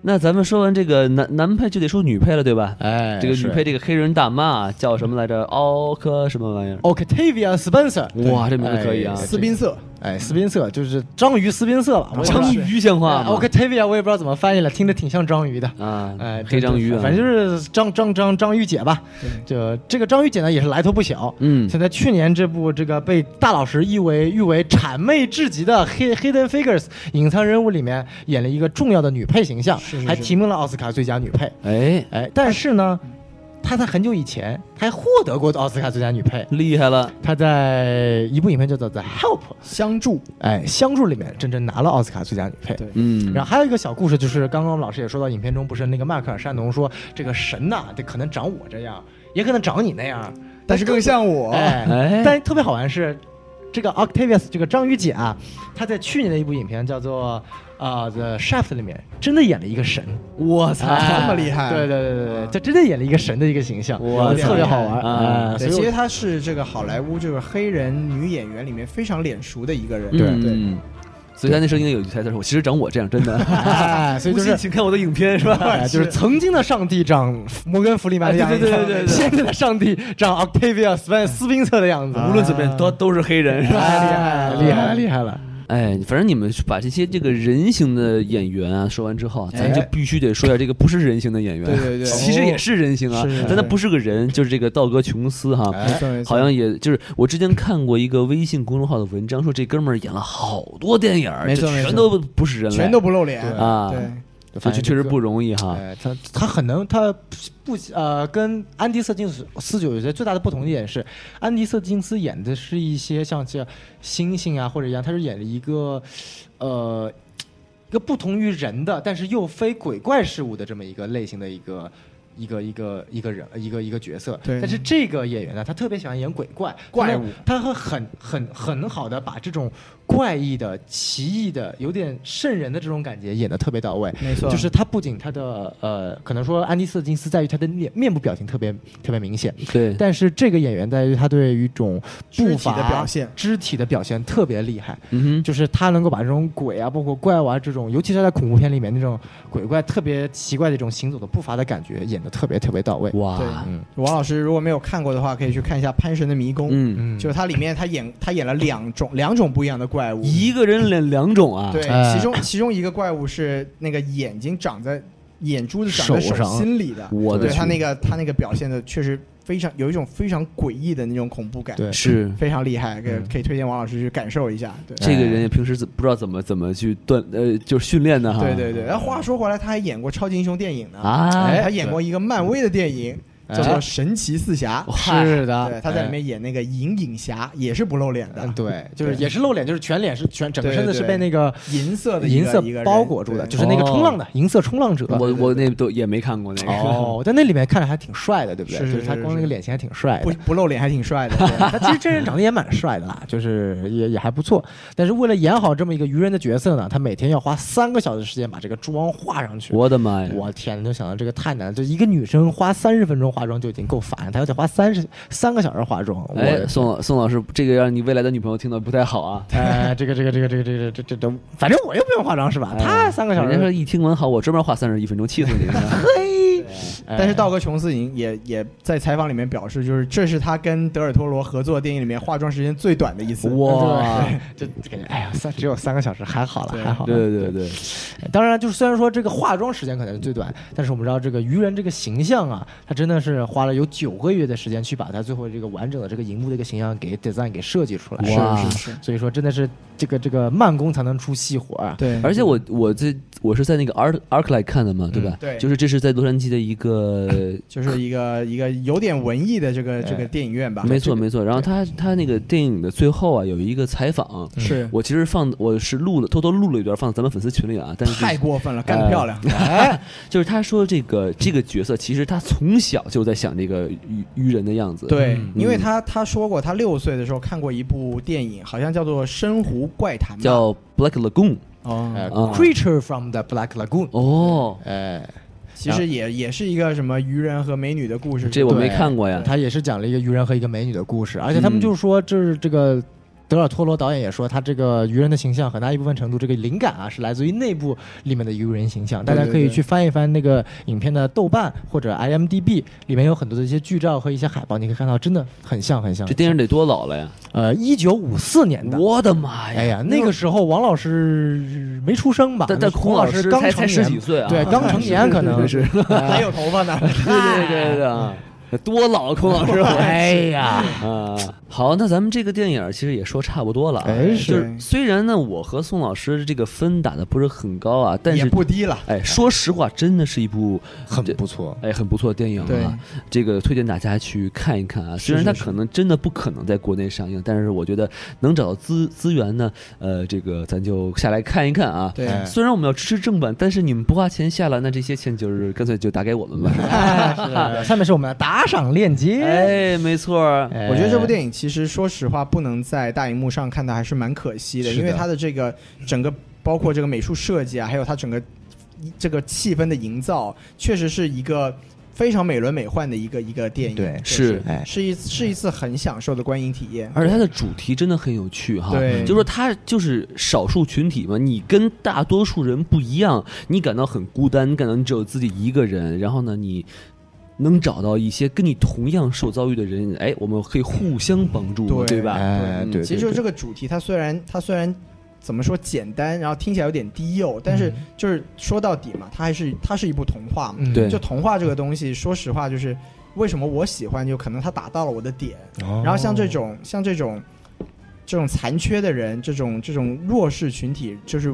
A: 那咱们说完这个男男配，就得说女配了，对吧？
C: 哎，
A: 这个女
C: 是
A: 配，这个黑人大妈叫什么来着？奥科什么玩意儿？
C: Octavia Spencer，
A: 哇，这名字可以啊！
C: 哎
B: 斯宾塞，
C: 哎，斯宾塞就是章鱼斯宾塞吧？我也不知道
A: 章鱼像话
C: 哎
A: 吗？
C: Octavia 我也不知道怎么翻译了，听着挺像章鱼的。
A: 啊
C: 哎，，
A: 黑章鱼啊，
C: 反正就是章章章章鱼姐吧。就这个章鱼姐呢，也是来头不小。
A: 嗯
C: 现在去年这部这个被大老师誉为誉为谄媚至极的《黑 Hidden Figures》隐藏人物里面演了一个重要的女配形象，
B: 是是
C: 还
B: 是
C: 提名了奥斯卡最佳女配。
A: 哎，
C: 哎，但是呢，她在很久以前还获得过奥斯卡最佳女配。
A: 厉害了！
C: 她在一部影片叫做《The Help》
B: 相助，
C: 哎相助里面真正拿了奥斯卡最佳女配。
B: 对
A: 嗯，
C: 然后还有一个小故事，就是刚刚我们老师也说到，影片中不是那个迈克尔·山农说，这个神呐、得可能长我这样，也可能长你那样，
B: 但是更像我。
C: 哎，
A: 哎
C: 但特别好玩是，这个 Octavius 这个章鱼姐啊，她在去年的一部影片叫做呃 The Shaft 里面真的演了一个神，
A: 我操！
C: 啊
B: 这么厉害
C: 对对对对对，她真的演了一个神的一个形象，
A: 哇
C: 特别好玩
A: 啊
C: 啊！
B: 对，
C: 所以
B: 其
C: 我
B: 实她是这个好莱坞这个黑人女演员里面非常脸熟的一个人，
C: 对
B: 对。
A: 嗯，所以他那时候应该有一句台词说：“我其实长我这样，真的。
C: 哎，”所以就
A: 不信
C: 是。
A: 请看我的影片，是吧？
C: 哎，就是曾经的上帝长摩根·弗里曼的样子，
A: 哎对对对对对对
C: 现在的上帝长 Octavia 斯潘斯宾策的样子，
A: 无论怎么样，都都是黑人，是吧？
C: 哎厉害厉
A: 啊
C: 害厉害了！
A: 哎，反正你们把这些这个人形的演员啊说完之后，咱就必须得说一下这个不是人形的演员。
B: 哎
A: 啊
B: 对对对
A: 其实也是人形啊
B: 是是，
A: 但他不是个人，就是这个道格·琼斯哈。
B: 没错没错，
A: 哎好像也就是我之前看过一个微信公众号的文章，说这哥们儿演了好多电影儿，
B: 没错
A: 这
B: 没错
A: 全都不是人类，
B: 全都不露脸，
C: 对
A: 啊，
B: 对，
A: 这确确实不容易哈。
C: 哎，他他很能，他不呃，跟安迪·瑟金斯斯九有些最大的不同一点是，安迪·瑟金斯演的是一些像这猩猩啊或者一样，他是演了一个呃一个不同于人的，但是又非鬼怪事物的这么一个类型的一个。一个一个一个人一个一个角色，
B: 对
C: 但是这个演员呢，他特别喜欢演鬼怪
B: 怪
C: 物，他会很很很好的把这种怪异的、奇异的、有点瘆人的这种感觉演得特别到位。
B: 没错，
C: 就是他不仅他的呃，可能说安迪·瑟金斯在于他的面面部表情特别特别明显，
A: 对，
C: 但是这个演员在于他对于一种
B: 嗯肢
C: 步
B: 体
C: 伐
B: 的表现
C: 肢体的表现特别厉害，
A: 嗯哼，
C: 就是他能够把这种鬼啊，包括怪物啊这种，尤其是在恐怖片里面那种鬼怪特别奇怪的这种行走的步伐的感觉，演得特别特别到位。
B: 对
A: 哇，
C: 嗯
B: 王老师如果没有看过的话，可以去看一下《潘神的迷宫》，
A: 嗯，
C: 嗯，
B: 就是它里面他演他演了两种两种不一样的怪物，
A: 一个人两两种啊，
B: 对，
C: 哎
B: 其中其中一个怪物是那个眼睛长在眼珠子长在
C: 手
B: 手
C: 上
B: 心里的，
A: 我的
B: 对
A: 去
B: 他那个他那个表现的确实非常有一种非常诡异的那种恐怖感，
C: 对
A: 是
B: 非常厉害，可以
C: 嗯
B: 可以推荐王老师去感受一下，对。
A: 这个人也平时怎不知道怎么怎么去锻呃，就是训练的
C: 啊
A: 哈。
B: 对对对，然后话说回来，他还演过超级英雄电影呢，
A: 啊
B: 哎他演过一个漫威的电影，
C: 哎
B: 叫做《神奇四侠》，
C: 是的，
B: 对，他在里面演那个银影侠，也是不露脸
C: 哎。嗯
B: 的，，
C: 对，就是
B: 对
C: 也是露脸，就是全脸是全整个
B: 对
C: 身子是
B: 对
C: 被那个
B: 银色的一
C: 银
B: 个
C: 色
B: 一个人
C: 包裹住的，
B: 对
C: 就是那个
A: 哦
C: 冲浪的银色冲浪者。
A: 我我那都也没看过那个。
C: 哦，但那里面看着还挺帅的，对不对？
B: 是是
C: 就是他
B: 是
C: 光那
B: 是
C: 个脸型还挺帅
B: 不
C: 的。
B: 不露脸还挺帅的， 对
C: 他其实真人长得也蛮帅的啦，就是也也还不错。但是为了演好这么一个愚人的角色呢，他每天要花三个小时时间把这个妆画上去。
A: 我的妈呀！
C: 我天，就想到这个太难了，就一个女生花三十分钟化妆就已经够烦了，她要得花三十三个小时化妆。我
A: 哎，
C: 的
A: 宋老宋老师，这个让你未来的女朋友听到不太好啊。
C: 哎，这个这个这个这个这个这这这，反正我又不用化妆是吧？她三个小
A: 哎人家说
C: 时，
A: 一听完好，我专门花三十一分钟，气死你！
C: 嘿。
B: 但是道格·琼斯已也也在采访里面表示，就是这是他跟德尔托罗合作的电影里面化妆时间最短的一次。
A: 哇，
C: 就就感觉哎呀，三只有三个小时，还好了，
B: 对
C: 还好了。
A: 对对对，
C: 当然，就是虽然说这个化妆时间可能是最短，但是我们知道这个愚人这个形象啊，他真的是花了有九个月的时间去把他最后这个完整的这个荧幕的一个形象给 design 给设计出来。
A: 哇
B: 是是是，
C: 所以说真的是这个这个慢工才能出细活啊。
B: 对，
A: 而且我我这我是在那个 Art Arclight 看的嘛，对吧？
B: 对
A: 就是这是在洛杉矶的一个
B: 就是一个一个有点文艺的这个这
C: 哎
B: 个电影院吧。
A: 没错没错。然后他他那个电影的最后啊，有一个采访，
C: 嗯
B: 是
A: 我其实放我是录了，偷偷录了一段放在咱们粉丝群里啊，但是呃
B: 太过分了，干得漂亮。
A: 就是他说这个这个角色，其实他从小就在想这个愚愚人的样子。
B: 对
A: 嗯，
B: 因为他他说过，他六岁的时候看过一部电影，好像叫做《深湖怪谈》吧。
A: 叫 Black Lagoon
C: 呃
A: 啊
B: 哦，
C: Creature from the Black Lagoon，
A: 哦，
C: 哎，
B: 其实也也是一个什么愚人和美女的故事。
A: 这我
C: 对
A: 没看过呀。
C: 他也是讲了一个愚人和一个美女的故事，而且他们
A: 嗯
C: 就是说，就是这个德尔托罗导演也说，他这个愚人的形象很大一部分程度，这个灵感啊是来自于内部里面的愚人形象。大
B: 对
C: 家可以
B: 对
C: 去翻一翻那个影片的豆瓣或者 IMDB，里面有很多的一些剧照和一些海报，你可以看到真的很像很像。
A: 这电影得多老了呀！
C: 呃，一九五四年的。
A: 我的妈
C: 哎
A: 呀！
C: 呀，那个时候王老师没出生吧？
A: 但但
C: 那时候
A: 孔
C: 王
A: 老
C: 老
A: 师
C: 刚
A: 才
C: 成
A: 才十几
C: 年，
A: 岁啊，
C: 对，刚成年可能
A: 是是是
B: 还有头发 呢。
A: 对对对对啊，多老啊，孔老师！哎呀，啊，好，那咱们这个电影其实也说差不多了啊。
C: 哎
A: 就是是虽然呢，我和宋老师这个分打的不是很高啊，但
B: 也
A: 是
B: 不低了。
A: 哎，说实话，真的是一部
C: 很不错。
A: 哎很不错的电影
B: 对
A: 啊。这个推荐大家去看一看啊。虽然它可能真的不可能在国内上映，但是我觉得能找到资资源呢，呃，这个咱就下来看一看啊。
B: 对，
C: 哎
A: 虽然我们要支持正版，但是你们不花钱下来，那这些钱就是干脆就打给我们吧。
C: 哎是的下面是我们的打打赏链接。
A: 哎，没错儿，
C: 哎
B: 我觉得这部电影其实说实话，不能在大荧幕上看的还是蛮可惜的，
C: 是的
B: 因为它的这 个整个包括这个美术设计啊，还有它整个这个气氛的营造，确实是一个非常美轮美奂的一个一个电影，
C: 对
A: 是
C: 哎，
B: 是一是一次很享受的观影体验。
A: 而且它的主题真的很有趣哈，
B: 对
A: 就说它就是少数群体嘛，你跟大多数人不一样，你感到很孤单，你感到你只有自己一个人，然后呢，你能找到一些跟你同样受遭遇的人，哎，我们可以互相帮助，
B: 啊对
A: 吧？
C: 哎，
A: 嗯
C: 对，
B: 其实就这个主题，它虽然它虽然怎么说简单，然后听起来有点低幼，但
C: 嗯
B: 是就是说到底嘛，它还是它是一部童话嘛。
A: 对
B: 就童话这个东西，说实话就是为什么我喜欢，就可能它打到了我的点。
C: 然
B: 然后像这
A: 哦
C: 哦
B: 种像这种这种残缺的人，这种这种弱势群体，就是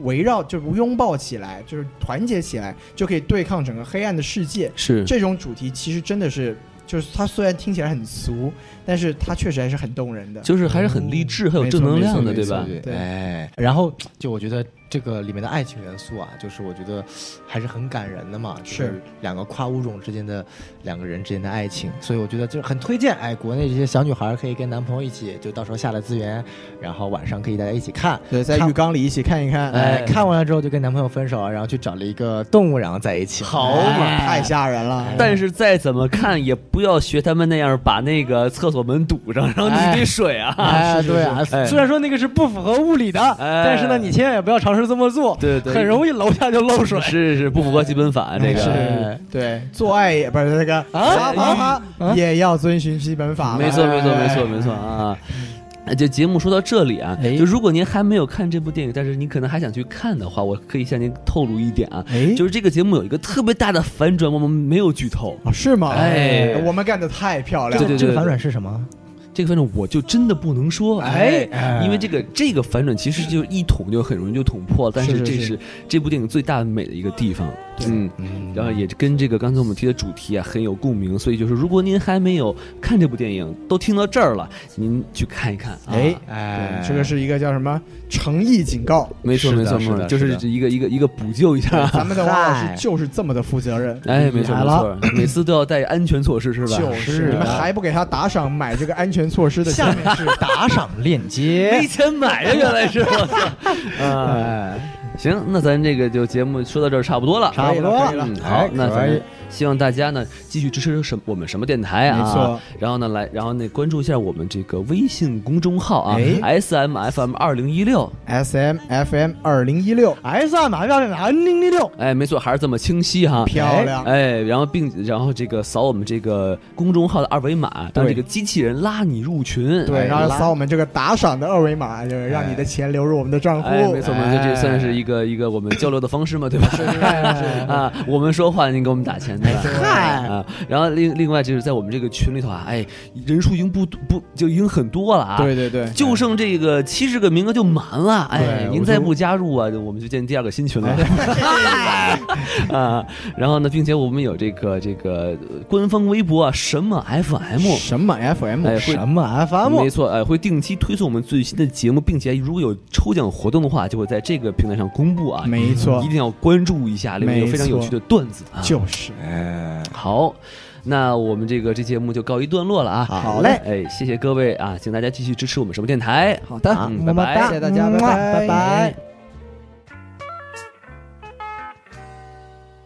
B: 围绕就是拥抱起来，就是团结起来，就可以对抗整个黑暗的世界。
A: 是
B: 这种主题其实真的是，就是它虽然听起来很俗，但是它确实还是很动人的。
A: 就是还是很励志，很有
B: 没错
A: 正能量的，
B: 没错
A: 对吧？
B: 错对
C: 哎，然后就我觉得这个里面的爱情元素啊，就是我觉得还是很感人的嘛，就是
B: 是
C: 两个跨物种之间的两个人之间的爱情，所以我觉得就是很推荐，哎，国内这些小女孩可以跟男朋友一起，就到时候下了资源，然后晚上可以大家一起看。
B: 对，在
C: 看
B: 浴缸里一起看一看，
A: 哎
C: 哎，看完了之后就跟男朋友分手，然后去找了一个动物，然后在一起。
A: 好
B: 哎
A: 嘛哎
B: 太吓人了。
A: 但是再怎么看，也不要学他们那样把那个厕所门堵上，然后
C: 哎
A: 你得水 啊！
C: 哎，对啊，
A: 哎
C: 虽然说那个是不符合物理的，
A: 哎
C: 但是呢，你千万也不要尝试这么做，
A: 对对
C: 很容易楼下就漏水。
A: 是是不符合基本法这
C: 是
A: 个。
C: 哎
B: 对，做爱也不是那个
C: 啊
B: 啪啪也要遵循基本法嘛。
A: 没错，没错，没错，
B: 哎
A: 没错啊！哎就节目说到这里啊
C: 哎，
A: 就如果您还没有看这部电影，但是您可能还想去看的话，我可以向您透露一点啊，
B: 哎
A: 就是这个节目有一个特别大的反转，我们没有剧透。
B: 啊，是吗？
A: 哎
B: 我们干的太漂亮
A: 对
B: 了。
A: 对
C: 这个
A: 对
C: 反
A: 对，
C: 转是什么？
A: 这个反转我就真的不能说，
C: 哎
A: 哎
C: 哎，
A: 因为这个这个反转其实就一捅就很容易就捅破，但
B: 是
A: 是
B: 是
A: 这
B: 是
A: 是这部电影最大的美的一个地方。
B: 对
A: 嗯，
C: 嗯
A: 然后也跟这个刚才我们提的主题啊很有共鸣，所以就是如果您还没有看这部电影，都听到这儿了，您去看一看啊。
B: 哎
C: 哎
B: 对，这个是一个叫什么诚意警告。
A: 没错
C: 是的
A: 没错
C: 是
A: 没
C: 的
A: 错，就是是
C: 的
A: 一个一个一个补救一下。
B: 咱们的王老
C: 嗨
B: 师就是这么的负责任，
A: 哎，没错
B: 厉害
A: 没
B: 了，
A: 错，每次都要带安全措施是啊吧？
B: 就是你们还不给他打赏买这个安全措施的
C: 下
B: 钱，
C: 面是打赏 链
A: 没
C: 接。
A: 钱买呀，原来是。我 操！
C: 哎
A: 啊，行，那咱这个就节目说到这儿差不多了。
C: 差不多
B: 可以了
A: 嗯，
C: 哎
A: 好，那
C: 可
A: 咱
C: 以
A: 们希望大家呢继续支持什我们什么电台啊？
B: 没错。
A: 然后呢，来，然后呢，关注一下我们这个微信公众号啊
B: 哎
A: ，S M F M 二零一六。
B: S M F M 二零一六，
C: S 啊二马标点安零零六，
A: 哎，没错，还是这么清晰哈。
B: 漂亮，
A: 哎，然后并然后这个扫我们这个公众号的二维码，让这
B: 对
A: 个机器人拉你入群。
B: 对，
A: 哎
B: 然后
A: 拉
B: 扫我们这个打赏的二维码，就是让你的钱流入我们的账户，
A: 哎，没错没错，
C: 哎
A: 这算是一个一个我们交流的方式嘛，对吧？ 啊，我们说话您给我们打钱，对吧？
C: 嗨
A: 啊，然后另另外就是在我们这个群里头啊，哎，人数已经不不就已经很多了啊，
B: 哎对对对，
A: 就剩这个七十个名额就满了，哎
C: 对，
A: 您
C: 我
A: 再
C: 就
A: 不加入啊，就我们就建第二个新群了。
B: 哎
A: 啊，然后呢，并且我们有这个这个呃官方微博啊，什么 FM，
B: 什么 F M，
A: 哎，会
C: 什么 FM？
A: 没错，哎，会定期推送我们最新的节目，并且如果有抽奖活动的话，就会在这个平台上公布啊。
B: 没错
A: 一，定要关注一下，里面有非常有趣的段子啊。
B: 就是，
C: 哎，
A: 好，那我们这个这节目就告一段落了啊。
B: 好嘞，
A: 哎，谢谢各位啊，请大家继续支持我们什么电台。
B: 好的
A: 嗯拜拜
B: 谢谢大家，拜拜，
C: 拜拜。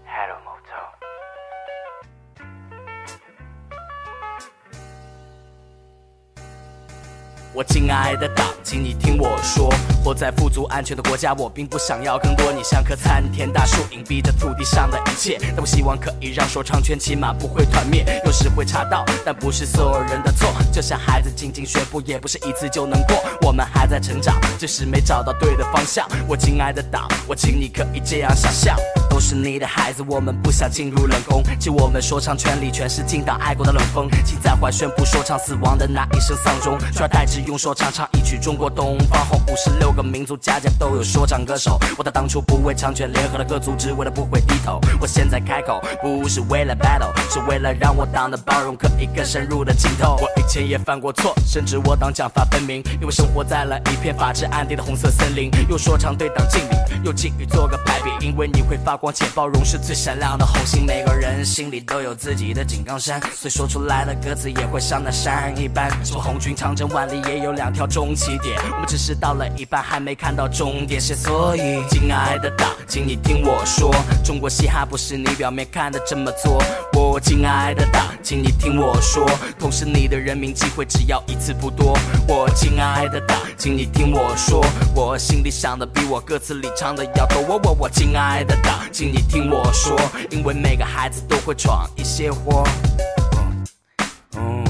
E: Hello Moto.
F: “我亲爱的党，请你听我说，活在富足安全的国家，我并不想要更多。你像棵参天大树，隐蔽着土地上的一切，但我希望可以让说唱圈起码不会团灭。有时会查到，但不是所有人的错。就像孩子进进学步，也不是一次就能过。我们还在成长，只是没找到对的方向。我亲爱的党，我请你可以这样想象。”都是你的孩子，我们不想进入冷宫。其我们说唱圈里全是敬党爱国的冷风，请在怀宣布说唱死亡的那一声丧钟，取而代之用说唱唱一曲中国东方红。五十六个民族家家都有说唱歌手，我的当初不为强权联合的各族，只为了不会低头。我现在开口不是为了 battle，是为了让我党的包容可以更深入的浸透。我以前也犯过错，甚至我党奖罚分明，因为生活在了一片法治安定的红色森林，用说唱对党敬礼，用敬语做个排比，因为你会发光。光且包容是最闪亮的红星。每个人心里都有自己的井冈山，所以说出来的歌词也会像那山一般。什么红军长征万里也有两条终起点，我们只是到了一半，还没看到终点线。所以，亲爱的党，请你听我说，中国嘻哈不是你表面看的这么做。我亲爱的党，请你听我说，同时你的人民机会只要一次不多。我亲爱的党，请你听我说，我心里想的比我歌词里唱的要多。我我我亲爱的党，请你听我说，因为每个孩子都会闯一些祸。嗯